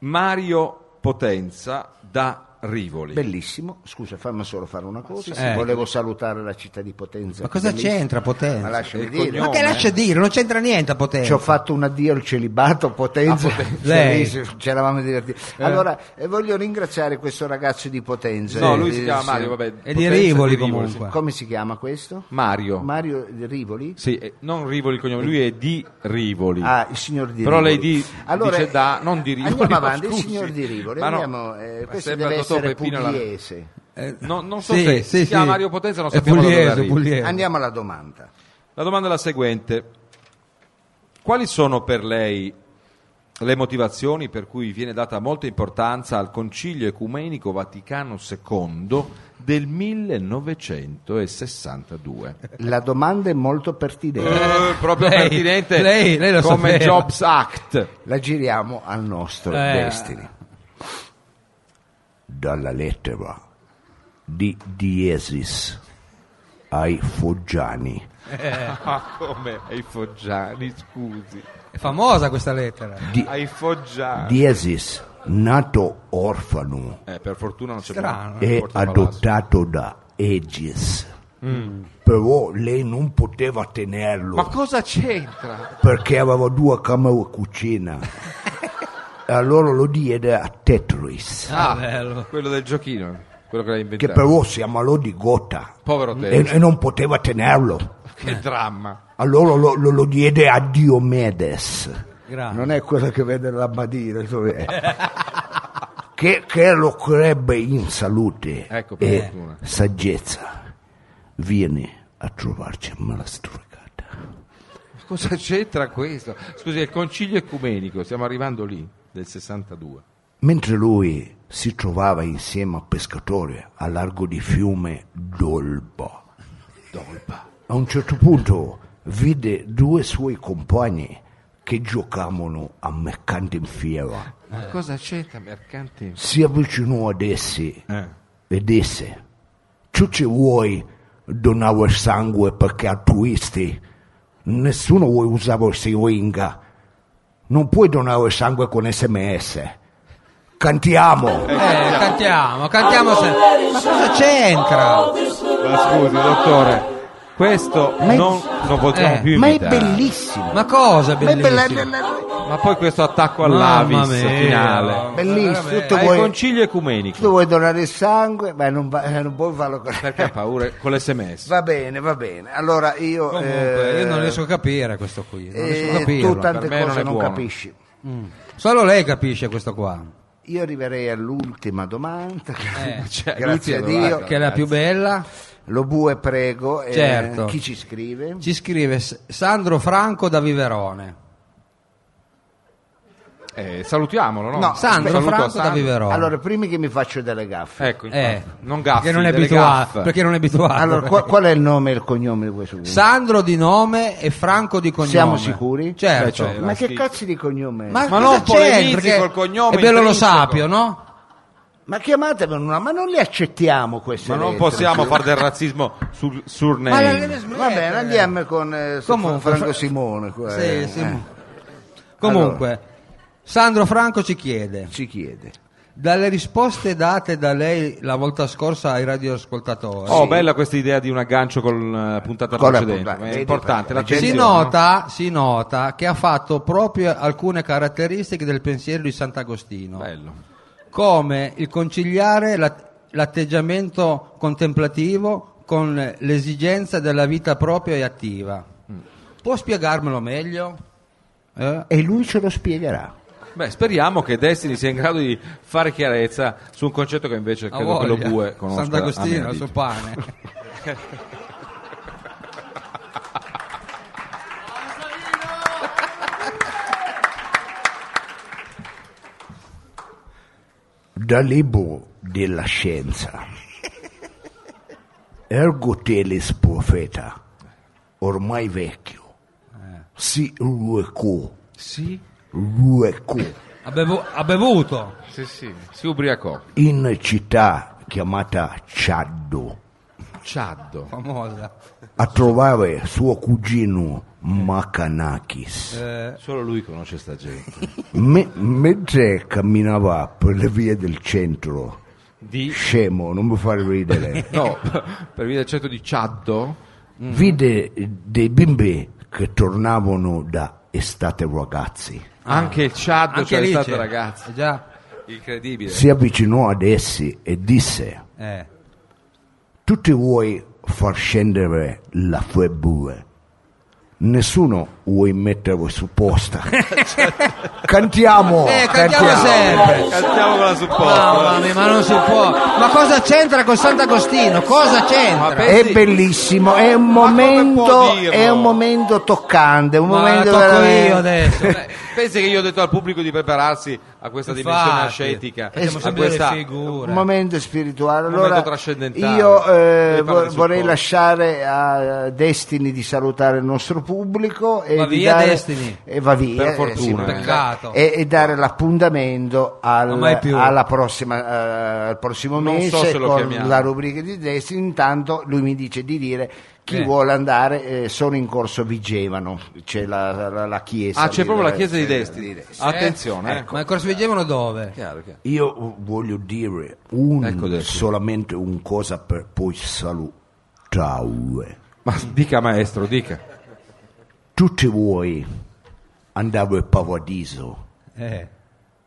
[SPEAKER 1] Mario Potenza da Rivoli.
[SPEAKER 2] Bellissimo, scusa, fammi solo fare una cosa.
[SPEAKER 3] sì. Eh.
[SPEAKER 2] Volevo salutare la città di Potenza.
[SPEAKER 3] Ma cosa
[SPEAKER 2] Bellissimo.
[SPEAKER 3] c'entra Potenza?
[SPEAKER 2] Ma lasciami
[SPEAKER 1] Il
[SPEAKER 2] dire.
[SPEAKER 1] cognome.
[SPEAKER 3] Ma che lascia dire? Non c'entra niente a Potenza.
[SPEAKER 2] Ci ho fatto un addio al celibato a Potenza, Cioè,
[SPEAKER 3] Lei.
[SPEAKER 2] Sì, sì, ci eravamo divertiti. Allora, eh, voglio ringraziare questo ragazzo di Potenza.
[SPEAKER 1] No, lui
[SPEAKER 2] Eh,
[SPEAKER 1] si chiama
[SPEAKER 2] sì.
[SPEAKER 1] Mario, vabbè.
[SPEAKER 3] È di
[SPEAKER 1] Potenza
[SPEAKER 3] Rivoli
[SPEAKER 1] sì.
[SPEAKER 3] comunque.
[SPEAKER 2] Come si chiama questo?
[SPEAKER 1] Mario.
[SPEAKER 2] Mario Rivoli?
[SPEAKER 1] Sì, eh, non Rivoli il cognome, lui è di Rivoli.
[SPEAKER 2] Ah, il signor Di
[SPEAKER 1] Però lei
[SPEAKER 2] Rivoli.
[SPEAKER 1] di- dice da- non di Rivoli,
[SPEAKER 2] Andiamo
[SPEAKER 1] ma
[SPEAKER 2] avanti,
[SPEAKER 1] scusi.
[SPEAKER 2] il signor Di Rivoli.
[SPEAKER 1] Ma no,
[SPEAKER 2] Andiamo, eh,
[SPEAKER 1] ma
[SPEAKER 2] questo
[SPEAKER 1] sembra
[SPEAKER 2] deve
[SPEAKER 1] il dottor
[SPEAKER 2] essere
[SPEAKER 1] Peppino La-
[SPEAKER 2] pugliese.
[SPEAKER 3] Eh,
[SPEAKER 1] No, non so
[SPEAKER 3] sì,
[SPEAKER 1] se
[SPEAKER 3] sì,
[SPEAKER 1] si chiama
[SPEAKER 3] sì.
[SPEAKER 1] Mario Potenza, non
[SPEAKER 3] È
[SPEAKER 1] sappiamo da dove
[SPEAKER 3] pugliese,
[SPEAKER 1] arriva.
[SPEAKER 3] pugliese.
[SPEAKER 2] Andiamo alla domanda.
[SPEAKER 1] La domanda è la seguente. Quali sono per lei le motivazioni per cui viene data molta importanza al Concilio Ecumenico Vaticano II del 1962?
[SPEAKER 2] La domanda è molto pertinente.
[SPEAKER 1] Eh, proprio
[SPEAKER 3] Lei-
[SPEAKER 1] pertinente
[SPEAKER 3] lei- lei lo
[SPEAKER 1] come
[SPEAKER 3] sapeva.
[SPEAKER 1] Jobs Act.
[SPEAKER 2] La giriamo al nostro
[SPEAKER 3] Eh.
[SPEAKER 2] Destiny. Dalla lettera di Diesis ai Foggiani
[SPEAKER 1] Ah, come? Ai foggiani, scusi.
[SPEAKER 3] È famosa questa lettera.
[SPEAKER 1] Ai foggiani.
[SPEAKER 2] Diesis, nato orfano
[SPEAKER 1] Eh, per fortuna non c'è
[SPEAKER 3] Strano.
[SPEAKER 1] più.
[SPEAKER 2] e
[SPEAKER 1] portapalazzo.
[SPEAKER 2] adottato da Aegis. Però lei non poteva tenerlo
[SPEAKER 1] Mm. Ma cosa c'entra?
[SPEAKER 2] perché aveva due camere e cucina. E allora lo diede a Tetris,
[SPEAKER 1] Ah,
[SPEAKER 3] bello.
[SPEAKER 1] quello del giochino, quello che l'ha
[SPEAKER 2] che Mm. Eh.
[SPEAKER 1] inventato.
[SPEAKER 2] però si ammalò di gota
[SPEAKER 1] Povero
[SPEAKER 2] e,
[SPEAKER 1] te,
[SPEAKER 2] e non poteva tenerlo.
[SPEAKER 1] che dramma.
[SPEAKER 2] Allora lo, lo- lo diede a Diomedes.
[SPEAKER 1] Ah.
[SPEAKER 3] Grande.
[SPEAKER 2] Non è quello che vede la badina, insomma, eh. che, che lo crebbe in salute
[SPEAKER 1] Ecco, per
[SPEAKER 2] e
[SPEAKER 1] fortuna.
[SPEAKER 2] saggezza. Vieni a trovarci a Malastrocata.
[SPEAKER 1] Ma cosa c'entra questo? Scusi, è il concilio ecumenico, stiamo arrivando lì, del 62.
[SPEAKER 2] Mentre lui si trovava insieme a pescatore a largo di fiume Dolba. A un certo punto vide due suoi compagni che giocavano a mercante in fiera.
[SPEAKER 3] Eh.
[SPEAKER 1] Ma cosa c'entra, mercante?
[SPEAKER 2] Si avvicinò ad essi
[SPEAKER 1] Eh.
[SPEAKER 2] e disse: Tu ci vuoi donare sangue perché altruisti? Nessuno vuole usare il siringa. Non puoi donare sangue con sms. Cantiamo!
[SPEAKER 3] Eh, cantiamo, cantiamo se... Ma cosa c'entra?
[SPEAKER 1] Ma Ah, scusi, dottore, questo
[SPEAKER 2] Ma è-
[SPEAKER 1] non lo potremo
[SPEAKER 3] Eh,
[SPEAKER 1] più
[SPEAKER 2] Ma è
[SPEAKER 1] imitare.
[SPEAKER 2] bellissimo!
[SPEAKER 3] Ma cosa
[SPEAKER 2] Ma è bella-
[SPEAKER 3] bellissima?
[SPEAKER 1] Ma poi questo attacco
[SPEAKER 3] Mamma
[SPEAKER 1] all'Avis
[SPEAKER 3] mia.
[SPEAKER 1] finale.
[SPEAKER 2] bellissimo! Tu
[SPEAKER 1] Al
[SPEAKER 2] vuoi,
[SPEAKER 1] concilio
[SPEAKER 2] tu
[SPEAKER 1] ecumenico.
[SPEAKER 2] vuoi donare il sangue, ma non, va- eh, non puoi farlo con
[SPEAKER 1] Perché ha paura con l'SMS?
[SPEAKER 2] Va bene, va bene. Allora io.
[SPEAKER 3] Comunque,
[SPEAKER 2] eh,
[SPEAKER 3] io non riesco a capire questo qui. Non riesco
[SPEAKER 2] eh,
[SPEAKER 3] a
[SPEAKER 2] tu
[SPEAKER 3] capirlo.
[SPEAKER 1] Per
[SPEAKER 2] tante
[SPEAKER 1] me non
[SPEAKER 2] cose
[SPEAKER 1] è
[SPEAKER 2] non,
[SPEAKER 1] buono.
[SPEAKER 2] capisci.
[SPEAKER 3] Solo lei capisce questo qua.
[SPEAKER 2] Io arriverei all'ultima domanda.
[SPEAKER 3] Eh,
[SPEAKER 1] Cioè,
[SPEAKER 2] Grazie a
[SPEAKER 1] l'ultima
[SPEAKER 2] Dio.
[SPEAKER 1] domanda.
[SPEAKER 3] Che è la più bella.
[SPEAKER 2] Lo bue prego. eh,
[SPEAKER 3] Certo.
[SPEAKER 2] chi ci scrive?
[SPEAKER 3] Ci scrive S- Sandro Franco da Viverone.
[SPEAKER 1] Eh, salutiamolo, no?
[SPEAKER 2] No,
[SPEAKER 3] Sandro
[SPEAKER 1] Saluto
[SPEAKER 3] Franco da
[SPEAKER 1] Sandro.
[SPEAKER 3] Viverone.
[SPEAKER 2] Allora, prima che mi faccio delle gaffe.
[SPEAKER 1] Ecco, infatti.
[SPEAKER 3] Eh,
[SPEAKER 1] non gaffi,
[SPEAKER 3] perché non è
[SPEAKER 1] delle
[SPEAKER 3] abituato.
[SPEAKER 1] gaffe.
[SPEAKER 3] Perché non è abituato.
[SPEAKER 2] Allora, qua- qual è il nome e il cognome di questo?
[SPEAKER 3] Sandro di nome e Franco di cognome.
[SPEAKER 2] Siamo sicuri?
[SPEAKER 3] Certo.
[SPEAKER 1] Beh, cioè,
[SPEAKER 2] Ma
[SPEAKER 1] la
[SPEAKER 2] che
[SPEAKER 1] schifo.
[SPEAKER 2] cazzo di cognome? è?
[SPEAKER 3] Ma,
[SPEAKER 1] Ma
[SPEAKER 3] cosa
[SPEAKER 1] non polemizzi
[SPEAKER 3] c'entra? Perché
[SPEAKER 1] col cognome
[SPEAKER 3] È bello lo
[SPEAKER 1] intrinseco.
[SPEAKER 3] sapio, no?
[SPEAKER 2] Ma chiamatemi una, ma non li accettiamo queste
[SPEAKER 1] Ma non
[SPEAKER 2] lettere,
[SPEAKER 1] possiamo
[SPEAKER 2] su.
[SPEAKER 1] fare del razzismo sul
[SPEAKER 3] Ma la-
[SPEAKER 1] surname.
[SPEAKER 2] Va bene, andiamo con eh,
[SPEAKER 3] Comunque,
[SPEAKER 2] Franco
[SPEAKER 3] fra-
[SPEAKER 2] Simone. qua,
[SPEAKER 3] Sì,
[SPEAKER 2] eh,
[SPEAKER 3] sì. Comunque, Sandro Franco ci chiede,
[SPEAKER 2] eh, ci chiede.
[SPEAKER 3] dalle risposte date da lei la volta scorsa ai radioascoltatori,
[SPEAKER 1] Oh, bella questa idea di un aggancio con la puntata
[SPEAKER 2] Con la
[SPEAKER 1] precedente,
[SPEAKER 2] puntata,
[SPEAKER 1] ma è
[SPEAKER 2] vedi,
[SPEAKER 1] importante.
[SPEAKER 2] la
[SPEAKER 3] si
[SPEAKER 1] l'attenzione,
[SPEAKER 3] nota, si nota che ha fatto proprio alcune caratteristiche del pensiero di Sant'Agostino.
[SPEAKER 1] no? Bello.
[SPEAKER 3] come il conciliare la- l'atteggiamento contemplativo con l'esigenza della vita propria e attiva.
[SPEAKER 1] Mm.
[SPEAKER 3] Può spiegarmelo meglio? Eh?
[SPEAKER 2] E lui ce lo spiegherà.
[SPEAKER 1] Beh, speriamo che Destiny sia in grado di fare chiarezza su un concetto che invece
[SPEAKER 3] Ha
[SPEAKER 1] credo che lo
[SPEAKER 3] voglia.
[SPEAKER 1] bue conosca. a
[SPEAKER 3] Sant'Agostino, il
[SPEAKER 1] menadito.
[SPEAKER 3] suo pane.
[SPEAKER 2] Da libro della scienza. Ergoteles profeta, ormai vecchio, si ruecò,
[SPEAKER 1] Sì,
[SPEAKER 2] ruecò
[SPEAKER 3] Ha, bevu- ha bevuto.
[SPEAKER 1] sì, sì, si ubriacò.
[SPEAKER 2] in città chiamata Ciaddo
[SPEAKER 1] Ciaddo.
[SPEAKER 3] Famosa.
[SPEAKER 2] a trovare suo cugino Macanakis.
[SPEAKER 3] Eh,
[SPEAKER 1] Solo lui conosce sta gente.
[SPEAKER 2] Me- mentre camminava per le vie del centro,
[SPEAKER 1] Di...
[SPEAKER 2] scemo, non mi far ridere,
[SPEAKER 1] No, per via del certo di Ciaddo.
[SPEAKER 3] Mm-hmm.
[SPEAKER 2] vide dei bimbi che tornavano da estate ragazzi.
[SPEAKER 1] Anche il Ciaddo
[SPEAKER 3] Ah. anche
[SPEAKER 1] c'è
[SPEAKER 3] lì
[SPEAKER 1] stato
[SPEAKER 3] c'è.
[SPEAKER 1] ragazzi.
[SPEAKER 3] Eh Già.
[SPEAKER 1] Incredibile.
[SPEAKER 2] si avvicinò ad essi e disse:
[SPEAKER 3] Eh.
[SPEAKER 2] Tutti vuoi far scendere la febbre, nessuno vuoi mettere su posta. cantiamo!
[SPEAKER 3] Certo. Eh, cantiamo sempre.
[SPEAKER 1] Cioè, Cantiamo con la supposta.
[SPEAKER 3] Mamma mia, ma non si può. Ma cosa c'entra con Sant'Agostino? Cosa
[SPEAKER 1] Ma
[SPEAKER 3] c'entra?
[SPEAKER 1] per-
[SPEAKER 2] È bellissimo, è un momento,
[SPEAKER 1] può dirlo?
[SPEAKER 2] è un momento toccante, un
[SPEAKER 3] Ma la
[SPEAKER 2] momento
[SPEAKER 3] tocco
[SPEAKER 2] veramente-
[SPEAKER 3] io adesso.
[SPEAKER 1] Beh, Pensi che io ho detto al pubblico di prepararsi a questa dimensione
[SPEAKER 3] Infatti.
[SPEAKER 1] ascetica,
[SPEAKER 3] Facciamo
[SPEAKER 1] Eh, a
[SPEAKER 3] sempre
[SPEAKER 1] questa
[SPEAKER 3] delle figure.
[SPEAKER 2] Un momento spirituale,
[SPEAKER 1] Un
[SPEAKER 2] allora
[SPEAKER 1] momento trascendentale.
[SPEAKER 2] io eh,
[SPEAKER 1] Deve parlare
[SPEAKER 2] vo-
[SPEAKER 1] sul
[SPEAKER 2] vorrei
[SPEAKER 1] posto.
[SPEAKER 2] lasciare a Destini di salutare il nostro pubblico e
[SPEAKER 3] Va
[SPEAKER 2] di
[SPEAKER 3] via,
[SPEAKER 2] dare-
[SPEAKER 3] Destiny.
[SPEAKER 2] e va via,
[SPEAKER 1] Per
[SPEAKER 2] eh,
[SPEAKER 1] fortuna,
[SPEAKER 2] sì,
[SPEAKER 1] eh.
[SPEAKER 3] Peccato.
[SPEAKER 2] e, e dare l'appuntamento al-
[SPEAKER 3] Non mai più.
[SPEAKER 2] alla prossima, eh, al prossimo
[SPEAKER 1] Non
[SPEAKER 2] mese
[SPEAKER 1] so se lo
[SPEAKER 2] con
[SPEAKER 1] chiamiamo.
[SPEAKER 2] la rubrica di Destini. Intanto lui mi dice di dire chi
[SPEAKER 3] Eh.
[SPEAKER 2] vuole andare, eh, sono in corso Vigevano, c'è la, la- la chiesa.
[SPEAKER 1] Ah, c'è
[SPEAKER 2] lì
[SPEAKER 1] proprio la
[SPEAKER 2] dove-
[SPEAKER 1] chiesa di
[SPEAKER 2] eh,
[SPEAKER 1] Destini. Attenzione, ecco.
[SPEAKER 3] Ma il corso Vigevano dove?
[SPEAKER 4] Chiaro, chiaro.
[SPEAKER 2] Io voglio dire un,
[SPEAKER 1] Ecco, Detti.
[SPEAKER 2] solamente un cosa per poi salutare.
[SPEAKER 1] Ma dica maestro, dica.
[SPEAKER 2] Tutti voi andare al paradiso,
[SPEAKER 3] Eh.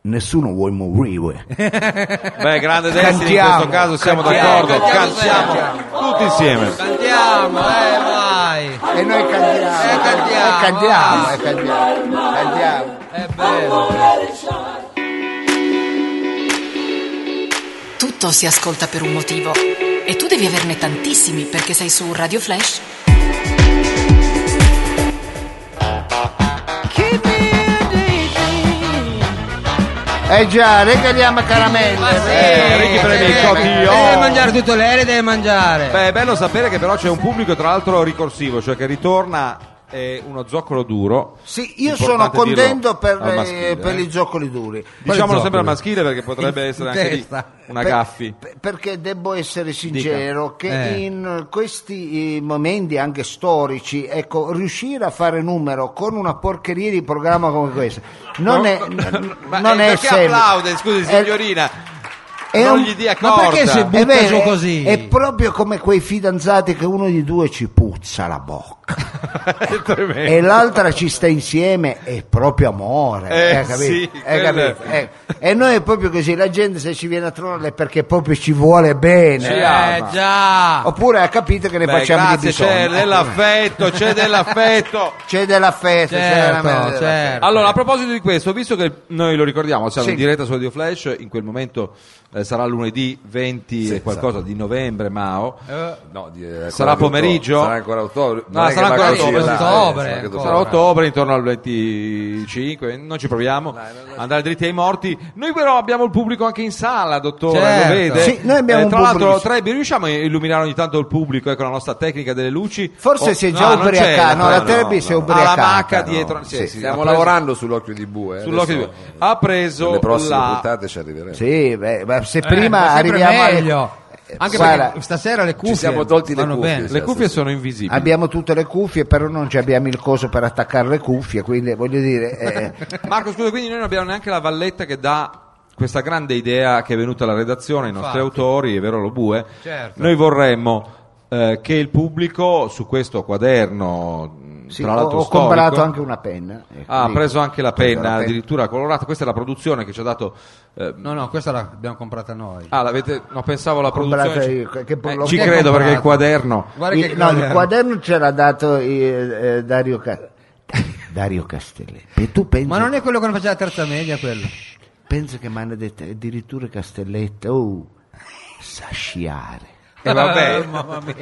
[SPEAKER 2] nessuno vuole morire.
[SPEAKER 1] Beh, grande Destiny, in
[SPEAKER 2] Cantiamo,
[SPEAKER 1] questo caso siamo
[SPEAKER 3] cantiamo,
[SPEAKER 1] d'accordo.
[SPEAKER 3] cantiamo
[SPEAKER 1] Cantiamo,
[SPEAKER 3] sempre.
[SPEAKER 1] tutti insieme.
[SPEAKER 3] Cantiamo, eh, vai.
[SPEAKER 2] E noi cantiamo,
[SPEAKER 3] Eh, cantiamo,
[SPEAKER 2] eh, cantiamo,
[SPEAKER 3] vai.
[SPEAKER 2] eh, cantiamo, cantiamo.
[SPEAKER 3] È bello.
[SPEAKER 5] Tutto si ascolta per un motivo e tu devi averne tantissimi perché sei su Radio Flash
[SPEAKER 6] Keep me in a daydream.
[SPEAKER 2] Eh già, regaliamo caramelle.
[SPEAKER 1] Eh, Ricky Premico,
[SPEAKER 2] eh,
[SPEAKER 1] Dio.
[SPEAKER 3] eh, Deve mangiare tutto l'aereo, deve mangiare.
[SPEAKER 1] oh. Beh, è bello sapere che però c'è un pubblico, tra l'altro, ricorsivo, cioè che ritorna eh, uno zoccolo duro.
[SPEAKER 2] Sì, io
[SPEAKER 1] Importante
[SPEAKER 2] sono
[SPEAKER 1] dirlo
[SPEAKER 2] contento per,
[SPEAKER 1] al
[SPEAKER 2] eh,
[SPEAKER 1] maschile,
[SPEAKER 2] per
[SPEAKER 1] eh.
[SPEAKER 2] i zoccoli duri.
[SPEAKER 1] Diciamolo
[SPEAKER 3] zoccolo?
[SPEAKER 1] sempre al maschile perché potrebbe
[SPEAKER 3] In-
[SPEAKER 1] essere
[SPEAKER 3] in
[SPEAKER 1] anche lì
[SPEAKER 3] testa.
[SPEAKER 1] una
[SPEAKER 2] Per-
[SPEAKER 1] gaffi.
[SPEAKER 2] per- perché devo essere sincero che
[SPEAKER 3] Eh.
[SPEAKER 2] in questi eh, momenti anche storici, ecco, riuscire a fare numero con una porcheria di programma come questo non è, n-
[SPEAKER 1] Ma
[SPEAKER 2] non
[SPEAKER 1] eh,
[SPEAKER 2] è
[SPEAKER 1] perché
[SPEAKER 2] semplice. Eh,
[SPEAKER 1] applaude, scusi
[SPEAKER 2] È-
[SPEAKER 1] signorina.
[SPEAKER 2] è
[SPEAKER 1] non
[SPEAKER 2] un-
[SPEAKER 1] gli dia
[SPEAKER 3] Ma
[SPEAKER 1] corda.
[SPEAKER 3] perché si
[SPEAKER 2] È,
[SPEAKER 3] butta
[SPEAKER 2] vero,
[SPEAKER 3] su
[SPEAKER 2] è-
[SPEAKER 3] così?
[SPEAKER 2] è proprio come quei fidanzati che uno di due ci puzza la bocca
[SPEAKER 1] È tremendo.
[SPEAKER 2] e l'altra ci sta insieme è proprio amore
[SPEAKER 1] Eh,
[SPEAKER 2] eh, capito?
[SPEAKER 1] sì,
[SPEAKER 2] Eh,
[SPEAKER 1] quello
[SPEAKER 2] capito?
[SPEAKER 1] è-
[SPEAKER 2] Eh, e noi è proprio così la gente se ci viene a trovare è perché proprio ci vuole bene
[SPEAKER 1] Sì,
[SPEAKER 3] Eh,
[SPEAKER 1] ama.
[SPEAKER 3] già.
[SPEAKER 2] oppure ha capito che ne
[SPEAKER 1] Beh,
[SPEAKER 2] eh, facciamo di
[SPEAKER 1] grazie,
[SPEAKER 2] bisogno Ecco.
[SPEAKER 1] c'è dell'affetto, c'è dell'affetto.
[SPEAKER 2] c'è della festa c'è
[SPEAKER 3] Certo,
[SPEAKER 2] veramente della festa.
[SPEAKER 3] certo.
[SPEAKER 1] Allora, a proposito di questo, visto che noi lo ricordiamo, siamo
[SPEAKER 2] Eh, Sì.
[SPEAKER 1] in diretta su Radio Flash, in quel momento eh, sarà lunedì 20 e qualcosa
[SPEAKER 2] esatto.
[SPEAKER 1] di novembre, Mao.
[SPEAKER 4] No, di- eh,
[SPEAKER 1] Sarà
[SPEAKER 4] ancora
[SPEAKER 1] pomeriggio?
[SPEAKER 4] ottobre. Sarà ancora ottobre.
[SPEAKER 1] No, sarà ancora ottobre,
[SPEAKER 3] ottobre, ancora.
[SPEAKER 1] Sarà ottobre, intorno al 25, non ci proviamo. Andare dritti ai morti. Noi però abbiamo il pubblico anche in sala, dottore,
[SPEAKER 3] Certo.
[SPEAKER 1] lo vede? Eh,
[SPEAKER 2] Sì, noi abbiamo un
[SPEAKER 1] tra l'altro,
[SPEAKER 2] pubblico.
[SPEAKER 1] Trebbi, riusciamo a illuminare ogni tanto il pubblico eh, con la nostra tecnica delle luci?
[SPEAKER 2] Forse
[SPEAKER 1] O-
[SPEAKER 2] si è
[SPEAKER 1] no,
[SPEAKER 2] già
[SPEAKER 1] non c'è
[SPEAKER 2] ubriacato, no,
[SPEAKER 1] la-
[SPEAKER 2] la Trebbi si è
[SPEAKER 1] no.
[SPEAKER 2] ubriacata.
[SPEAKER 1] Alla macca
[SPEAKER 2] no.
[SPEAKER 1] dietro, sì,
[SPEAKER 2] Sì,
[SPEAKER 1] sì, ha
[SPEAKER 4] Stiamo
[SPEAKER 1] preso-
[SPEAKER 4] lavorando sull'occhio di bue. eh,
[SPEAKER 1] Sull'occhio di
[SPEAKER 4] adesso,
[SPEAKER 1] bue.
[SPEAKER 4] eh,
[SPEAKER 1] Ha preso
[SPEAKER 4] Nelle prossime
[SPEAKER 1] la-
[SPEAKER 4] puntate ci arriveremo.
[SPEAKER 2] Sì, beh, ma se
[SPEAKER 3] Eh, ma
[SPEAKER 2] prima
[SPEAKER 3] sempre
[SPEAKER 2] arriviamo alle-
[SPEAKER 3] meglio.
[SPEAKER 2] Eh,
[SPEAKER 3] Anche
[SPEAKER 2] guarda,
[SPEAKER 3] perché stasera le cuffie
[SPEAKER 4] siamo tolti le
[SPEAKER 3] vanno
[SPEAKER 4] cuffie,
[SPEAKER 3] bene.
[SPEAKER 4] sì.
[SPEAKER 2] Esatto.
[SPEAKER 1] Le cuffie sono invisibili.
[SPEAKER 2] abbiamo tutte le cuffie però non ci abbiamo il coso per attaccare le cuffie quindi voglio dire eh,
[SPEAKER 1] Marco, scusa, quindi noi non abbiamo neanche la valletta che dà questa grande idea che è venuta alla redazione, ai nostri
[SPEAKER 3] Infatti.
[SPEAKER 1] autori, è vero Lobue.
[SPEAKER 3] Certo.
[SPEAKER 1] Noi vorremmo eh, che il pubblico su questo quaderno mh,
[SPEAKER 2] Sì,
[SPEAKER 1] tra
[SPEAKER 2] ho,
[SPEAKER 1] l'altro
[SPEAKER 2] ho
[SPEAKER 1] storico.
[SPEAKER 2] comprato anche una penna. ecco,
[SPEAKER 1] Ah, ha
[SPEAKER 2] dico.
[SPEAKER 1] preso anche la
[SPEAKER 2] Ho preso
[SPEAKER 1] penna, addirittura colorata. Questa è la produzione che ci ha dato. eh,
[SPEAKER 3] No, no, questa l'abbiamo comprata noi.
[SPEAKER 1] ah, l'avete. No, pensavo alla
[SPEAKER 2] Comprata
[SPEAKER 1] produzione.
[SPEAKER 2] io, che- che-
[SPEAKER 1] Eh,
[SPEAKER 2] l'ho-
[SPEAKER 1] ci
[SPEAKER 2] che
[SPEAKER 1] credo
[SPEAKER 3] comprata.
[SPEAKER 1] perché il quaderno.
[SPEAKER 3] Guarda
[SPEAKER 2] Il-
[SPEAKER 3] che
[SPEAKER 2] no, il
[SPEAKER 3] quaderno.
[SPEAKER 2] quaderno ce l'ha dato eh, eh, Dario, Ca- Dario Castelletti. E tu pensi,
[SPEAKER 3] Ma non è quello che non faceva la terza media quello.
[SPEAKER 2] pensa che mi hanno detto addirittura Castelletti, oh, sa sciare.
[SPEAKER 1] E Eh, vabbè.
[SPEAKER 3] Mamma mia.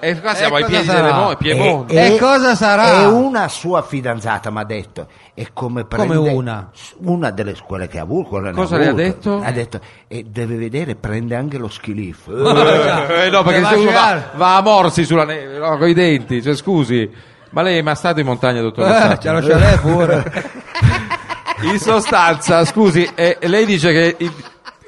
[SPEAKER 1] e qua siamo ai
[SPEAKER 3] cosa
[SPEAKER 1] piedi
[SPEAKER 3] sarà?
[SPEAKER 1] delle mo-
[SPEAKER 2] Eh,
[SPEAKER 1] Piemonte.
[SPEAKER 3] E cosa sarà?
[SPEAKER 2] E una sua fidanzata mi ha detto. E come prende
[SPEAKER 3] una?
[SPEAKER 2] Una delle quelle che ha avuto. quella ne
[SPEAKER 1] Cosa
[SPEAKER 2] ha
[SPEAKER 1] le ha
[SPEAKER 2] avuto.
[SPEAKER 1] detto?
[SPEAKER 2] Ha detto, e deve vedere, prende anche lo schilifo.
[SPEAKER 1] Eh, no, perché
[SPEAKER 3] va
[SPEAKER 1] se
[SPEAKER 3] a
[SPEAKER 1] uno va,
[SPEAKER 3] girare.
[SPEAKER 1] va a morsi sulla neve, no, con i denti. Cioè, scusi, ma lei è mai stato in montagna, dottoressa?
[SPEAKER 3] Eh, c'è lo chalet pure.
[SPEAKER 1] In sostanza, scusi, eh, lei dice che il-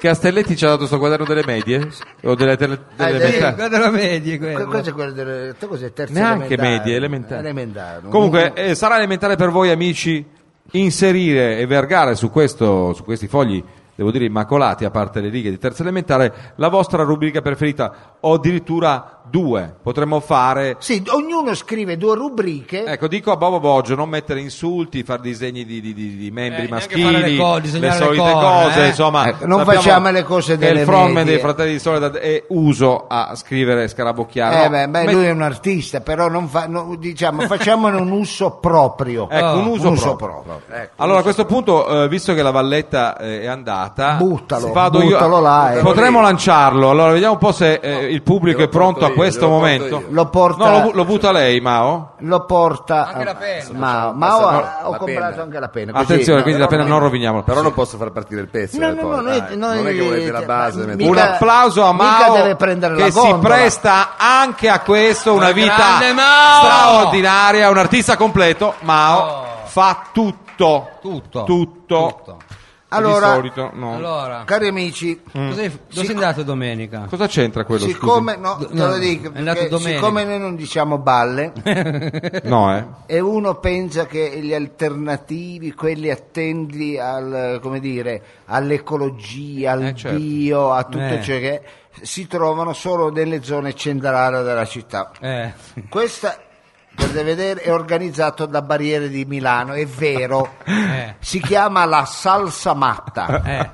[SPEAKER 1] Castelletti ci ha dato questo quaderno delle medie? O delle, tele- delle
[SPEAKER 2] Eh,
[SPEAKER 3] Sì,
[SPEAKER 1] elementari?
[SPEAKER 3] guarda la media
[SPEAKER 2] Que-
[SPEAKER 3] quello.
[SPEAKER 2] Questo è quello delle te cos'è, terza
[SPEAKER 1] Neanche
[SPEAKER 2] elementare?
[SPEAKER 1] medie, elementari.
[SPEAKER 2] Elementare.
[SPEAKER 1] Comunque,
[SPEAKER 2] Un-
[SPEAKER 1] eh, sarà elementare per voi, amici, inserire e vergare su, questo, su questi fogli, devo dire immacolati, a parte le righe di terza elementare, la vostra rubrica preferita, o addirittura due. Potremmo fare
[SPEAKER 2] Sì, ognuno scrive due rubriche.
[SPEAKER 1] Ecco, dico a Bobo Boggio, non mettere insulti, far disegni di, di- di- di membri
[SPEAKER 7] Eh, neanche
[SPEAKER 1] maschili,
[SPEAKER 3] fare le co-
[SPEAKER 1] le
[SPEAKER 3] disegnare le
[SPEAKER 1] solite
[SPEAKER 3] corna,
[SPEAKER 1] cose,
[SPEAKER 3] eh.
[SPEAKER 1] insomma.
[SPEAKER 2] Ecco, non
[SPEAKER 1] sappiamo
[SPEAKER 2] facciamo le cose
[SPEAKER 1] che
[SPEAKER 2] delle
[SPEAKER 1] il frontman
[SPEAKER 2] medie.
[SPEAKER 1] dei Fratelli di Soledad è uso a scrivere e scarabocchiare.
[SPEAKER 2] Eh,
[SPEAKER 1] Ah, no?
[SPEAKER 2] beh, beh,
[SPEAKER 1] Met-
[SPEAKER 2] lui è un artista, però non fa, no, diciamo, facciamone un uso proprio. Ah,
[SPEAKER 1] Ecco, un uso proprio.
[SPEAKER 2] proprio. Ecco.
[SPEAKER 1] Allora a questo punto, eh, visto che la valletta eh, è andata,
[SPEAKER 2] Buttalo,
[SPEAKER 1] vado io-
[SPEAKER 2] buttalo là, eh.
[SPEAKER 1] potremmo lanciarlo. Allora vediamo un po' se eh, il pubblico
[SPEAKER 4] glielo
[SPEAKER 1] è pronto
[SPEAKER 4] porto
[SPEAKER 1] a
[SPEAKER 4] io,
[SPEAKER 1] questo
[SPEAKER 4] glielo porto
[SPEAKER 1] momento.
[SPEAKER 4] io.
[SPEAKER 2] Lo porta,
[SPEAKER 1] No, lo, bu- lo butta lei, Mao.
[SPEAKER 2] lo porta
[SPEAKER 3] Anche la penna.
[SPEAKER 2] Ma, ma
[SPEAKER 4] Passa-
[SPEAKER 2] ho,
[SPEAKER 4] no,
[SPEAKER 2] ho
[SPEAKER 4] la
[SPEAKER 2] comprato
[SPEAKER 4] penna.
[SPEAKER 2] anche la penna. così-
[SPEAKER 1] Attenzione,
[SPEAKER 2] no,
[SPEAKER 1] quindi la
[SPEAKER 2] però
[SPEAKER 1] pena
[SPEAKER 2] non-
[SPEAKER 1] non roviniamola.
[SPEAKER 4] Però non posso far partire il pezzo.
[SPEAKER 2] No,
[SPEAKER 4] eh,
[SPEAKER 2] no,
[SPEAKER 4] poi,
[SPEAKER 2] no, noi-
[SPEAKER 4] dai.
[SPEAKER 2] noi-
[SPEAKER 4] non è che volete la base.
[SPEAKER 2] mica-
[SPEAKER 4] mentre-
[SPEAKER 1] Un applauso a
[SPEAKER 2] mica
[SPEAKER 1] Mao
[SPEAKER 2] deve prendere la
[SPEAKER 1] che si
[SPEAKER 2] gondola.
[SPEAKER 1] presta anche a questo una
[SPEAKER 3] Ma
[SPEAKER 1] vita
[SPEAKER 3] grande Mao!
[SPEAKER 1] straordinaria, un artista completo. Mao
[SPEAKER 3] Oh.
[SPEAKER 1] fa tutto,
[SPEAKER 3] Tutto.
[SPEAKER 1] tutto.
[SPEAKER 3] Tutto.
[SPEAKER 2] Allora-
[SPEAKER 1] di solito no.
[SPEAKER 3] Allora,
[SPEAKER 2] Cari amici,
[SPEAKER 1] Mm.
[SPEAKER 3] cos'hai- dove sei andato domenica?
[SPEAKER 1] Cosa c'entra quello? scusi?
[SPEAKER 2] siccome, no, te
[SPEAKER 3] No,
[SPEAKER 2] lo dico,
[SPEAKER 3] è andato
[SPEAKER 2] perché
[SPEAKER 3] domenica.
[SPEAKER 2] siccome noi non diciamo balle
[SPEAKER 1] No, eh.
[SPEAKER 2] e uno pensa che gli alternativi, quelli attendi al, come dire, all'ecologia, al
[SPEAKER 1] Eh, certo.
[SPEAKER 2] bio, a tutto
[SPEAKER 3] Eh.
[SPEAKER 2] ciò che è, si trovano solo nelle zone centrali della città.
[SPEAKER 3] Eh.
[SPEAKER 2] Questa potete vedere è organizzato da Barriere di Milano, è vero.
[SPEAKER 3] Eh.
[SPEAKER 2] Si chiama la salsa matta.
[SPEAKER 3] Eh.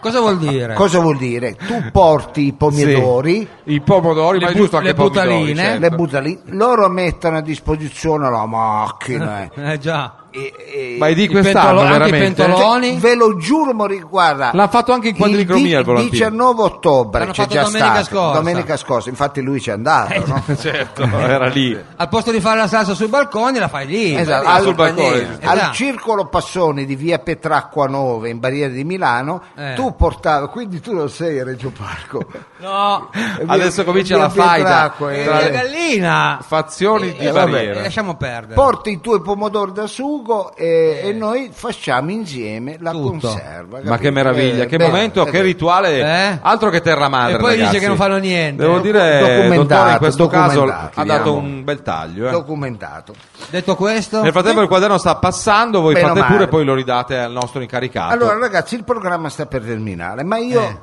[SPEAKER 3] Cosa vuol dire?
[SPEAKER 2] Cosa vuol dire? Tu porti i pomidori,
[SPEAKER 1] Sì. I pomodori,
[SPEAKER 3] Le
[SPEAKER 1] ma è
[SPEAKER 3] bu-
[SPEAKER 1] giusto anche
[SPEAKER 3] le
[SPEAKER 1] i pomodori,
[SPEAKER 3] butaline.
[SPEAKER 1] certo.
[SPEAKER 2] le butti lì, loro mettono a disposizione la macchina. eh.
[SPEAKER 3] Eh già.
[SPEAKER 2] E- e-
[SPEAKER 1] Ma è di
[SPEAKER 3] I
[SPEAKER 1] quest'anno
[SPEAKER 3] pentolo- anche i
[SPEAKER 1] veramente?
[SPEAKER 3] pentoloni.
[SPEAKER 2] Cioè, ve lo giuro, Mori, guarda.
[SPEAKER 1] L'ha fatto anche in
[SPEAKER 2] il di-
[SPEAKER 1] quadricromia il volantino.
[SPEAKER 2] 19 ottobre
[SPEAKER 3] L'hanno
[SPEAKER 2] c'è
[SPEAKER 3] fatto
[SPEAKER 2] già
[SPEAKER 3] domenica
[SPEAKER 2] stato,
[SPEAKER 3] scorsa.
[SPEAKER 2] domenica scorsa, infatti lui ci è andato, no?
[SPEAKER 1] certo, era lì.
[SPEAKER 3] Al posto di fare la salsa sui balconi la fai lì.
[SPEAKER 2] Esatto,
[SPEAKER 1] Ah, sul balcone.
[SPEAKER 2] al
[SPEAKER 3] Esatto.
[SPEAKER 2] circolo Passoni di via Petracqua 9 in Barriere di Milano,
[SPEAKER 3] Eh.
[SPEAKER 2] tu portavi, quindi tu non sei a Reggio Parco.
[SPEAKER 3] No.
[SPEAKER 1] Adesso comincia
[SPEAKER 2] via
[SPEAKER 1] la faida.
[SPEAKER 2] Petracqua, eh.
[SPEAKER 3] È la gallina.
[SPEAKER 1] Fazioni di
[SPEAKER 2] Eh, vabbè.
[SPEAKER 3] E
[SPEAKER 1] barriera.
[SPEAKER 3] lasciamo perdere.
[SPEAKER 2] Porti i tuoi pomodori da sugo e, e noi facciamo insieme la
[SPEAKER 3] Tutto.
[SPEAKER 2] conserva.
[SPEAKER 1] Eh. Ma
[SPEAKER 2] capito?
[SPEAKER 1] che meraviglia,
[SPEAKER 2] Eh,
[SPEAKER 1] che
[SPEAKER 2] beh,
[SPEAKER 1] momento, che
[SPEAKER 2] eh,
[SPEAKER 1] rituale,
[SPEAKER 3] Eh?
[SPEAKER 1] altro che terra madre.
[SPEAKER 3] E poi dice
[SPEAKER 1] ragazzi.
[SPEAKER 3] che non fanno niente.
[SPEAKER 1] Devo dire,
[SPEAKER 2] Documentato,
[SPEAKER 1] dottore, in questo caso
[SPEAKER 2] documentato,
[SPEAKER 1] ha dato
[SPEAKER 2] vediamo.
[SPEAKER 1] un bel taglio. eh.
[SPEAKER 2] documentato.
[SPEAKER 3] Detto questo,
[SPEAKER 1] Nel frattempo il quaderno sta passando, voi
[SPEAKER 2] Meno
[SPEAKER 1] fate
[SPEAKER 2] male.
[SPEAKER 1] pure, poi lo ridate al nostro incaricato.
[SPEAKER 2] Allora ragazzi, il programma sta per terminare, ma io...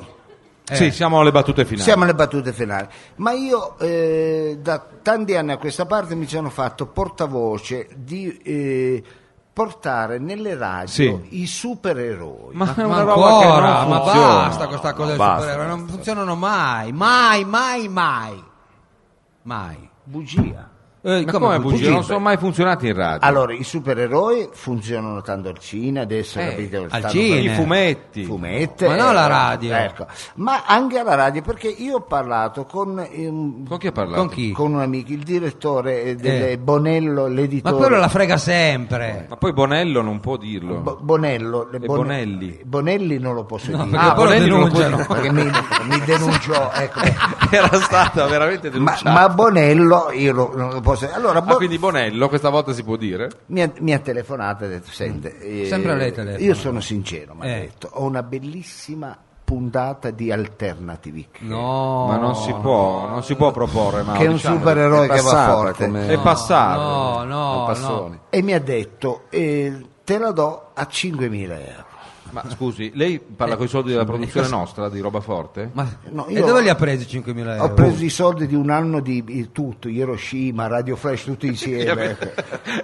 [SPEAKER 3] eh,
[SPEAKER 1] Sì, siamo alle battute finali.
[SPEAKER 2] Siamo alle battute finali, ma io eh, da tanti anni a questa parte mi sono fatto portavoce di eh, portare nelle radio
[SPEAKER 1] Sì.
[SPEAKER 2] i supereroi.
[SPEAKER 1] Ma è
[SPEAKER 3] ma
[SPEAKER 1] una roba che non
[SPEAKER 3] ancora, ma
[SPEAKER 1] funziona.
[SPEAKER 3] basta questa cosa del
[SPEAKER 4] basta,
[SPEAKER 3] supereroe, non
[SPEAKER 4] basta.
[SPEAKER 3] funzionano mai, mai, mai, mai. Mai.
[SPEAKER 2] Bugia.
[SPEAKER 3] Eh,
[SPEAKER 1] Ma come
[SPEAKER 3] bugie?
[SPEAKER 1] bugie? Non sono mai funzionati in radio.
[SPEAKER 2] Allora, i supereroi funzionano tanto al cinema, adesso
[SPEAKER 1] Eh,
[SPEAKER 2] capite,
[SPEAKER 3] al
[SPEAKER 2] stanno
[SPEAKER 3] cinema.
[SPEAKER 1] I
[SPEAKER 2] per-
[SPEAKER 1] fumetti.
[SPEAKER 2] Fumette,
[SPEAKER 3] Ma non la radio.
[SPEAKER 2] ecco. ma anche alla radio perché io ho parlato con, ehm,
[SPEAKER 1] Con chi ha parlato?
[SPEAKER 3] Con chi?
[SPEAKER 2] con un amico, il direttore eh, del
[SPEAKER 3] Eh.
[SPEAKER 2] Bonello, l'editore.
[SPEAKER 3] Ma quello la frega sempre.
[SPEAKER 1] Ma poi Bonello non può dirlo.
[SPEAKER 2] Bo- Bonello, le
[SPEAKER 1] E
[SPEAKER 2] Bon-
[SPEAKER 1] Bonelli.
[SPEAKER 2] Bonelli non lo posso dire.
[SPEAKER 3] perché
[SPEAKER 1] ah,
[SPEAKER 3] poi lo
[SPEAKER 1] Bonelli non lo può
[SPEAKER 3] denunciano.
[SPEAKER 1] dire.
[SPEAKER 2] perché mi, mi denuncio, ecco.
[SPEAKER 1] Era stata veramente
[SPEAKER 2] Ma,
[SPEAKER 1] denunciata.
[SPEAKER 2] ma Bonello io lo- non lo posso allora Bo-
[SPEAKER 1] Ah, quindi Bonello questa volta si può dire?
[SPEAKER 2] mi, ha, mi ha telefonato e ha detto sente eh,
[SPEAKER 3] Sempre a lei telefono.
[SPEAKER 2] io sono sincero mi ha
[SPEAKER 3] Eh.
[SPEAKER 2] detto ho una bellissima puntata di alternativi
[SPEAKER 3] No.
[SPEAKER 1] Ma non si può, non si può proporre, ma
[SPEAKER 2] che è un supereroe
[SPEAKER 4] è
[SPEAKER 2] che va
[SPEAKER 4] passata
[SPEAKER 2] forte
[SPEAKER 4] come-
[SPEAKER 1] è passato.
[SPEAKER 3] No, no,
[SPEAKER 4] Con
[SPEAKER 3] no.
[SPEAKER 4] Passoni.
[SPEAKER 2] e mi ha detto eh, te la do a 5.000 euro
[SPEAKER 1] Ma scusi, lei parla con i soldi della produzione nostra di roba forte?
[SPEAKER 3] Ma-
[SPEAKER 2] No,
[SPEAKER 3] e
[SPEAKER 2] io-
[SPEAKER 3] dove li ha presi 5.000 euro?
[SPEAKER 2] Ho preso i soldi di un anno di di tutto, Hiroshima, Radio Flash, tutti insieme. ecco.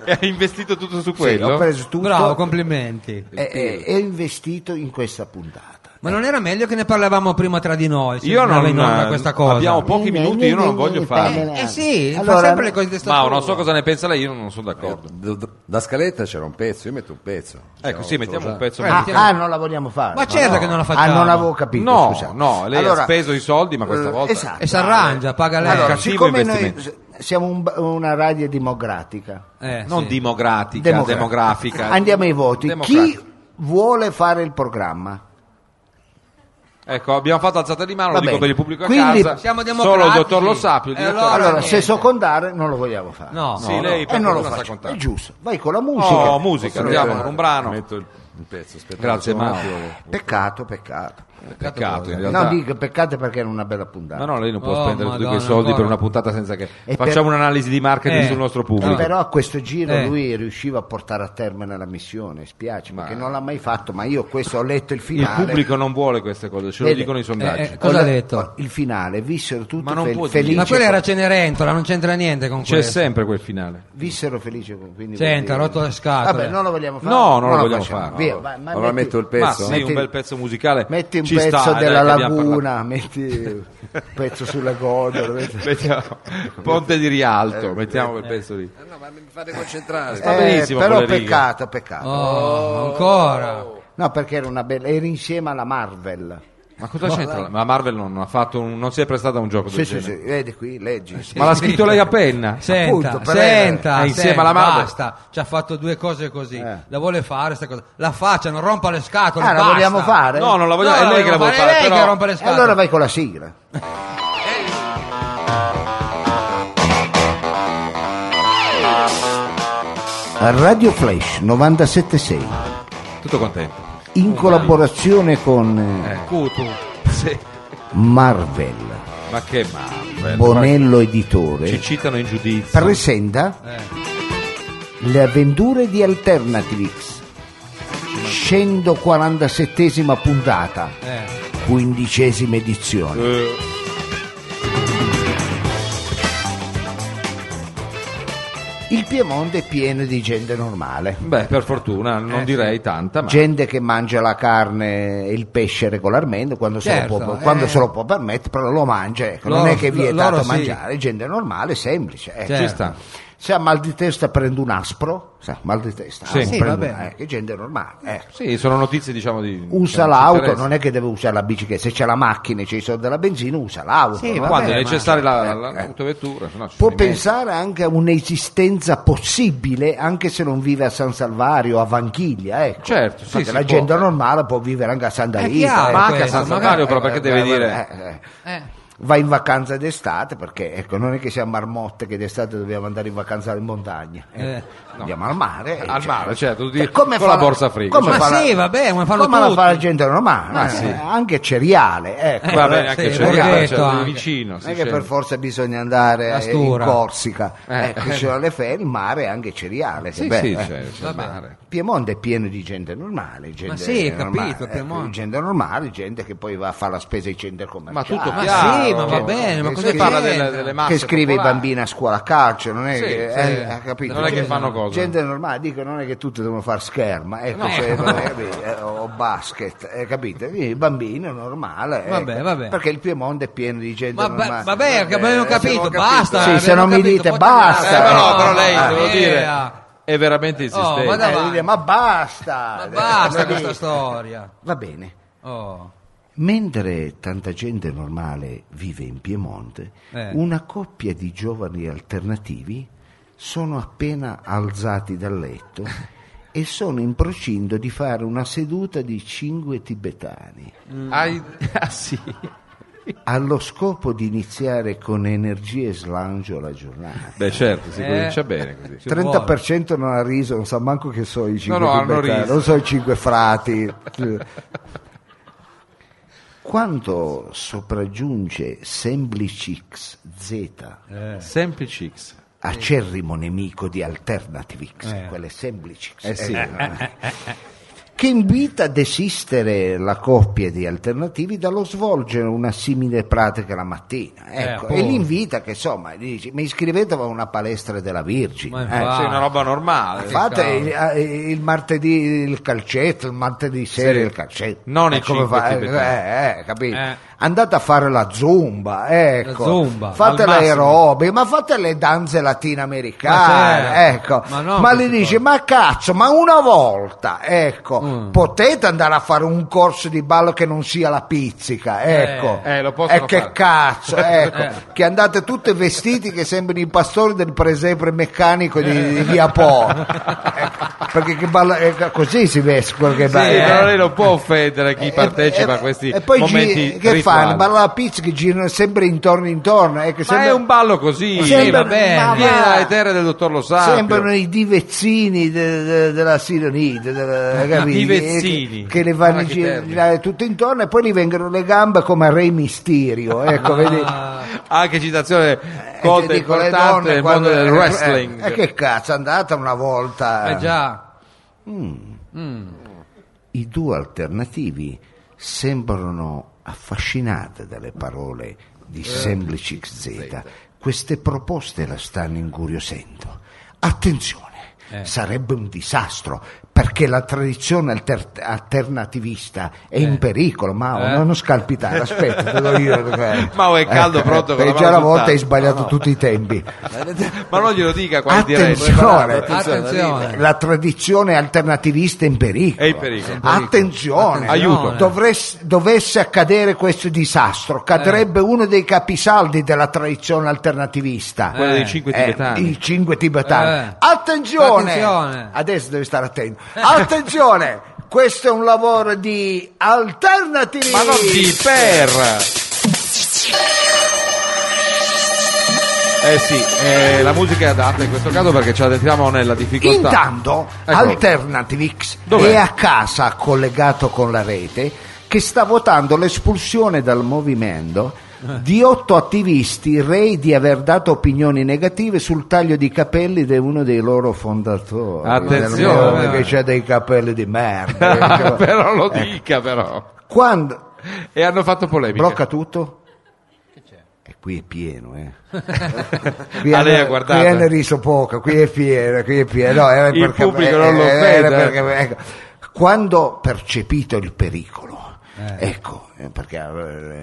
[SPEAKER 1] e ha investito tutto su
[SPEAKER 2] Sì, ho
[SPEAKER 1] quello? Eh,
[SPEAKER 2] preso tutto
[SPEAKER 3] Bravo, complimenti.
[SPEAKER 2] e, e- e ho investito in questa puntata.
[SPEAKER 3] Ma non era meglio che ne parlavamo prima tra di noi? se
[SPEAKER 1] Io
[SPEAKER 3] andava
[SPEAKER 1] non
[SPEAKER 3] in onda questa cosa.
[SPEAKER 1] Abbiamo pochi minuti, io non voglio farlo.
[SPEAKER 3] Eh sì,
[SPEAKER 2] Allora-
[SPEAKER 3] fa sempre le cose di sta
[SPEAKER 1] Mauro, non so cosa ne pensa lei, io non sono d'accordo.
[SPEAKER 4] Da- da- Da scaletta c'era un pezzo, io metto un pezzo.
[SPEAKER 1] Ecco, sì, mettiamo un pezzo.
[SPEAKER 2] Ah,
[SPEAKER 1] musicale.
[SPEAKER 2] ah, non la vogliamo fare.
[SPEAKER 3] Ma certo
[SPEAKER 2] no.
[SPEAKER 3] che non la facciamo.
[SPEAKER 2] Ah, non avevo capito.
[SPEAKER 1] No,
[SPEAKER 2] scusate.
[SPEAKER 1] no, lei ha speso i soldi, ma questa
[SPEAKER 2] eh,
[SPEAKER 1] volta-
[SPEAKER 2] esatto.
[SPEAKER 3] E si arrangia, paga lei.
[SPEAKER 2] Allora,
[SPEAKER 1] cattivo
[SPEAKER 2] siccome noi
[SPEAKER 1] investimento.
[SPEAKER 2] siamo un- una radio democratica,
[SPEAKER 3] Eh,
[SPEAKER 1] non
[SPEAKER 3] sì.
[SPEAKER 1] democratica,
[SPEAKER 2] Democratica.
[SPEAKER 1] demografica.
[SPEAKER 2] andiamo ai voti.
[SPEAKER 1] Democratica.
[SPEAKER 2] Chi vuole fare il programma?
[SPEAKER 1] Ecco, abbiamo fatto alzata di mano,
[SPEAKER 2] Va
[SPEAKER 1] lo dico
[SPEAKER 2] bene.
[SPEAKER 1] per il pubblico a
[SPEAKER 2] Quindi-
[SPEAKER 1] casa.
[SPEAKER 3] Siamo
[SPEAKER 1] Solo il
[SPEAKER 3] democratici.
[SPEAKER 1] dottor lo sappio, il
[SPEAKER 3] E
[SPEAKER 1] direttore-
[SPEAKER 3] Allora,
[SPEAKER 2] Allora, se
[SPEAKER 3] niente.
[SPEAKER 2] so contare, non lo vogliamo fare.
[SPEAKER 3] No.
[SPEAKER 1] Sì,
[SPEAKER 3] no,
[SPEAKER 1] lei
[SPEAKER 2] E
[SPEAKER 1] per
[SPEAKER 2] non lo
[SPEAKER 1] fortuna sa
[SPEAKER 2] faccio.
[SPEAKER 1] contare.
[SPEAKER 2] È giusto. Vai con la musica.
[SPEAKER 1] Oh, musica, andiamo con un brano.
[SPEAKER 4] Metto il il pezzo, aspetta.
[SPEAKER 1] Grazie,
[SPEAKER 4] adesso un
[SPEAKER 1] Mauro.
[SPEAKER 4] attimo.
[SPEAKER 2] Peccato, peccato.
[SPEAKER 1] Peccato, Eh, in realtà.
[SPEAKER 2] No, dico peccato perché era una bella puntata.
[SPEAKER 1] Ma no, lei non può
[SPEAKER 3] Oh,
[SPEAKER 1] spendere tutti quei
[SPEAKER 3] Madonna,
[SPEAKER 1] soldi
[SPEAKER 3] ancora.
[SPEAKER 1] per una puntata senza che
[SPEAKER 2] E
[SPEAKER 1] facciamo
[SPEAKER 2] per-
[SPEAKER 1] un'analisi di marketing
[SPEAKER 3] Eh.
[SPEAKER 1] sul nostro
[SPEAKER 2] Eh,
[SPEAKER 1] pubblico.
[SPEAKER 2] Però a questo giro
[SPEAKER 3] Eh.
[SPEAKER 2] lui riusciva a portare a termine la missione, spiace,
[SPEAKER 1] Ma-
[SPEAKER 2] perché non l'ha mai fatto, ma io questo ho letto il
[SPEAKER 1] Il
[SPEAKER 2] finale.
[SPEAKER 1] pubblico non vuole queste cose, ce lo
[SPEAKER 2] Vede,
[SPEAKER 1] dicono i sondaggi.
[SPEAKER 3] eh, eh,
[SPEAKER 2] Ho
[SPEAKER 3] Cosa ha
[SPEAKER 2] le-
[SPEAKER 3] detto?
[SPEAKER 2] Il finale, vissero tutti
[SPEAKER 1] Ma non
[SPEAKER 2] fel-
[SPEAKER 1] può dire.
[SPEAKER 2] felici.
[SPEAKER 3] Ma quella era Cenerentola, non c'entra niente con
[SPEAKER 1] C'è
[SPEAKER 3] questo.
[SPEAKER 1] sempre quel finale.
[SPEAKER 2] Vissero felici con quindi
[SPEAKER 3] Senta,
[SPEAKER 2] vuol
[SPEAKER 3] ha rotto le scatole.
[SPEAKER 2] Vabbè, non lo vogliamo fare.
[SPEAKER 1] No, non lo
[SPEAKER 2] la
[SPEAKER 1] vogliamo
[SPEAKER 2] facciamo.
[SPEAKER 1] fare.
[SPEAKER 2] Via,
[SPEAKER 4] Allora,
[SPEAKER 2] vai, ma
[SPEAKER 4] allora
[SPEAKER 2] metti-
[SPEAKER 4] metto il
[SPEAKER 1] Ma
[SPEAKER 4] pezzo.
[SPEAKER 1] sì,
[SPEAKER 2] Metti-
[SPEAKER 1] un bel pezzo musicale.
[SPEAKER 2] Metti un
[SPEAKER 1] Ci
[SPEAKER 2] pezzo
[SPEAKER 1] sta, dai,
[SPEAKER 2] della
[SPEAKER 1] che abbiamo
[SPEAKER 2] laguna, metti un pezzo sulla gola.
[SPEAKER 1] parlato.
[SPEAKER 2] metti-
[SPEAKER 1] Mettiamo- Ponte di Rialto,
[SPEAKER 2] Eh,
[SPEAKER 1] mettiamo quel pezzo lì.
[SPEAKER 4] Eh, no, ma mi fate concentrare.
[SPEAKER 1] sta benissimo
[SPEAKER 2] però
[SPEAKER 1] quelle righe.
[SPEAKER 2] peccato, peccato.
[SPEAKER 3] Oh, ancora.
[SPEAKER 2] No, perché era una bella. Era insieme alla Marvel.
[SPEAKER 1] Ma cosa c'entra? la- Ma Marvel non, ha fatto un- non si è prestata a un gioco
[SPEAKER 2] eh. Sì,
[SPEAKER 1] del
[SPEAKER 2] sì, sì,
[SPEAKER 1] genere.
[SPEAKER 2] vedi qui, leggi.
[SPEAKER 1] Ma l'ha scritto lei a penna?
[SPEAKER 3] Senta,
[SPEAKER 2] Appunto, però-
[SPEAKER 3] senta,
[SPEAKER 1] È insieme
[SPEAKER 3] senta,
[SPEAKER 1] alla madre.
[SPEAKER 3] basta, ci ha fatto due cose così,
[SPEAKER 2] Eh.
[SPEAKER 3] la vuole fare sta cosa, la faccia, non rompa le scatole,
[SPEAKER 2] Ah, la
[SPEAKER 3] basta.
[SPEAKER 2] vogliamo fare?
[SPEAKER 1] No, non la voglio,
[SPEAKER 3] No,
[SPEAKER 1] è lei che la vuole fare.
[SPEAKER 3] è lei
[SPEAKER 1] però-
[SPEAKER 3] che rompe le
[SPEAKER 2] E
[SPEAKER 3] scatole.
[SPEAKER 2] allora vai con la sigla. Radio Flash 976
[SPEAKER 1] Tutto contento.
[SPEAKER 2] in collaborazione con eh,
[SPEAKER 1] Cutu. Sì.
[SPEAKER 2] Marvel,
[SPEAKER 1] Ma che Marvel?
[SPEAKER 2] Bonello
[SPEAKER 1] Ma- Ci Eh.
[SPEAKER 2] Editore,
[SPEAKER 1] citano in giudizio.
[SPEAKER 2] presenta Le avventure di Alternativix, 147esima puntata,
[SPEAKER 3] Eh,
[SPEAKER 2] quindicesima edizione.
[SPEAKER 1] Eh,
[SPEAKER 2] Il Piemonte è pieno di gente normale,
[SPEAKER 1] beh, per fortuna,
[SPEAKER 2] Eh,
[SPEAKER 1] non direi
[SPEAKER 3] Ah,
[SPEAKER 1] tanta, ma...
[SPEAKER 2] gente che mangia la carne e il pesce regolarmente quando,
[SPEAKER 3] Certo,
[SPEAKER 2] se, lo può,
[SPEAKER 3] eh.
[SPEAKER 2] quando se lo può permettere, però lo mangia. ecco. non
[SPEAKER 3] Loro-
[SPEAKER 2] è che vi è
[SPEAKER 3] lo-
[SPEAKER 2] dato
[SPEAKER 3] loro
[SPEAKER 2] a
[SPEAKER 3] sì.
[SPEAKER 2] mangiare, è gente normale, semplice. ecco.
[SPEAKER 3] Certo.
[SPEAKER 1] Ci sta.
[SPEAKER 2] Se ha mal di testa prende un aspro, sa, mal di testa,
[SPEAKER 1] Sì.
[SPEAKER 2] ah,
[SPEAKER 1] Sì,
[SPEAKER 2] prendo
[SPEAKER 3] va
[SPEAKER 2] un-
[SPEAKER 3] bene. Certo,
[SPEAKER 2] eh, che gente normale. ecco.
[SPEAKER 1] Sì, sono notizie, diciamo, di...
[SPEAKER 2] Usa
[SPEAKER 1] che non ci
[SPEAKER 2] l'auto,
[SPEAKER 1] interessa.
[SPEAKER 2] non è che deve usare la bicicletta, se c'è la macchina e c'è i soldi della benzina usa l'auto.
[SPEAKER 1] Sì,
[SPEAKER 2] va
[SPEAKER 1] quando
[SPEAKER 2] bene,
[SPEAKER 1] è
[SPEAKER 2] ma-
[SPEAKER 1] necessaria la,
[SPEAKER 2] eh,
[SPEAKER 1] la-
[SPEAKER 2] eh.
[SPEAKER 1] l'autovettura, sennò ci
[SPEAKER 2] Può
[SPEAKER 1] sono i mezzi.
[SPEAKER 2] pensare anche a un'esistenza possibile anche se non vive a San Salvario, a Vanchiglia, ecco.
[SPEAKER 1] Certo, sì,
[SPEAKER 2] Infatti
[SPEAKER 1] si
[SPEAKER 2] la
[SPEAKER 1] può.
[SPEAKER 2] gente normale può vivere anche a San
[SPEAKER 3] È chiaro,
[SPEAKER 2] Davide,
[SPEAKER 1] Ma anche a
[SPEAKER 3] questo,
[SPEAKER 1] San
[SPEAKER 3] ma-
[SPEAKER 1] Salvario, però, perché deve dire...
[SPEAKER 2] eh, eh.
[SPEAKER 3] eh.
[SPEAKER 2] Va in vacanza d'estate perché ecco, non è che siamo marmotte che d'estate dobbiamo andare in vacanza in montagna. eh.
[SPEAKER 3] Eh,
[SPEAKER 2] Andiamo al mare. eh,
[SPEAKER 1] Al
[SPEAKER 2] cioè,
[SPEAKER 1] mare, certo, tutti-
[SPEAKER 2] cioè, come
[SPEAKER 1] con
[SPEAKER 2] fa
[SPEAKER 1] la borsa frigo.
[SPEAKER 2] Come
[SPEAKER 3] Ma
[SPEAKER 2] fa la-
[SPEAKER 3] sì, vabbè, come fanno
[SPEAKER 2] come la
[SPEAKER 3] tutti.
[SPEAKER 2] fa la gente normale? eh,
[SPEAKER 1] Ah, sì.
[SPEAKER 2] Anche cereale, ecco.
[SPEAKER 1] Va bene,
[SPEAKER 3] Eh,
[SPEAKER 1] anche
[SPEAKER 3] sì,
[SPEAKER 1] c'è il
[SPEAKER 3] l'ho
[SPEAKER 1] cane,
[SPEAKER 3] detto
[SPEAKER 1] cioè,
[SPEAKER 3] anche.
[SPEAKER 1] vicino. si
[SPEAKER 2] Non è che
[SPEAKER 1] scende.
[SPEAKER 2] per forza bisogna andare eh, in
[SPEAKER 3] Astura.
[SPEAKER 2] Corsica,
[SPEAKER 1] Eh.
[SPEAKER 2] ecco, ci sono le ferie, il mare è anche cereale. che
[SPEAKER 1] Sì,
[SPEAKER 2] bello,
[SPEAKER 1] sì, certo,
[SPEAKER 2] eh.
[SPEAKER 1] c'è, c'è il mare.
[SPEAKER 2] Piemonte è pieno di gente normale, gente
[SPEAKER 3] sì, ho
[SPEAKER 2] normale,
[SPEAKER 3] capito,
[SPEAKER 2] eh,
[SPEAKER 3] Piemonte.
[SPEAKER 2] gente normale, gente che poi va a fare la spesa ai centri
[SPEAKER 1] Ma
[SPEAKER 2] commerciali.
[SPEAKER 1] tutto
[SPEAKER 3] Ah, ma
[SPEAKER 1] chiaro.
[SPEAKER 3] sì, ma va
[SPEAKER 1] Cioè,
[SPEAKER 3] bene, ma
[SPEAKER 1] si
[SPEAKER 3] cosa
[SPEAKER 1] parla
[SPEAKER 3] c'entra?
[SPEAKER 1] delle, delle masse
[SPEAKER 2] che scrive i
[SPEAKER 1] popolari.
[SPEAKER 2] bambini a scuola a calcio, non è
[SPEAKER 1] Sì,
[SPEAKER 2] che,
[SPEAKER 1] sì.
[SPEAKER 2] eh, ha capito?
[SPEAKER 1] Non è che
[SPEAKER 2] Gente-
[SPEAKER 1] fanno cose.
[SPEAKER 2] Gente normale, dico non è che tutti devono fare scherma, ecco,
[SPEAKER 1] No.
[SPEAKER 2] cioè, non è che- eh, o basket, eh, capite? Il bambino è normale,
[SPEAKER 3] Vabbè,
[SPEAKER 2] ecco,
[SPEAKER 3] vabbè.
[SPEAKER 2] perché il Piemonte è pieno di gente
[SPEAKER 3] Ma
[SPEAKER 2] normale.
[SPEAKER 3] va- vabbè, che abbiamo capito, basta.
[SPEAKER 2] Sì, se
[SPEAKER 3] abbiamo
[SPEAKER 2] non mi
[SPEAKER 3] capito,
[SPEAKER 2] dite
[SPEAKER 3] poi
[SPEAKER 2] basta.
[SPEAKER 1] Eh,
[SPEAKER 3] tagliare.
[SPEAKER 1] però,
[SPEAKER 2] No,
[SPEAKER 1] però lei,
[SPEAKER 8] Ah,
[SPEAKER 2] eh,
[SPEAKER 1] devo dire,
[SPEAKER 3] via. Oh,
[SPEAKER 1] è veramente insistente.
[SPEAKER 3] ma
[SPEAKER 2] Eh,
[SPEAKER 3] davanti.
[SPEAKER 2] dire, ma basta,
[SPEAKER 3] Ma
[SPEAKER 2] Eh,
[SPEAKER 3] basta
[SPEAKER 2] va
[SPEAKER 3] questa
[SPEAKER 2] bene.
[SPEAKER 3] storia.
[SPEAKER 2] Va bene.
[SPEAKER 3] Oh.
[SPEAKER 2] Mentre tanta gente normale vive in Piemonte,
[SPEAKER 3] Eh.
[SPEAKER 2] una coppia di giovani alternativi sono appena alzati dal letto e sono in procinto di fare una seduta di cinque tibetani
[SPEAKER 1] Ai- ah, sì.
[SPEAKER 2] allo scopo di iniziare con energia e slancio la giornata.
[SPEAKER 1] Beh, certo, si
[SPEAKER 3] Eh.
[SPEAKER 1] comincia bene così.
[SPEAKER 3] Ci
[SPEAKER 2] 30% non ha riso, non sa manco che so i cinque
[SPEAKER 1] No, no, hanno
[SPEAKER 2] tibetani,
[SPEAKER 1] riso.
[SPEAKER 2] non so i cinque frati. Quanto sopraggiunge Semplicix Z,
[SPEAKER 1] Eh. Semplice X.
[SPEAKER 2] acerrimo nemico di Alternative X,
[SPEAKER 3] Eh.
[SPEAKER 2] quelle Semplicix,
[SPEAKER 1] Eh sì.
[SPEAKER 2] eh, che invita a desistere la coppia di alternativi dallo svolgere una simile pratica la mattina. Ecco, e
[SPEAKER 8] appunto.
[SPEAKER 2] li invita che insomma, gli dice, mi iscrivetevi a una palestra della Virgine.
[SPEAKER 8] Ma
[SPEAKER 2] eh.
[SPEAKER 8] infatti.
[SPEAKER 1] Sì, è una roba normale.
[SPEAKER 2] Fate
[SPEAKER 8] cavolo.
[SPEAKER 2] il, eh, il martedì il calcetto, il martedì sera
[SPEAKER 1] Sì.
[SPEAKER 2] il calcetto.
[SPEAKER 1] Non i
[SPEAKER 2] Eh, come
[SPEAKER 1] cinque
[SPEAKER 2] fa- eh,
[SPEAKER 1] tibetani.
[SPEAKER 2] eh, eh, capito?
[SPEAKER 8] Eh.
[SPEAKER 2] Andate a fare la zumba, ecco.
[SPEAKER 8] La zumba,
[SPEAKER 2] fate
[SPEAKER 1] al
[SPEAKER 2] le
[SPEAKER 1] massimo.
[SPEAKER 2] aerobe, ma fate le danze latinoamericane,
[SPEAKER 8] Ma certo.
[SPEAKER 2] ecco.
[SPEAKER 8] Ma no,
[SPEAKER 2] gli
[SPEAKER 8] queste
[SPEAKER 2] dici, ma cazzo, ma una volta, ecco,
[SPEAKER 8] Mm.
[SPEAKER 2] potete andare a fare un corso di ballo che non sia la pizzica, ecco.
[SPEAKER 1] Eh, lo
[SPEAKER 2] E
[SPEAKER 1] possono
[SPEAKER 2] che
[SPEAKER 1] fare.
[SPEAKER 2] cazzo, ecco,
[SPEAKER 8] Eh.
[SPEAKER 2] che andate tutte vestiti che sembrano i pastori del presepe meccanico di, di Via Po. Ecco, perché che balla- eh, così si veste quello che
[SPEAKER 1] Sì,
[SPEAKER 2] balla.
[SPEAKER 1] però
[SPEAKER 2] eh.
[SPEAKER 1] lei non può offendere
[SPEAKER 2] Eh,
[SPEAKER 1] chi partecipa
[SPEAKER 2] eh,
[SPEAKER 1] a questi
[SPEAKER 2] e poi gi-
[SPEAKER 1] momenti
[SPEAKER 2] che fanno?
[SPEAKER 1] rituali.
[SPEAKER 2] Balla la pizza che girano sempre intorno intorno. Ecco,
[SPEAKER 1] Ma è un ballo così,
[SPEAKER 2] Sì, va
[SPEAKER 8] bene.
[SPEAKER 1] viene
[SPEAKER 2] Ma va.
[SPEAKER 1] dalle terre del dottor Lo Sapio.
[SPEAKER 2] Sembrano i divezzini de- de- della Sironide, de- capito?
[SPEAKER 1] divezzini.
[SPEAKER 2] che, che le
[SPEAKER 1] Ma
[SPEAKER 2] vanno
[SPEAKER 1] che
[SPEAKER 2] gi-
[SPEAKER 1] termine.
[SPEAKER 2] girare tutto intorno e poi gli vengono le gambe come a Re Misterio. Ecco,
[SPEAKER 1] Ah.
[SPEAKER 2] vedi?
[SPEAKER 1] Anche citazione
[SPEAKER 2] Eh,
[SPEAKER 1] colta
[SPEAKER 2] ti
[SPEAKER 1] e
[SPEAKER 2] dico, le
[SPEAKER 1] importante
[SPEAKER 2] donne
[SPEAKER 1] nel
[SPEAKER 2] quando-
[SPEAKER 1] mondo del
[SPEAKER 2] eh,
[SPEAKER 1] wrestling.
[SPEAKER 2] eh, che cazzo, andata una volta.
[SPEAKER 8] Eh già,
[SPEAKER 2] I due alternativi sembrano affascinate dalle parole di
[SPEAKER 1] Eh,
[SPEAKER 2] Semplici Z. Queste proposte la stanno incuriosendo. Attenzione,
[SPEAKER 1] Eh.
[SPEAKER 2] sarebbe un disastro perché la tradizione alter- alternativista
[SPEAKER 1] Eh.
[SPEAKER 2] è in pericolo. Mao,
[SPEAKER 8] Eh.
[SPEAKER 2] non scalpitare, aspetta, te lo dico.
[SPEAKER 1] Mao è caldo, pronto, con la
[SPEAKER 2] perché
[SPEAKER 1] mano
[SPEAKER 2] eh, già la
[SPEAKER 1] sul
[SPEAKER 2] volta
[SPEAKER 1] tavolo.
[SPEAKER 2] hai sbagliato tutti i tempi.
[SPEAKER 1] Ma non glielo dica qua in diretta.
[SPEAKER 2] Attenzione,
[SPEAKER 8] attenzione.
[SPEAKER 2] la tradizione alternativista è in pericolo.
[SPEAKER 1] È in pericolo.
[SPEAKER 2] Attenzione,
[SPEAKER 1] Aiuto.
[SPEAKER 2] Dovress- dovesse accadere questo disastro,
[SPEAKER 1] Eh.
[SPEAKER 2] cadrebbe uno dei capisaldi della tradizione alternativista.
[SPEAKER 1] Quello dei cinque
[SPEAKER 2] Eh,
[SPEAKER 1] tibetani.
[SPEAKER 2] I cinque tibetani.
[SPEAKER 8] Eh.
[SPEAKER 2] Attenzione!
[SPEAKER 8] Attenzione.
[SPEAKER 2] Adesso devi stare attento.
[SPEAKER 1] Eh.
[SPEAKER 2] Attenzione! Questo è un lavoro di alternativismo.
[SPEAKER 1] Ma non di per. Eh sì, eh, la musica è adatta in questo caso perché ci addentriamo nella difficoltà.
[SPEAKER 2] Intanto
[SPEAKER 1] Eccolo.
[SPEAKER 2] Alternativix
[SPEAKER 1] Dov'è?
[SPEAKER 2] è a casa collegato con la rete che sta votando l'espulsione dal movimento di otto attivisti rei di aver dato opinioni negative sul taglio di capelli di uno dei loro fondatori.
[SPEAKER 1] Attenzione.
[SPEAKER 2] Del movimento, che c'è dei capelli di merda.
[SPEAKER 1] però lo
[SPEAKER 2] ecco.
[SPEAKER 1] dica però.
[SPEAKER 2] Quando
[SPEAKER 1] E hanno fatto polemica.
[SPEAKER 2] blocca tutto? E qui è pieno, eh.
[SPEAKER 1] Ah, lei ha
[SPEAKER 2] qui hanno
[SPEAKER 1] guardato.
[SPEAKER 2] riso poco, qui è pieno, qui è pieno. No, era
[SPEAKER 1] Il
[SPEAKER 2] perché- eh,
[SPEAKER 1] pubblico non lo eh.
[SPEAKER 2] era
[SPEAKER 1] offende,
[SPEAKER 2] perché- ecco. Quando percepito il pericolo, ecco, eh, perché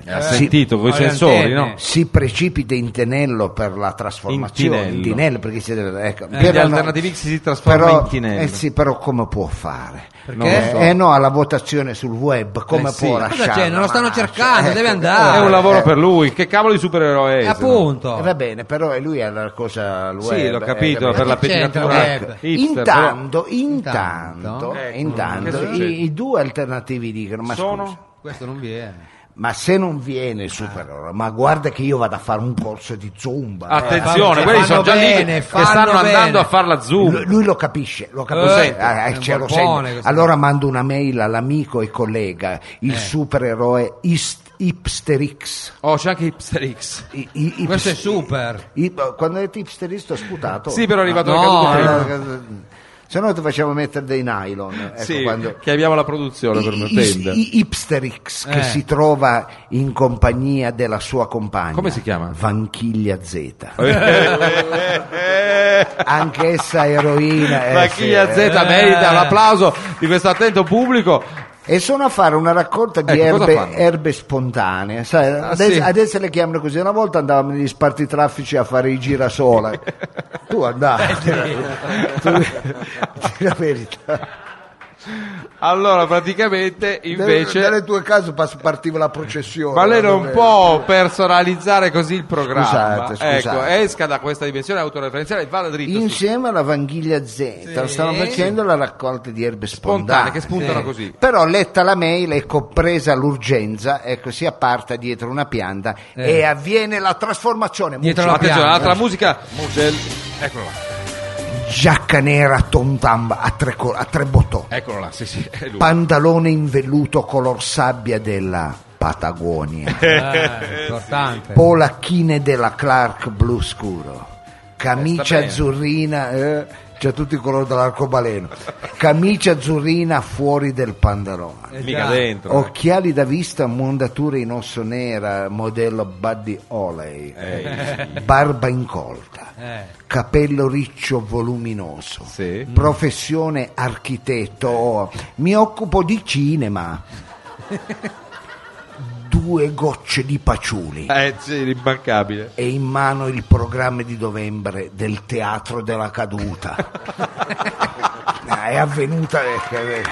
[SPEAKER 2] eh,
[SPEAKER 1] Ha
[SPEAKER 2] si-
[SPEAKER 1] sentito con i
[SPEAKER 8] Alle
[SPEAKER 1] sensori, no?
[SPEAKER 8] antenne.
[SPEAKER 2] si precipita in tinello per la
[SPEAKER 1] In tinello.
[SPEAKER 2] trasformazione
[SPEAKER 1] Eh,
[SPEAKER 2] in tinello perché si deve- ecco,
[SPEAKER 1] Gli
[SPEAKER 2] però no-
[SPEAKER 1] alternativi si trasformano
[SPEAKER 2] però,
[SPEAKER 1] in tinello.
[SPEAKER 2] eh sì, però come può fare?
[SPEAKER 1] Non lo so.
[SPEAKER 2] Eh, eh no, alla votazione sul web, come
[SPEAKER 1] Eh sì.
[SPEAKER 2] può
[SPEAKER 1] Ma
[SPEAKER 2] lasciare?
[SPEAKER 3] cosa c'è? Non lo stanno
[SPEAKER 2] Mannaggia,
[SPEAKER 3] cercando, deve andare.
[SPEAKER 1] È un lavoro
[SPEAKER 2] eh.
[SPEAKER 1] per lui. Che cavolo di supereroe è?
[SPEAKER 8] Eh,
[SPEAKER 1] se no?
[SPEAKER 8] appunto.
[SPEAKER 2] Eh, va bene, però è lui ha la cosa al
[SPEAKER 1] Sì,
[SPEAKER 2] web,
[SPEAKER 1] l'ho
[SPEAKER 2] eh, certo,
[SPEAKER 1] capito,
[SPEAKER 2] capito?
[SPEAKER 1] per la
[SPEAKER 8] Che c'entra
[SPEAKER 1] pettinatura
[SPEAKER 8] web?
[SPEAKER 1] hipster, però
[SPEAKER 2] intanto, intanto, eh,
[SPEAKER 8] Intanto?
[SPEAKER 1] Ecco,
[SPEAKER 2] intanto,
[SPEAKER 1] che succede?
[SPEAKER 2] i, i due alternativi dicono: Ma
[SPEAKER 1] sono
[SPEAKER 2] scusa,
[SPEAKER 3] Questo non viene.
[SPEAKER 2] ma se non
[SPEAKER 8] Eh.
[SPEAKER 2] viene il supereroe, ma guarda che io vado a fare un corso di zumba. eh.
[SPEAKER 1] Attenzione,
[SPEAKER 8] fanno
[SPEAKER 1] quelli sono già lì
[SPEAKER 8] bene,
[SPEAKER 1] che
[SPEAKER 8] fanno
[SPEAKER 1] stanno
[SPEAKER 8] bene.
[SPEAKER 1] andando a far la
[SPEAKER 2] Lui,
[SPEAKER 1] zoom.
[SPEAKER 2] lui lo capisce, lo
[SPEAKER 8] Eh,
[SPEAKER 2] capisce,
[SPEAKER 8] sente,
[SPEAKER 2] Ah, eh,
[SPEAKER 8] è un
[SPEAKER 2] ce lo
[SPEAKER 8] borbone
[SPEAKER 2] sente.
[SPEAKER 8] questo. Eh.
[SPEAKER 2] Allora mando una mail all'amico e collega, il supereroe ist- Hipsterix.
[SPEAKER 1] Oh, c'è anche Hipster X.
[SPEAKER 2] I- i-
[SPEAKER 8] Questo è
[SPEAKER 2] ips-
[SPEAKER 8] super.
[SPEAKER 2] i- quando hai detto Hipsterix ho sputato.
[SPEAKER 1] Sì, però è arrivato
[SPEAKER 8] No,
[SPEAKER 1] anche caduto prima.
[SPEAKER 2] Ah, Se no ti facciamo mettere dei nylon. Ecco,
[SPEAKER 1] Sì,
[SPEAKER 2] quando-
[SPEAKER 1] chiamiamo la produzione per una
[SPEAKER 2] I,
[SPEAKER 1] tenda.
[SPEAKER 2] i- i- Hipsterix che
[SPEAKER 8] Eh.
[SPEAKER 2] si trova in compagnia della sua compagna.
[SPEAKER 1] Come si chiama? Eh.
[SPEAKER 2] Vanchiglia Z.
[SPEAKER 1] La
[SPEAKER 2] Anche essa eroina. eh, sì,
[SPEAKER 1] Chia Z
[SPEAKER 2] eh.
[SPEAKER 1] merita l'applauso di questo attento pubblico.
[SPEAKER 2] E sono a fare una raccolta di
[SPEAKER 1] Ecco, cosa
[SPEAKER 2] erbe,
[SPEAKER 1] fanno? Ah,
[SPEAKER 2] erbe spontanee. sai, adesso,
[SPEAKER 1] sì.
[SPEAKER 2] adesso le chiamano così. Una volta andavamo negli sparti traffici a fare i girasole. tu
[SPEAKER 1] Eh,
[SPEAKER 2] andavi. Tu- Dì la verità.
[SPEAKER 1] Allora, praticamente,
[SPEAKER 2] Nelle
[SPEAKER 1] invece...
[SPEAKER 2] tue case pas- partiva la processione. eh,
[SPEAKER 1] Ma lei non
[SPEAKER 2] Vabbè.
[SPEAKER 1] può personalizzare così il programma.
[SPEAKER 2] Scusate, scusate.
[SPEAKER 1] Ecco, esca da questa dimensione autoreferenziale e vada dritto. su-
[SPEAKER 2] Insieme alla Vanghiglia Z stanno facendo la raccolta di erbe
[SPEAKER 1] Spontane,
[SPEAKER 2] spontanee.
[SPEAKER 1] che spuntano così.
[SPEAKER 2] Però letta la mail e compresa l'urgenza, ecco, si apparta dietro una pianta
[SPEAKER 1] Eh.
[SPEAKER 2] e avviene la trasformazione.
[SPEAKER 8] Dietro
[SPEAKER 2] Musica.
[SPEAKER 8] la
[SPEAKER 1] Attenzione,
[SPEAKER 8] piano.
[SPEAKER 1] l'altra musica del... Eccolo là,
[SPEAKER 2] Giacca nera tontamba a tre, co- a tre bottoni.
[SPEAKER 1] eccolo là, sì sì, è lui.
[SPEAKER 2] Pantalone in velluto color sabbia della Patagonia.
[SPEAKER 8] Eh, importante.
[SPEAKER 2] polacchine della Clark blu scuro,
[SPEAKER 1] sta
[SPEAKER 2] camicia
[SPEAKER 1] bene.
[SPEAKER 2] azzurrina eh, c'è tutto il colore dell'arcobaleno, camicia azzurrina fuori del pantalone,
[SPEAKER 3] Eh
[SPEAKER 1] mica
[SPEAKER 3] già.
[SPEAKER 1] dentro.
[SPEAKER 2] Oh. occhiali da vista, mondature in osso nera modello Buddy Oley,
[SPEAKER 1] eh.
[SPEAKER 2] barba incolta,
[SPEAKER 8] Eh.
[SPEAKER 2] capello riccio voluminoso,
[SPEAKER 1] Sì.
[SPEAKER 2] professione architetto, mi occupo di cinema. Due gocce di paciuli
[SPEAKER 1] Eh, sì, l'immancabile.
[SPEAKER 2] e in mano il programma di novembre del Teatro della Caduta. Ah, è avvenuta perché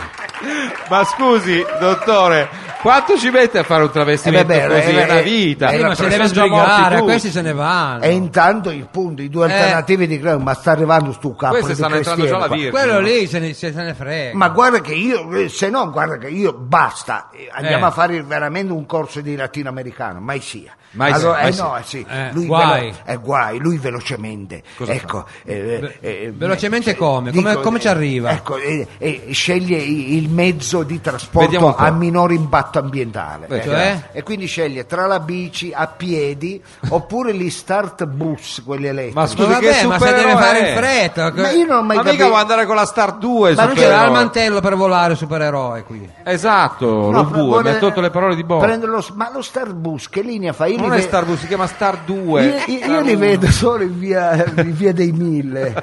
[SPEAKER 1] Ma scusi, dottore, quanto ci mette a fare un travestimento
[SPEAKER 2] Eh, vabbè,
[SPEAKER 1] così?
[SPEAKER 2] eh,
[SPEAKER 1] È una
[SPEAKER 2] eh,
[SPEAKER 1] vita.
[SPEAKER 2] eh,
[SPEAKER 8] Sì, ma se
[SPEAKER 1] Sono
[SPEAKER 8] deve
[SPEAKER 1] già morti
[SPEAKER 8] sbrigare,
[SPEAKER 1] tutti.
[SPEAKER 8] questi se ne vanno.
[SPEAKER 2] e intanto il punto, i due
[SPEAKER 8] Eh.
[SPEAKER 2] alternativi di Greg, ma sta arrivando stu capo
[SPEAKER 1] Queste
[SPEAKER 2] di
[SPEAKER 1] stanno entrando già
[SPEAKER 2] Cristiano
[SPEAKER 1] alla
[SPEAKER 2] qua.
[SPEAKER 1] virgola.
[SPEAKER 8] Quello lì se ne, se ne
[SPEAKER 3] Eh,
[SPEAKER 8] frega.
[SPEAKER 2] Ma guarda che io, eh, se no, guarda che io basta, eh, andiamo
[SPEAKER 8] Eh.
[SPEAKER 2] a fare veramente un corso di latino americano, mai sia.
[SPEAKER 1] Mai sia,
[SPEAKER 2] Allora,
[SPEAKER 1] mai
[SPEAKER 2] eh,
[SPEAKER 1] sia.
[SPEAKER 2] no, eh, sì,
[SPEAKER 8] Eh,
[SPEAKER 2] lui
[SPEAKER 8] guai.
[SPEAKER 2] velo- eh, guai, lui velocemente. ecco, eh,
[SPEAKER 8] Ve-
[SPEAKER 2] eh,
[SPEAKER 8] velocemente
[SPEAKER 2] eh,
[SPEAKER 8] come? Come- come ci arriva?
[SPEAKER 2] Ecco, eh, eh, sceglie i- il mezzo di
[SPEAKER 1] Vediamo un
[SPEAKER 2] trasporto
[SPEAKER 1] po'.
[SPEAKER 2] a minore impatto ambientale.
[SPEAKER 1] Beh,
[SPEAKER 2] ecco.
[SPEAKER 8] cioè?
[SPEAKER 2] E quindi sceglie tra la bici, a piedi, oppure gli start bus, quelli elettrici.
[SPEAKER 1] Ma
[SPEAKER 8] Ma
[SPEAKER 1] scusi,
[SPEAKER 8] vabbè,
[SPEAKER 1] che
[SPEAKER 8] ma se deve
[SPEAKER 1] supereroe
[SPEAKER 8] fare in
[SPEAKER 1] è?
[SPEAKER 8] fretta.
[SPEAKER 2] Ma io non ho mai
[SPEAKER 1] Ma mica
[SPEAKER 2] capito.
[SPEAKER 1] può andare con la Star 2
[SPEAKER 8] Ma non
[SPEAKER 1] supereroe.
[SPEAKER 8] c'era il mantello per volare supereroe qui.
[SPEAKER 1] Esatto,
[SPEAKER 2] No,
[SPEAKER 1] lo bue,
[SPEAKER 2] vuole-
[SPEAKER 1] mi ha tolto le parole di Boh. Bo.
[SPEAKER 2] Prendo lo- ma lo Starbus che linea fa? Io li
[SPEAKER 1] Non è
[SPEAKER 2] ve-
[SPEAKER 1] Star 2, si chiama Star 2.
[SPEAKER 2] Io, io- io li vedo solo in via, in via dei mille.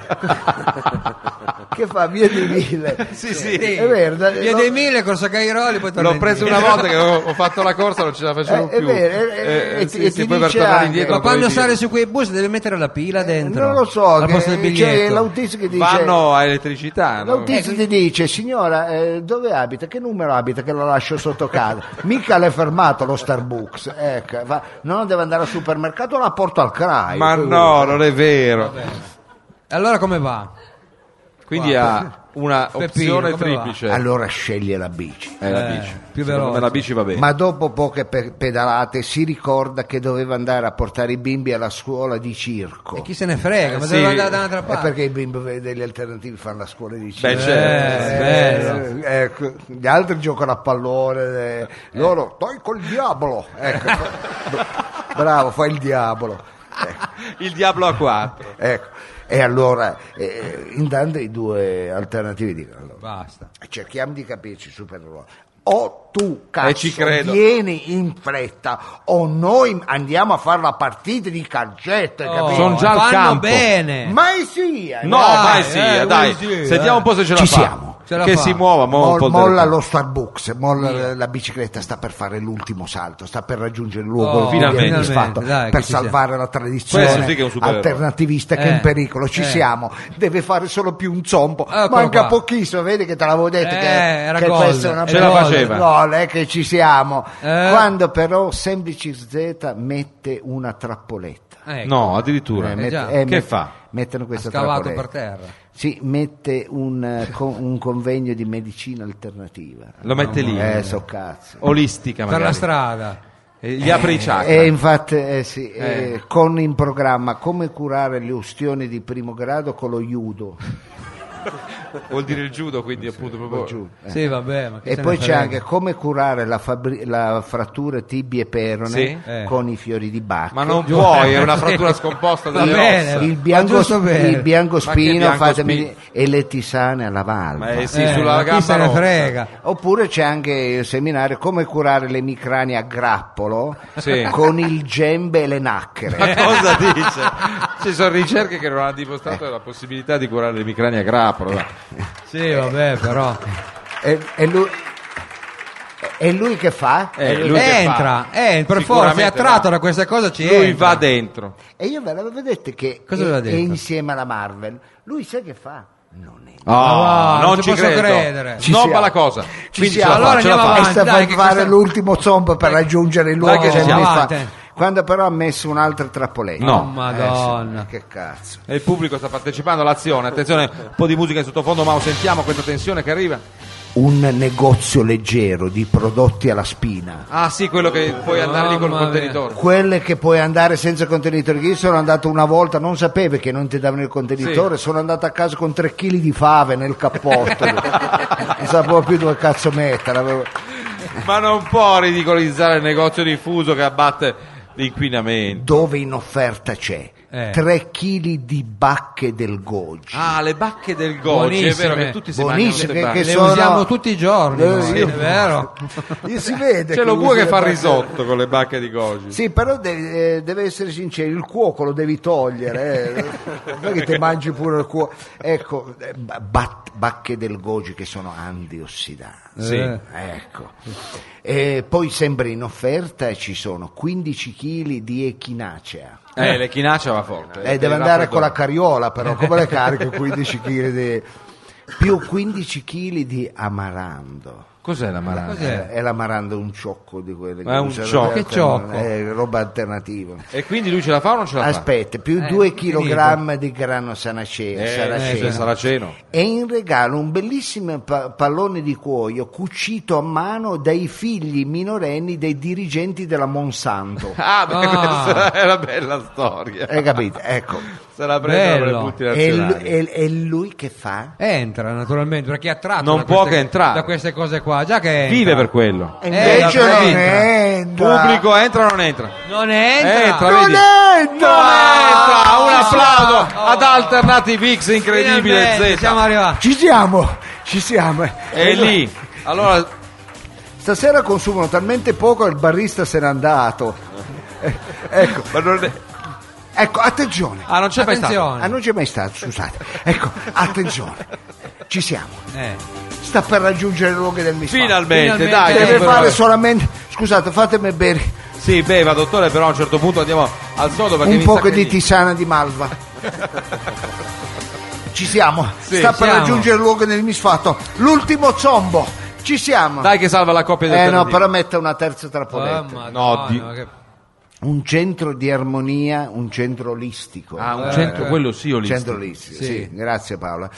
[SPEAKER 2] che fa? Via dei mille.
[SPEAKER 1] Sì, sì.
[SPEAKER 2] È vero, da-
[SPEAKER 8] Via
[SPEAKER 2] no,
[SPEAKER 8] dei mille, corso Cairoli, poi torna
[SPEAKER 3] Eh,
[SPEAKER 1] L'ho preso una
[SPEAKER 8] indietro.
[SPEAKER 1] volta che ho, ho fatto la corsa, non ce la facevo
[SPEAKER 2] Eh, è
[SPEAKER 1] più.
[SPEAKER 2] vero, eh, eh,
[SPEAKER 1] sì,
[SPEAKER 2] e ti-
[SPEAKER 1] sì,
[SPEAKER 2] e ti
[SPEAKER 1] poi per
[SPEAKER 2] dice
[SPEAKER 1] tornare
[SPEAKER 2] anche-
[SPEAKER 1] indietro.
[SPEAKER 8] Ma quando
[SPEAKER 1] dovevi dire-
[SPEAKER 8] sale su quei bus deve mettere la pila dentro.
[SPEAKER 2] Eh, Non lo so,
[SPEAKER 8] Al
[SPEAKER 2] che,
[SPEAKER 8] posto del
[SPEAKER 2] cioè,
[SPEAKER 8] biglietto.
[SPEAKER 2] l'autista che dice...
[SPEAKER 1] Vanno a elettricità. no?
[SPEAKER 2] L'autista ti dice, signora, eh, dove abita? Che numero abita? Che lo lascio sotto casa. Mica l'è fermato lo Starbucks. Ecco, fa, no, deve andare al supermercato, la porto al CRAI.
[SPEAKER 1] Ma
[SPEAKER 2] Poi-
[SPEAKER 1] no, non è vero.
[SPEAKER 8] Allora come va?
[SPEAKER 1] Quindi ha una
[SPEAKER 8] Peppino,
[SPEAKER 1] opzione
[SPEAKER 8] come va?
[SPEAKER 1] triplice.
[SPEAKER 2] Allora sceglie la bici.
[SPEAKER 1] Eh, la
[SPEAKER 8] Eh,
[SPEAKER 1] bici.
[SPEAKER 8] più
[SPEAKER 1] Secondo me
[SPEAKER 8] veloce.
[SPEAKER 1] la bici va bene.
[SPEAKER 2] Ma dopo poche pe- pedalate si ricorda che doveva andare a portare i bimbi alla scuola di circo.
[SPEAKER 8] E chi se ne frega? Ma
[SPEAKER 1] Eh,
[SPEAKER 8] deve
[SPEAKER 1] sì.
[SPEAKER 8] andare da un'altra
[SPEAKER 2] È
[SPEAKER 8] parte.
[SPEAKER 2] perché i bimbi eh, degli alternativi fanno la scuola di circo.
[SPEAKER 1] Beh, certo.
[SPEAKER 8] Eh, bello.
[SPEAKER 2] Eh, ecco, gli altri giocano a pallone, eh, loro poi col diavolo. Ecco, fa- bravo, fai il diavolo. Ecco,
[SPEAKER 1] Il diavolo a 4.
[SPEAKER 2] ecco. E allora, eh, intanto i due alternativi dicono. allora,
[SPEAKER 8] Basta.
[SPEAKER 2] cerchiamo di capirci supereroe o tu cazzo
[SPEAKER 1] Eh, ci credo.
[SPEAKER 2] vieni in fretta o noi andiamo a fare la partita di calcette
[SPEAKER 8] Oh,
[SPEAKER 2] capito?
[SPEAKER 1] Cioè, Sono già al
[SPEAKER 8] fanno
[SPEAKER 1] campo.
[SPEAKER 8] bene.
[SPEAKER 2] mai sia
[SPEAKER 1] No,
[SPEAKER 2] eh.
[SPEAKER 8] Dai,
[SPEAKER 1] dai, sì,
[SPEAKER 8] eh,
[SPEAKER 1] dai.
[SPEAKER 8] vuoi sì,
[SPEAKER 1] Sentiamo
[SPEAKER 8] eh.
[SPEAKER 1] un po' se ce la
[SPEAKER 2] Ci
[SPEAKER 1] fa.
[SPEAKER 2] siamo.
[SPEAKER 8] Ce la
[SPEAKER 1] che
[SPEAKER 8] fa.
[SPEAKER 1] si muolla, mo- un
[SPEAKER 2] Mol-
[SPEAKER 1] po' il
[SPEAKER 2] molla
[SPEAKER 1] telefono.
[SPEAKER 2] lo Starbucks, molla la- la bicicletta, sta per fare l'ultimo salto, sta per raggiungere il luogo
[SPEAKER 8] Oh,
[SPEAKER 2] dove viene
[SPEAKER 1] finalmente.
[SPEAKER 2] soddisfatto,
[SPEAKER 8] Dai, che
[SPEAKER 2] per
[SPEAKER 8] ci siamo.
[SPEAKER 2] salvare la
[SPEAKER 1] Questo sì
[SPEAKER 2] tradizione
[SPEAKER 1] che è un supereroe.
[SPEAKER 2] alternativista che è
[SPEAKER 8] Eh,
[SPEAKER 2] in pericolo. Ci
[SPEAKER 8] eh.
[SPEAKER 2] siamo, deve fare solo più un zombo.
[SPEAKER 8] Eccolo
[SPEAKER 2] Manca
[SPEAKER 8] qua.
[SPEAKER 2] pochissimo, vedi che te l'avevo detto
[SPEAKER 8] Eh,
[SPEAKER 2] che,
[SPEAKER 8] era
[SPEAKER 2] che
[SPEAKER 8] gol,
[SPEAKER 2] questa è una
[SPEAKER 8] ce
[SPEAKER 1] la
[SPEAKER 2] bella-
[SPEAKER 1] faceva.
[SPEAKER 2] gol, eh, che ci siamo.
[SPEAKER 8] Eh.
[SPEAKER 2] Quando però Semplici Z mette una trappoletta.
[SPEAKER 8] Ecco,
[SPEAKER 1] No, addirittura.
[SPEAKER 2] Eh,
[SPEAKER 8] met- già.
[SPEAKER 1] Che fa?
[SPEAKER 2] Mettono
[SPEAKER 8] ha
[SPEAKER 2] questa
[SPEAKER 8] scavato
[SPEAKER 2] trappoletta.
[SPEAKER 8] per terra.
[SPEAKER 1] Eh,
[SPEAKER 2] Sì, mette un, eh, con- un convegno di medicina alternativa.
[SPEAKER 1] Lo mette lì.
[SPEAKER 2] Eh, so cazzo.
[SPEAKER 1] Olistica, magari.
[SPEAKER 8] Per la strada.
[SPEAKER 1] Eh, Gli apre i chakra.
[SPEAKER 2] E infatti, eh, sì, eh, con in programma come curare le ustioni di primo grado con lo judo.
[SPEAKER 1] Vuol dire il judo, quindi appunto proprio...
[SPEAKER 2] giù, eh.
[SPEAKER 8] Sì, vabbè, ma che
[SPEAKER 2] E
[SPEAKER 8] se
[SPEAKER 2] poi
[SPEAKER 8] ne
[SPEAKER 2] c'è
[SPEAKER 8] frega.
[SPEAKER 2] anche come curare la, fabbri- la frattura tibie e perone
[SPEAKER 1] Sì.
[SPEAKER 8] Eh.
[SPEAKER 2] con i fiori di bacca.
[SPEAKER 1] Ma non puoi, è una frattura scomposta
[SPEAKER 8] Va
[SPEAKER 1] delle
[SPEAKER 8] bene,
[SPEAKER 1] ossa.
[SPEAKER 2] Il
[SPEAKER 8] Ma
[SPEAKER 2] bianco,
[SPEAKER 8] giusto per-
[SPEAKER 2] il bianco
[SPEAKER 1] Ma che
[SPEAKER 2] spino
[SPEAKER 1] bianco
[SPEAKER 2] fatemi
[SPEAKER 1] spino?
[SPEAKER 2] dire, e le tisane alla valva.
[SPEAKER 1] Ma eh sì,
[SPEAKER 8] Eh,
[SPEAKER 1] sulla
[SPEAKER 8] ma
[SPEAKER 1] gamba
[SPEAKER 8] chi se ne
[SPEAKER 1] rotta.
[SPEAKER 8] frega?
[SPEAKER 2] Oppure c'è anche il seminario come curare le micranie a grappolo
[SPEAKER 1] Sì. Eh.
[SPEAKER 2] con il gembe e le nacchere.
[SPEAKER 1] Ma cosa dice? Ci sono ricerche che non hanno dimostrato la possibilità di curare le micranie a grappolo. va.
[SPEAKER 8] Sì, vabbè, però.
[SPEAKER 2] E, e lui, e lui che fa?
[SPEAKER 1] Eh, lui che
[SPEAKER 8] entra,
[SPEAKER 1] fa?
[SPEAKER 8] eh, per forza, è
[SPEAKER 1] Sicuramente
[SPEAKER 8] attratto
[SPEAKER 1] va.
[SPEAKER 8] da questa cosa, ci
[SPEAKER 1] Lui
[SPEAKER 8] entra.
[SPEAKER 1] va dentro.
[SPEAKER 2] E io ve l'avevo detto che
[SPEAKER 8] Cosa
[SPEAKER 2] è,
[SPEAKER 8] aveva
[SPEAKER 2] è
[SPEAKER 8] detto?
[SPEAKER 2] insieme alla Marvel. Lui sa che fa? Non è.
[SPEAKER 8] va, Ah, non
[SPEAKER 1] non
[SPEAKER 8] ci
[SPEAKER 1] ci
[SPEAKER 8] posso
[SPEAKER 1] credo.
[SPEAKER 8] credere.
[SPEAKER 2] Ci
[SPEAKER 1] Snobba
[SPEAKER 2] siamo.
[SPEAKER 1] la cosa.
[SPEAKER 2] Ci
[SPEAKER 1] Quindi
[SPEAKER 2] siamo.
[SPEAKER 1] ce la fa,
[SPEAKER 8] Allora
[SPEAKER 1] ce la
[SPEAKER 8] andiamo
[SPEAKER 1] fa.
[SPEAKER 2] e
[SPEAKER 8] avanti,
[SPEAKER 2] sta
[SPEAKER 8] dai,
[SPEAKER 2] per
[SPEAKER 8] che
[SPEAKER 2] fare
[SPEAKER 8] questa-
[SPEAKER 2] l'ultimo zombo per raggiungere il luogo
[SPEAKER 1] che ci
[SPEAKER 2] che
[SPEAKER 1] siamo.
[SPEAKER 2] fa.
[SPEAKER 8] Avanti.
[SPEAKER 2] Quando però ha messo un'altra trappoletta.
[SPEAKER 1] No.
[SPEAKER 8] Oh, Madonna.
[SPEAKER 2] Eh sì, che cazzo.
[SPEAKER 1] E il pubblico sta partecipando all'azione. Attenzione, un po' di musica in sottofondo, ma sentiamo questa tensione che arriva.
[SPEAKER 2] Un negozio leggero di prodotti alla spina.
[SPEAKER 1] Ah, sì, quello che puoi andare lì col
[SPEAKER 8] Mamma mia.
[SPEAKER 1] contenitore.
[SPEAKER 2] Quelle che puoi andare senza contenitore. Io sono andato una volta, non sapevo che non ti davano il contenitore, sono andato a casa con 3 kg di fave nel cappotto. non sapevo più dove cazzo mettere. avevo-
[SPEAKER 1] Ma non può ridicolizzare il negozio diffuso che abbatte l'inquinamento.
[SPEAKER 2] Dove in offerta c'è
[SPEAKER 8] Eh.
[SPEAKER 2] 3 kg di bacche del goji.
[SPEAKER 1] Ah, le bacche del goji, è
[SPEAKER 8] Buonissime.
[SPEAKER 1] vero che tutti si
[SPEAKER 2] Buonissime,
[SPEAKER 1] mangiano
[SPEAKER 2] che
[SPEAKER 1] le
[SPEAKER 8] Le
[SPEAKER 2] sono-
[SPEAKER 8] usiamo tutti i giorni,
[SPEAKER 2] Eh,
[SPEAKER 8] noi,
[SPEAKER 2] io-
[SPEAKER 8] è vero?
[SPEAKER 2] Eh, si vede
[SPEAKER 1] bacche. C'è lo
[SPEAKER 2] che
[SPEAKER 1] bue
[SPEAKER 2] usi
[SPEAKER 1] che
[SPEAKER 2] le
[SPEAKER 1] fa il
[SPEAKER 2] bacche.
[SPEAKER 1] risotto con le bacche di goji.
[SPEAKER 2] Sì, però deve, eh, deve essere sincero, il cuoco lo devi togliere, eh. non è che te mangi pure il cuoco. Ecco, eh, ba- bat- bacche del goji che sono antiossidanti.
[SPEAKER 1] Sì.
[SPEAKER 8] Eh.
[SPEAKER 2] Ecco. E poi sembra in offerta e ci sono 15 kg di echinacea.
[SPEAKER 1] Eh, le chinacea va forte.
[SPEAKER 2] Eh, deve andare con la carriola però, come le carico 15 kg di... più 15 kg di amarando.
[SPEAKER 1] Cos'è la marana?
[SPEAKER 8] Cos'è?
[SPEAKER 2] È l'amarando un ciocco di quelle
[SPEAKER 1] Eh. Ma è un
[SPEAKER 2] usano
[SPEAKER 1] ciocco.
[SPEAKER 2] per-
[SPEAKER 8] Che ciocco?
[SPEAKER 2] È roba alternativa.
[SPEAKER 1] E quindi lui ce la fa o non ce la fa?
[SPEAKER 2] Aspetta, più
[SPEAKER 8] Eh,
[SPEAKER 2] 2
[SPEAKER 8] finito.
[SPEAKER 2] kg di grano sanacea,
[SPEAKER 1] Eh,
[SPEAKER 2] saraceno.
[SPEAKER 1] cioè, saraceno.
[SPEAKER 2] e in regalo un bellissimo pa- pallone di cuoio cucito a mano dai figli minorenni dei dirigenti della Monsanto.
[SPEAKER 1] Ah, beh,
[SPEAKER 8] Ah.
[SPEAKER 1] questa è una bella storia.
[SPEAKER 2] Hai capito? Ecco.
[SPEAKER 1] Se la prendono
[SPEAKER 8] Bello.
[SPEAKER 1] le
[SPEAKER 2] E lu-
[SPEAKER 1] multinazionali.
[SPEAKER 2] e- e lui che fa?
[SPEAKER 1] Eh,
[SPEAKER 8] Entra naturalmente perché è attratto
[SPEAKER 1] Non
[SPEAKER 8] da
[SPEAKER 1] può
[SPEAKER 8] queste-
[SPEAKER 1] che entrare.
[SPEAKER 8] da queste cose qua, già che entra.
[SPEAKER 1] Vive per quello.
[SPEAKER 2] E invece
[SPEAKER 8] Eh,
[SPEAKER 2] non
[SPEAKER 8] vabbè,
[SPEAKER 2] entra.
[SPEAKER 1] Pubblico entra o non entra?
[SPEAKER 8] Non entra.
[SPEAKER 1] Entra,
[SPEAKER 2] Non
[SPEAKER 1] vedi?
[SPEAKER 2] entra!
[SPEAKER 1] Ah, un applauso
[SPEAKER 8] Oh.
[SPEAKER 1] ad Alternative X incredibile
[SPEAKER 8] Finalmente
[SPEAKER 1] Z.
[SPEAKER 8] siamo arrivati.
[SPEAKER 2] Ci siamo, ci siamo.
[SPEAKER 1] È lì. Ecco. Allora,
[SPEAKER 2] Stasera consumano talmente poco che il barista se n'è andato. Eh, ecco,
[SPEAKER 1] ma non è-
[SPEAKER 2] ecco, attenzione.
[SPEAKER 1] ah, non c'è mai stato.
[SPEAKER 2] Ah, non c'è mai stato, scusate. Ecco, attenzione. Ci siamo.
[SPEAKER 8] Eh.
[SPEAKER 2] Sta per raggiungere il luogo del misfatto.
[SPEAKER 1] Finalmente,
[SPEAKER 8] Finalmente.
[SPEAKER 1] dai.
[SPEAKER 2] Deve
[SPEAKER 1] ecco,
[SPEAKER 2] fare
[SPEAKER 1] vabbè.
[SPEAKER 2] solamente... Scusate, fatemi bere
[SPEAKER 1] Sì, beva, dottore, però a un certo punto andiamo al sodo perché
[SPEAKER 2] un
[SPEAKER 1] mi
[SPEAKER 2] poco
[SPEAKER 1] sa che
[SPEAKER 2] di
[SPEAKER 1] lì-
[SPEAKER 2] tisana di malva. Ci siamo.
[SPEAKER 1] Sì,
[SPEAKER 2] Sta per
[SPEAKER 8] siamo.
[SPEAKER 2] raggiungere il luogo del misfatto. L'ultimo zombo. Ci siamo.
[SPEAKER 1] Dai che salva la coppia del
[SPEAKER 2] eh no,
[SPEAKER 1] Ternino.
[SPEAKER 2] però mette una terza
[SPEAKER 8] Oh,
[SPEAKER 2] trappoletta.
[SPEAKER 8] madonna,
[SPEAKER 1] No, di-
[SPEAKER 8] che-
[SPEAKER 2] un centro di armonia, un centro olistico.
[SPEAKER 1] Ah, un
[SPEAKER 8] Eh,
[SPEAKER 1] centro,
[SPEAKER 8] eh.
[SPEAKER 1] quello sì, io lì.
[SPEAKER 2] Centro olistico, sì. grazie Paola.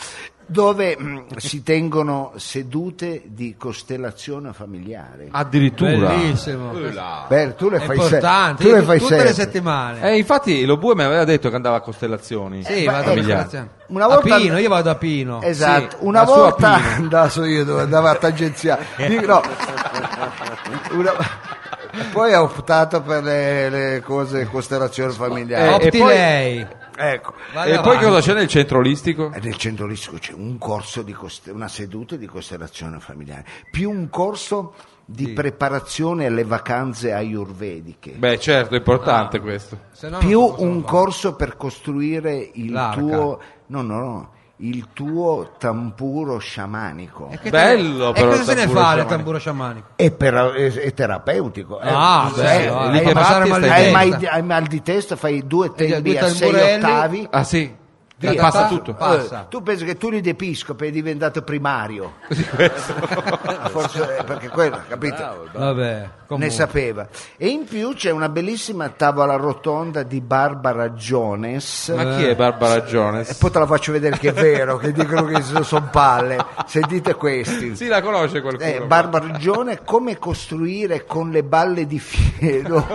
[SPEAKER 2] Dove mh, si tengono sedute di costellazione familiare.
[SPEAKER 1] Addirittura.
[SPEAKER 8] Bellissimo.
[SPEAKER 1] Ah,
[SPEAKER 2] Beh, tu le
[SPEAKER 8] È
[SPEAKER 2] fai se-
[SPEAKER 8] importante.
[SPEAKER 2] tu
[SPEAKER 8] Io
[SPEAKER 2] le fai
[SPEAKER 8] tutte le
[SPEAKER 2] sempre.
[SPEAKER 8] settimane.
[SPEAKER 1] Eh, infatti lo bue mi aveva detto che andava a Costellazioni.
[SPEAKER 8] Sì,
[SPEAKER 2] ma
[SPEAKER 8] vado a
[SPEAKER 2] ecco,
[SPEAKER 8] Costellazione.
[SPEAKER 2] una
[SPEAKER 8] A
[SPEAKER 2] volta-
[SPEAKER 8] Pino, io vado a Pino.
[SPEAKER 2] Esatto,
[SPEAKER 1] Sì,
[SPEAKER 2] una
[SPEAKER 1] la sua
[SPEAKER 2] volta
[SPEAKER 1] Pino.
[SPEAKER 2] andavo io dove andavo a tangenziare. Dico, no. Una- Poi ho optato per le, le cose costellazione familiare.
[SPEAKER 3] eh,
[SPEAKER 8] Opti
[SPEAKER 1] Eh, e poi-
[SPEAKER 8] lei.
[SPEAKER 2] Ecco.
[SPEAKER 8] Vado
[SPEAKER 1] E poi
[SPEAKER 8] avanti.
[SPEAKER 1] cosa c'è nel centro olistico?
[SPEAKER 2] E Nel centro olistico c'è un corso di cost- una seduta di costellazione familiare, più un corso di preparazione alle vacanze ayurvediche,
[SPEAKER 1] Beh, certo, è
[SPEAKER 2] Ah.
[SPEAKER 1] importante questo.
[SPEAKER 8] Se no non
[SPEAKER 2] più
[SPEAKER 8] posso
[SPEAKER 2] un
[SPEAKER 8] fare.
[SPEAKER 2] corso per costruire il
[SPEAKER 8] L'arca.
[SPEAKER 2] tuo no, no, no, il tuo tampuro sciamanico.
[SPEAKER 8] E che te-
[SPEAKER 1] Bello,
[SPEAKER 8] e
[SPEAKER 1] però,
[SPEAKER 8] cosa se ne
[SPEAKER 1] tamburo
[SPEAKER 8] fa del
[SPEAKER 1] sciamanico.
[SPEAKER 8] tamburo sciamanico?
[SPEAKER 2] È, per- è- è terapeutico. eh.
[SPEAKER 8] Ah,
[SPEAKER 2] Eh,
[SPEAKER 8] bello,
[SPEAKER 2] hai-
[SPEAKER 1] lì che
[SPEAKER 2] hai,
[SPEAKER 1] batti
[SPEAKER 8] mal di
[SPEAKER 1] stai
[SPEAKER 2] hai
[SPEAKER 8] testa.
[SPEAKER 2] mai- hai mal di testa, fai due tempi
[SPEAKER 8] Eh, due
[SPEAKER 2] a sei
[SPEAKER 8] tamburelli.
[SPEAKER 2] ottavi.
[SPEAKER 1] Ah, sì.
[SPEAKER 8] Via,
[SPEAKER 1] passa
[SPEAKER 8] pa-
[SPEAKER 1] tutto.
[SPEAKER 8] Passa.
[SPEAKER 2] Eh, tu pensi che tu l'Ide Episcopo è diventato primario? Forse eh, perché quello, capito?
[SPEAKER 8] Vabbè, comunque.
[SPEAKER 2] Ne sapeva. E in più c'è una bellissima tavola rotonda di Barbara Jones.
[SPEAKER 1] Eh, Ma chi è Barbara
[SPEAKER 2] E
[SPEAKER 1] Jones?
[SPEAKER 2] Eh, poi te la faccio vedere che è vero, che dicono che sono palle. Sentite questi.
[SPEAKER 1] Sì, la conosce qualcuno.
[SPEAKER 2] Eh, Barbara Jones, come costruire con le balle di fieno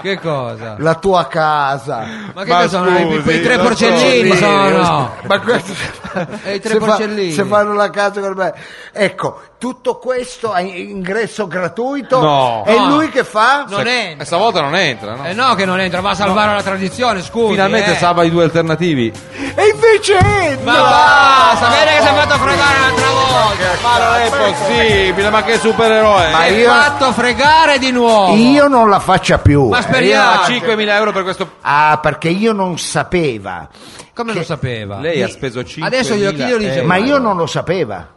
[SPEAKER 8] Che cosa?
[SPEAKER 2] la tua casa?
[SPEAKER 8] Ma che
[SPEAKER 1] Ma
[SPEAKER 8] cosa sono? i-
[SPEAKER 1] scusi,
[SPEAKER 8] Quei tre
[SPEAKER 1] lo
[SPEAKER 8] porcellini
[SPEAKER 1] so,
[SPEAKER 8] sono.
[SPEAKER 2] Ma questo-
[SPEAKER 8] E i tre
[SPEAKER 2] se fa-
[SPEAKER 8] porcellini.
[SPEAKER 2] se fanno la casa con me. Ecco, tutto questo a ingresso gratuito.
[SPEAKER 1] No.
[SPEAKER 2] È
[SPEAKER 8] No.
[SPEAKER 2] lui che fa?
[SPEAKER 8] Non
[SPEAKER 1] E
[SPEAKER 8] entra.
[SPEAKER 1] Eh, stavolta non entra, no?
[SPEAKER 2] Eh,
[SPEAKER 8] E Eh, no che non entra, va a salvare la tradizione, scusi.
[SPEAKER 1] Finalmente
[SPEAKER 8] eh.
[SPEAKER 1] salva i due alternativi.
[SPEAKER 2] E invece entra!
[SPEAKER 8] Ma va, sapete che si è fatto fregare un'altra volta.
[SPEAKER 1] Ma non è possibile, eh. ma che supereroe!
[SPEAKER 2] Ma
[SPEAKER 8] Si è
[SPEAKER 2] io-
[SPEAKER 8] fatto fregare di nuovo.
[SPEAKER 2] Io non la faccia più.
[SPEAKER 8] Ma
[SPEAKER 1] Eh, io
[SPEAKER 8] speriamo.
[SPEAKER 1] ho 5.000 euro per questo.
[SPEAKER 2] Ah, perché io non sapeva.
[SPEAKER 8] Come lo sapeva?
[SPEAKER 1] Lei ha speso 5.000
[SPEAKER 8] Adesso glielo- chi glielo dice?
[SPEAKER 1] euro.
[SPEAKER 2] eh, Ma io non lo sapeva.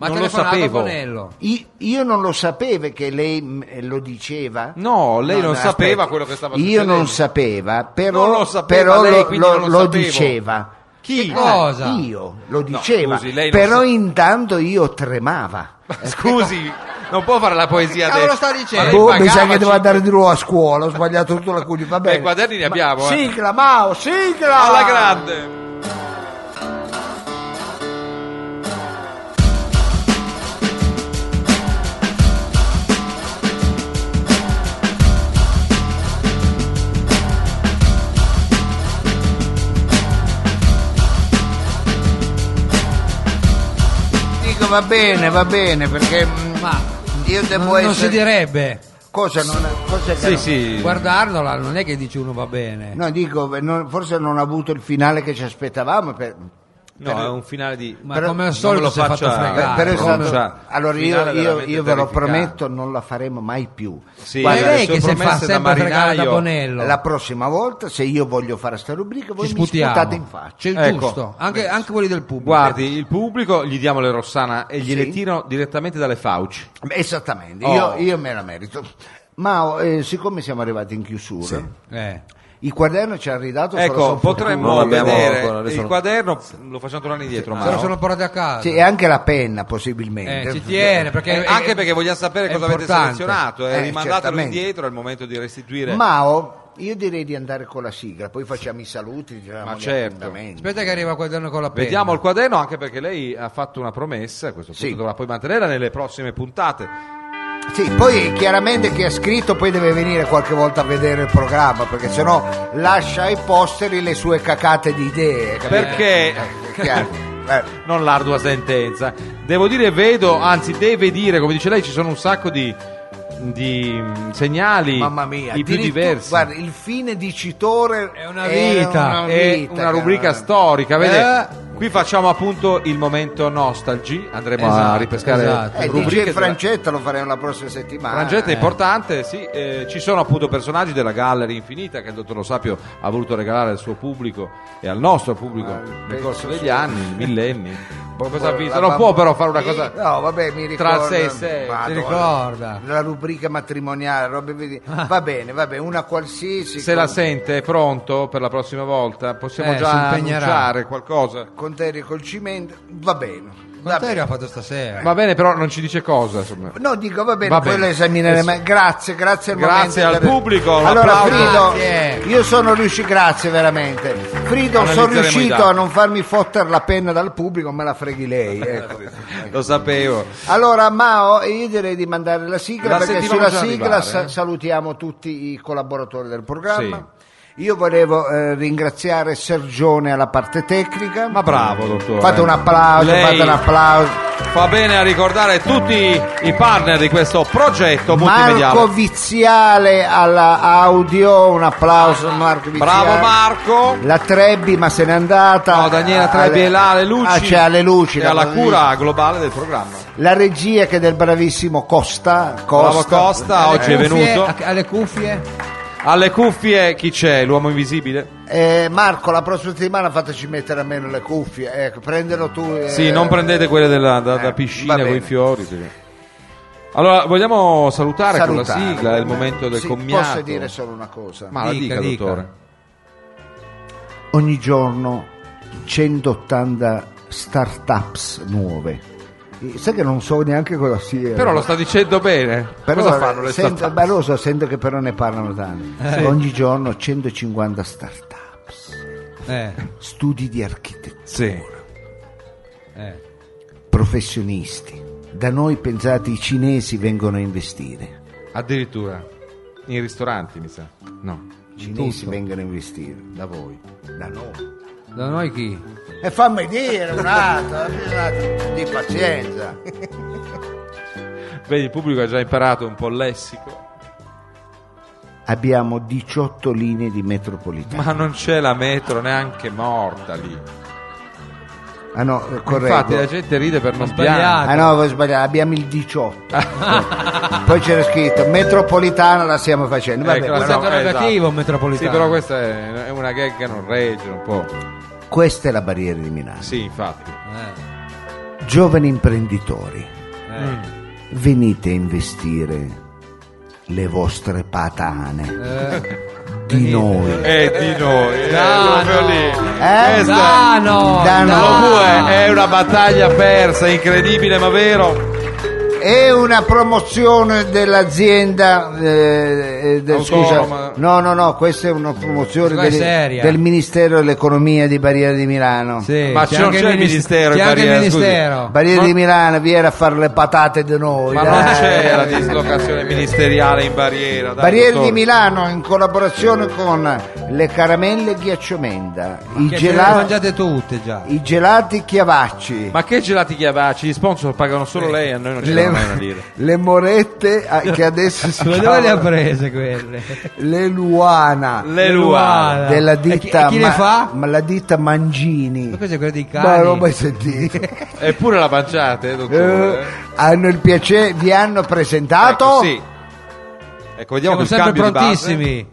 [SPEAKER 8] Ma
[SPEAKER 1] non lo
[SPEAKER 8] telefonato
[SPEAKER 1] sapevo.
[SPEAKER 8] Bonello.
[SPEAKER 2] I- Io non lo sapevo che lei mh, lo diceva.
[SPEAKER 1] No, lei
[SPEAKER 2] No,
[SPEAKER 1] non
[SPEAKER 2] no,
[SPEAKER 1] sapeva
[SPEAKER 2] aspetta.
[SPEAKER 1] quello che stava
[SPEAKER 2] Io
[SPEAKER 1] succedendo.
[SPEAKER 2] non sapeva, però
[SPEAKER 1] Non lo sapeva
[SPEAKER 2] però
[SPEAKER 1] lei,
[SPEAKER 2] lo-
[SPEAKER 1] quindi
[SPEAKER 2] lo,
[SPEAKER 1] non lo
[SPEAKER 2] lo
[SPEAKER 1] sapevo.
[SPEAKER 2] diceva. Eh,
[SPEAKER 1] Chi?
[SPEAKER 8] Che cosa?
[SPEAKER 2] Io lo diceva,
[SPEAKER 1] scusi, lei non
[SPEAKER 2] però
[SPEAKER 1] sa-
[SPEAKER 2] intanto io tremava.
[SPEAKER 1] Scusi, non può fare la poesia
[SPEAKER 8] Cavolo
[SPEAKER 1] adesso.
[SPEAKER 8] sta dicendo?
[SPEAKER 1] Ma lei
[SPEAKER 2] Boh, mi
[SPEAKER 1] pagava
[SPEAKER 2] sa che devo
[SPEAKER 1] cinque-
[SPEAKER 2] andare di nuovo a scuola, ho sbagliato tutto la cugina. Va
[SPEAKER 1] Beh,
[SPEAKER 2] bene.
[SPEAKER 1] i quaderni ne abbiamo, eh.
[SPEAKER 2] Sigla, Mao, sigla!
[SPEAKER 1] Alla grande!
[SPEAKER 2] Dico va bene, va bene, perché mh, io devo
[SPEAKER 8] Non, non si
[SPEAKER 2] essere...
[SPEAKER 8] direbbe.
[SPEAKER 2] cosa non ha- cosa che
[SPEAKER 1] Sì,
[SPEAKER 2] non-
[SPEAKER 1] sì.
[SPEAKER 3] Guardardola non è che dici uno va bene.
[SPEAKER 2] No, dico, non- forse non ha avuto il finale che ci aspettavamo. Per,
[SPEAKER 1] No, è un finale di.
[SPEAKER 3] Ma
[SPEAKER 2] però-
[SPEAKER 3] come al
[SPEAKER 1] Non me
[SPEAKER 3] solito
[SPEAKER 1] lo
[SPEAKER 3] si è fatto
[SPEAKER 1] faccia-
[SPEAKER 3] fregare.
[SPEAKER 1] Ah,
[SPEAKER 2] però è
[SPEAKER 1] però
[SPEAKER 2] stato-
[SPEAKER 1] già,
[SPEAKER 2] allora io,
[SPEAKER 1] finale
[SPEAKER 2] io-
[SPEAKER 1] veramente
[SPEAKER 2] io ve lo
[SPEAKER 1] terrificante.
[SPEAKER 2] prometto, non la faremo mai più.
[SPEAKER 1] Sì,
[SPEAKER 3] Ma è
[SPEAKER 1] le
[SPEAKER 3] lei
[SPEAKER 1] sue
[SPEAKER 3] che si fa
[SPEAKER 1] promesse da
[SPEAKER 3] sempre fregare da
[SPEAKER 1] marinaio-
[SPEAKER 3] Bonello.
[SPEAKER 2] La prossima volta, se io voglio fare sta rubrica, voi
[SPEAKER 3] Ci
[SPEAKER 2] mi
[SPEAKER 3] sputiamo.
[SPEAKER 2] sputate in faccia. Eh,
[SPEAKER 3] C'è il
[SPEAKER 1] Ecco.
[SPEAKER 3] giusto, anche, anche quelli del pubblico.
[SPEAKER 1] Guardi, il pubblico gli diamo le Rossana e gliele
[SPEAKER 2] Sì.
[SPEAKER 1] tirano direttamente dalle fauci.
[SPEAKER 2] Esattamente,
[SPEAKER 1] Oh.
[SPEAKER 2] io, io me la merito. Ma eh, siccome siamo arrivati in chiusura,
[SPEAKER 3] Eh.
[SPEAKER 2] il quaderno ci ha ridato solo
[SPEAKER 1] Ecco,
[SPEAKER 2] sua fortuna.
[SPEAKER 1] potremmo
[SPEAKER 4] Non abbiamo
[SPEAKER 1] vedere
[SPEAKER 4] ancora,
[SPEAKER 1] il
[SPEAKER 4] adesso non-
[SPEAKER 1] quaderno, lo facciamo tornare indietro.
[SPEAKER 3] Se lo
[SPEAKER 1] Mauro.
[SPEAKER 3] sono portati a casa.
[SPEAKER 2] Sì, e anche la penna, possibilmente.
[SPEAKER 3] Eh, ci tiene perché
[SPEAKER 1] Eh, anche perché vogliamo sapere
[SPEAKER 3] è
[SPEAKER 1] cosa avete
[SPEAKER 3] importante.
[SPEAKER 1] selezionato, eh,
[SPEAKER 2] Eh,
[SPEAKER 1] rimandatelo
[SPEAKER 2] certamente.
[SPEAKER 1] indietro, è il momento di restituire.
[SPEAKER 2] Mao, io direi di andare con la sigla, poi facciamo i saluti, tiriamo
[SPEAKER 1] Ma
[SPEAKER 2] gli
[SPEAKER 1] certo.
[SPEAKER 2] appuntamenti.
[SPEAKER 3] Aspetta che arriva il quaderno con la penna.
[SPEAKER 1] Vediamo il quaderno, anche perché lei ha fatto una promessa, a questo punto
[SPEAKER 2] Sì.
[SPEAKER 1] dovrà poi mantenerla nelle prossime puntate.
[SPEAKER 2] Sì, poi chiaramente chi ha scritto poi deve venire qualche volta a vedere il programma, perché sennò lascia ai posteri le sue cacate di idee. capito?
[SPEAKER 1] Perché-
[SPEAKER 2] Eh, è chiaro. Eh,
[SPEAKER 1] Non l'ardua sentenza. Devo dire, vedo, anzi deve dire, come dice lei, ci sono un sacco di, di, mm, segnali,
[SPEAKER 2] mamma mia,
[SPEAKER 1] i più
[SPEAKER 2] addirittura-
[SPEAKER 1] diversi.
[SPEAKER 2] Guarda, il fine dicitore
[SPEAKER 3] È una vita,
[SPEAKER 2] una
[SPEAKER 1] è
[SPEAKER 2] vita,
[SPEAKER 1] eh, una rubrica
[SPEAKER 2] cara.
[SPEAKER 1] storica, vede?
[SPEAKER 3] Eh.
[SPEAKER 1] Qui facciamo appunto il momento nostalgi, andremo a
[SPEAKER 3] Esatto,
[SPEAKER 1] ripescare
[SPEAKER 3] esatto.
[SPEAKER 2] Eh,
[SPEAKER 1] rubriche
[SPEAKER 2] DJ
[SPEAKER 1] della-
[SPEAKER 2] Francetta lo faremo la prossima settimana.
[SPEAKER 1] Frangetta è
[SPEAKER 2] Eh.
[SPEAKER 1] importante, sì, eh, ci sono appunto personaggi della Gallery Infinita che il dottor Lo Sapio ha voluto regalare al suo pubblico e al nostro pubblico
[SPEAKER 2] Ah,
[SPEAKER 1] nel
[SPEAKER 2] penso
[SPEAKER 1] corso degli
[SPEAKER 2] sì.
[SPEAKER 1] anni, millenni. Cosa ha
[SPEAKER 2] Poi
[SPEAKER 1] visto?
[SPEAKER 2] la
[SPEAKER 1] Non
[SPEAKER 2] bamb-
[SPEAKER 1] può però fare una cosa...
[SPEAKER 2] No, vabbè, mi
[SPEAKER 1] Tra
[SPEAKER 2] ricorda.
[SPEAKER 1] sé e sé,
[SPEAKER 2] Madonna.
[SPEAKER 3] si ricorda.
[SPEAKER 2] La rubrica matrimoniale, robe vedi- va bene, va bene, una qualsiasi.
[SPEAKER 1] Ah. Se la
[SPEAKER 2] con-
[SPEAKER 1] sente è pronto per la prossima volta, possiamo
[SPEAKER 3] Eh, si
[SPEAKER 1] già
[SPEAKER 3] impegnerà.
[SPEAKER 1] annunciare qualcosa.
[SPEAKER 2] Con Terry col cimento, va bene. Va
[SPEAKER 3] Quanto
[SPEAKER 2] bene.
[SPEAKER 3] ha fatto stasera?
[SPEAKER 1] Va bene, però non ci dice cosa. Insomma.
[SPEAKER 2] No, dico va bene,
[SPEAKER 1] Va
[SPEAKER 2] poi
[SPEAKER 1] bene.
[SPEAKER 2] lo esamineremo. Grazie, grazie al
[SPEAKER 1] Grazie
[SPEAKER 2] momento
[SPEAKER 1] al
[SPEAKER 2] per-
[SPEAKER 1] pubblico, un
[SPEAKER 2] Allora,
[SPEAKER 1] applauso.
[SPEAKER 2] Frido,
[SPEAKER 3] Grazie.
[SPEAKER 2] io sono riuscito, grazie veramente. Frido, sono
[SPEAKER 1] Analizzeremo i dati.
[SPEAKER 2] riuscito a non farmi fottere la penna dal pubblico, me la freghi lei. ecco.
[SPEAKER 1] Lo sapevo.
[SPEAKER 2] Allora, Mao, io direi di mandare la sigla
[SPEAKER 1] La
[SPEAKER 2] perché
[SPEAKER 1] sentivamo
[SPEAKER 2] sulla
[SPEAKER 1] già
[SPEAKER 2] sigla
[SPEAKER 1] arrivare,
[SPEAKER 2] sa-
[SPEAKER 1] eh.
[SPEAKER 2] salutiamo tutti i collaboratori del programma. Io volevo eh, ringraziare Sergione alla parte tecnica.
[SPEAKER 1] Ma bravo, dottore.
[SPEAKER 2] Fate un applauso,
[SPEAKER 1] Lei
[SPEAKER 2] fate un applauso.
[SPEAKER 1] Fa bene a ricordare tutti i partner di questo progetto multimediale.
[SPEAKER 2] Marco Viziale alla audio, un applauso a Marco Viziale.
[SPEAKER 1] Bravo Marco.
[SPEAKER 2] La Trebbi ma se n'è andata.
[SPEAKER 1] No, Daniela Trebbi
[SPEAKER 2] Ale-
[SPEAKER 1] è là alle luci.
[SPEAKER 2] Ah, c'è alle luci.
[SPEAKER 1] E
[SPEAKER 2] la-
[SPEAKER 1] alla cura globale del programma.
[SPEAKER 2] La regia che è del bravissimo Costa. Eh,
[SPEAKER 1] Bravo
[SPEAKER 2] Costa.
[SPEAKER 1] Costa, oggi è
[SPEAKER 3] Cuffie,
[SPEAKER 1] venuto.
[SPEAKER 3] a- alle cuffie?
[SPEAKER 1] Alle cuffie chi c'è? L'uomo invisibile?
[SPEAKER 2] Eh, Marco, la prossima settimana fateci mettere almeno le cuffie. Ecco, prendelo tu. eh.
[SPEAKER 1] Sì, non prendete quelle della, da, da
[SPEAKER 2] eh,
[SPEAKER 1] piscina
[SPEAKER 2] va
[SPEAKER 1] con i
[SPEAKER 2] bene.
[SPEAKER 1] fiori. perché- Allora, vogliamo salutare,
[SPEAKER 2] Salutare.
[SPEAKER 1] con la sigla, è il momento del
[SPEAKER 2] Sì,
[SPEAKER 1] commiato.
[SPEAKER 2] Posso dire solo una cosa?
[SPEAKER 1] Ma la
[SPEAKER 3] Dica,
[SPEAKER 1] dica,
[SPEAKER 3] dica.
[SPEAKER 1] dottore.
[SPEAKER 2] ogni giorno 180 startups nuove. Eh, Sai che non so neanche cosa sia.
[SPEAKER 1] Però lo sta dicendo bene.
[SPEAKER 2] Però,
[SPEAKER 1] Cosa fanno le Eh,
[SPEAKER 2] sento,
[SPEAKER 1] start-up?
[SPEAKER 2] beh, lo so, sento che però ne parlano tanti. Ogni giorno 150 startups,
[SPEAKER 3] Eh,
[SPEAKER 2] studi di architettura,
[SPEAKER 1] Sì.
[SPEAKER 3] eh.
[SPEAKER 2] professionisti. Da noi pensate i cinesi vengono a investire.
[SPEAKER 1] Addirittura in ristoranti, mi sa. No,
[SPEAKER 2] I cinesi vengono a investire. Da voi. Da noi.
[SPEAKER 3] Da noi chi?
[SPEAKER 2] E fammi dire un attimo, un attimo, di pazienza.
[SPEAKER 1] vedi il pubblico ha già imparato un po' il lessico,
[SPEAKER 2] Abbiamo 18 linee di metropolitana.
[SPEAKER 1] ma non c'è la metro neanche morta lì.
[SPEAKER 2] Ah no, eh, correggo.
[SPEAKER 1] Infatti la gente ride per non
[SPEAKER 3] sbagliato.
[SPEAKER 1] sbagliare.
[SPEAKER 2] Ah no, voi sbagliate, abbiamo il 18. Poi c'era scritto metropolitana la stiamo facendo. Vabbè,
[SPEAKER 1] Ecco, la
[SPEAKER 2] però
[SPEAKER 1] stiamo-
[SPEAKER 3] Sempre
[SPEAKER 1] eh, esatto.
[SPEAKER 3] negativo un metropolitano.
[SPEAKER 1] Sì, però questa è è una gag che non regge un po'.
[SPEAKER 2] questa è la barriera di Milano.
[SPEAKER 1] Sì, infatti.
[SPEAKER 3] Eh,
[SPEAKER 2] Giovani imprenditori,
[SPEAKER 3] eh,
[SPEAKER 1] Mm.
[SPEAKER 2] venite a investire le vostre patane
[SPEAKER 3] eh.
[SPEAKER 2] di noi.
[SPEAKER 1] E di noi, eh,
[SPEAKER 3] No,
[SPEAKER 1] proprio
[SPEAKER 3] no.
[SPEAKER 1] lì.
[SPEAKER 2] Eh?
[SPEAKER 1] Questa-
[SPEAKER 3] Da no,
[SPEAKER 2] Da no.
[SPEAKER 3] da-
[SPEAKER 1] Comunque è una battaglia persa, incredibile ma vero.
[SPEAKER 2] È una promozione dell'azienda. eh, eh, del-
[SPEAKER 1] Autonoma.
[SPEAKER 2] scusa, no, no, no, questa è una promozione
[SPEAKER 3] Questa è
[SPEAKER 2] del-
[SPEAKER 3] seria.
[SPEAKER 2] del Ministero dell'Economia di Barriera di Milano.
[SPEAKER 3] Sì,
[SPEAKER 1] Ma c'è- non
[SPEAKER 3] anche
[SPEAKER 1] c'è il
[SPEAKER 3] minis-
[SPEAKER 1] ministero in
[SPEAKER 3] C'è anche il
[SPEAKER 1] barriera, scusi.
[SPEAKER 3] ministero.
[SPEAKER 2] Barriera
[SPEAKER 1] Ma-
[SPEAKER 2] di Milano, viene a fare le patate di noi.
[SPEAKER 1] Ma non
[SPEAKER 2] dai.
[SPEAKER 1] c'è la dislocazione ministeriale in barriera. dai,
[SPEAKER 2] Barriere
[SPEAKER 1] dottore.
[SPEAKER 2] di Milano in collaborazione con le caramelle ghiacciomenda, i,
[SPEAKER 3] Che ce le
[SPEAKER 2] gela-
[SPEAKER 3] mangiate tutte già.
[SPEAKER 2] i gelati chiavacci,
[SPEAKER 1] Eh. Ma che gelati chiavacci? Gli sponsor pagano solo lei, a noi non ce
[SPEAKER 2] le le,
[SPEAKER 1] ormai una lira.
[SPEAKER 2] le morette ah, che adesso si
[SPEAKER 3] Ma dove le ha
[SPEAKER 2] chiamano
[SPEAKER 3] prese quelle?
[SPEAKER 2] le Luana
[SPEAKER 1] Le luane.
[SPEAKER 2] della
[SPEAKER 3] E chi- e
[SPEAKER 2] ditta,
[SPEAKER 3] chi le
[SPEAKER 2] Ma-
[SPEAKER 3] fa?
[SPEAKER 2] ma la ditta Mangini
[SPEAKER 3] Ma questa è quella dei cani. Cioè.
[SPEAKER 2] ma non ho mai sentito
[SPEAKER 1] Eppure la panciate, eh,
[SPEAKER 2] Eh,
[SPEAKER 1] dottore.
[SPEAKER 2] hanno il piacere vi hanno presentato
[SPEAKER 1] Ecco, sì. Ecco, vediamo
[SPEAKER 3] Siamo
[SPEAKER 1] che il
[SPEAKER 3] sempre
[SPEAKER 1] cambio di base.
[SPEAKER 3] prontissimi.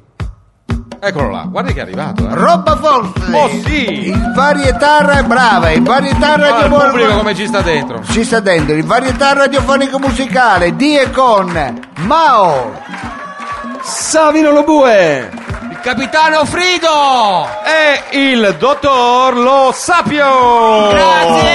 [SPEAKER 1] Eccolo là, guarda che è arrivato. Eh.
[SPEAKER 2] Robba forte
[SPEAKER 1] Oh, sì!
[SPEAKER 2] il varietà ra- brava il varietà
[SPEAKER 1] Guarda il
[SPEAKER 2] radiofonico
[SPEAKER 1] pubblico come ci sta dentro.
[SPEAKER 2] ci sta dentro il varietà radiofonico musicale di e con Mao
[SPEAKER 4] Savino Lobue!
[SPEAKER 3] Il capitano Frido!
[SPEAKER 1] E il dottor Lo Sapio! Grazie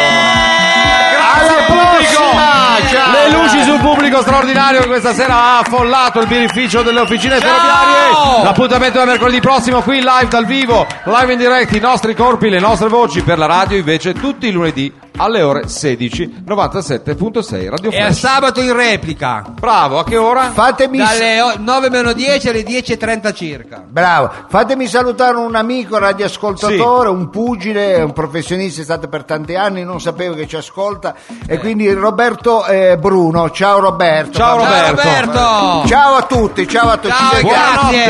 [SPEAKER 2] Alla
[SPEAKER 1] al pubblico!
[SPEAKER 3] Ah,
[SPEAKER 2] prossima! Ciao!
[SPEAKER 1] Le luci sul pubblico straordinario che questa sera ha affollato il birrificio delle officine ferroviarie. L'appuntamento è mercoledì prossimo qui live dal vivo, live in diretta, i nostri corpi, le nostre voci per la radio invece tutti i lunedì alle ore 16 97.6 Radio
[SPEAKER 3] E a
[SPEAKER 1] Flash.
[SPEAKER 3] sabato in replica.
[SPEAKER 1] Bravo, a che ora?
[SPEAKER 2] fatemi
[SPEAKER 3] Dalle o- 9 meno 10 alle 10.30 circa.
[SPEAKER 2] Bravo, fatemi salutare un amico radioascoltatore, un pugile, un professionista, è stato per tanti anni, non sapevo che ci ascolta, e quindi Roberto eh, Bruno, ciao Roberto.
[SPEAKER 1] Ciao,
[SPEAKER 3] Ciao
[SPEAKER 1] Roberto.
[SPEAKER 3] Roberto!
[SPEAKER 2] Ciao a tutti, ciao a tutti.
[SPEAKER 3] Ciao,
[SPEAKER 2] Ci vediamo.
[SPEAKER 3] grazie.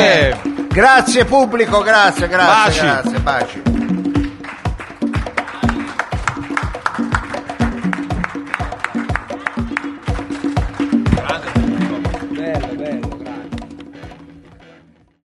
[SPEAKER 1] Buonanotte!
[SPEAKER 2] Grazie pubblico, grazie, grazie,
[SPEAKER 1] Baci.
[SPEAKER 2] grazie, baci.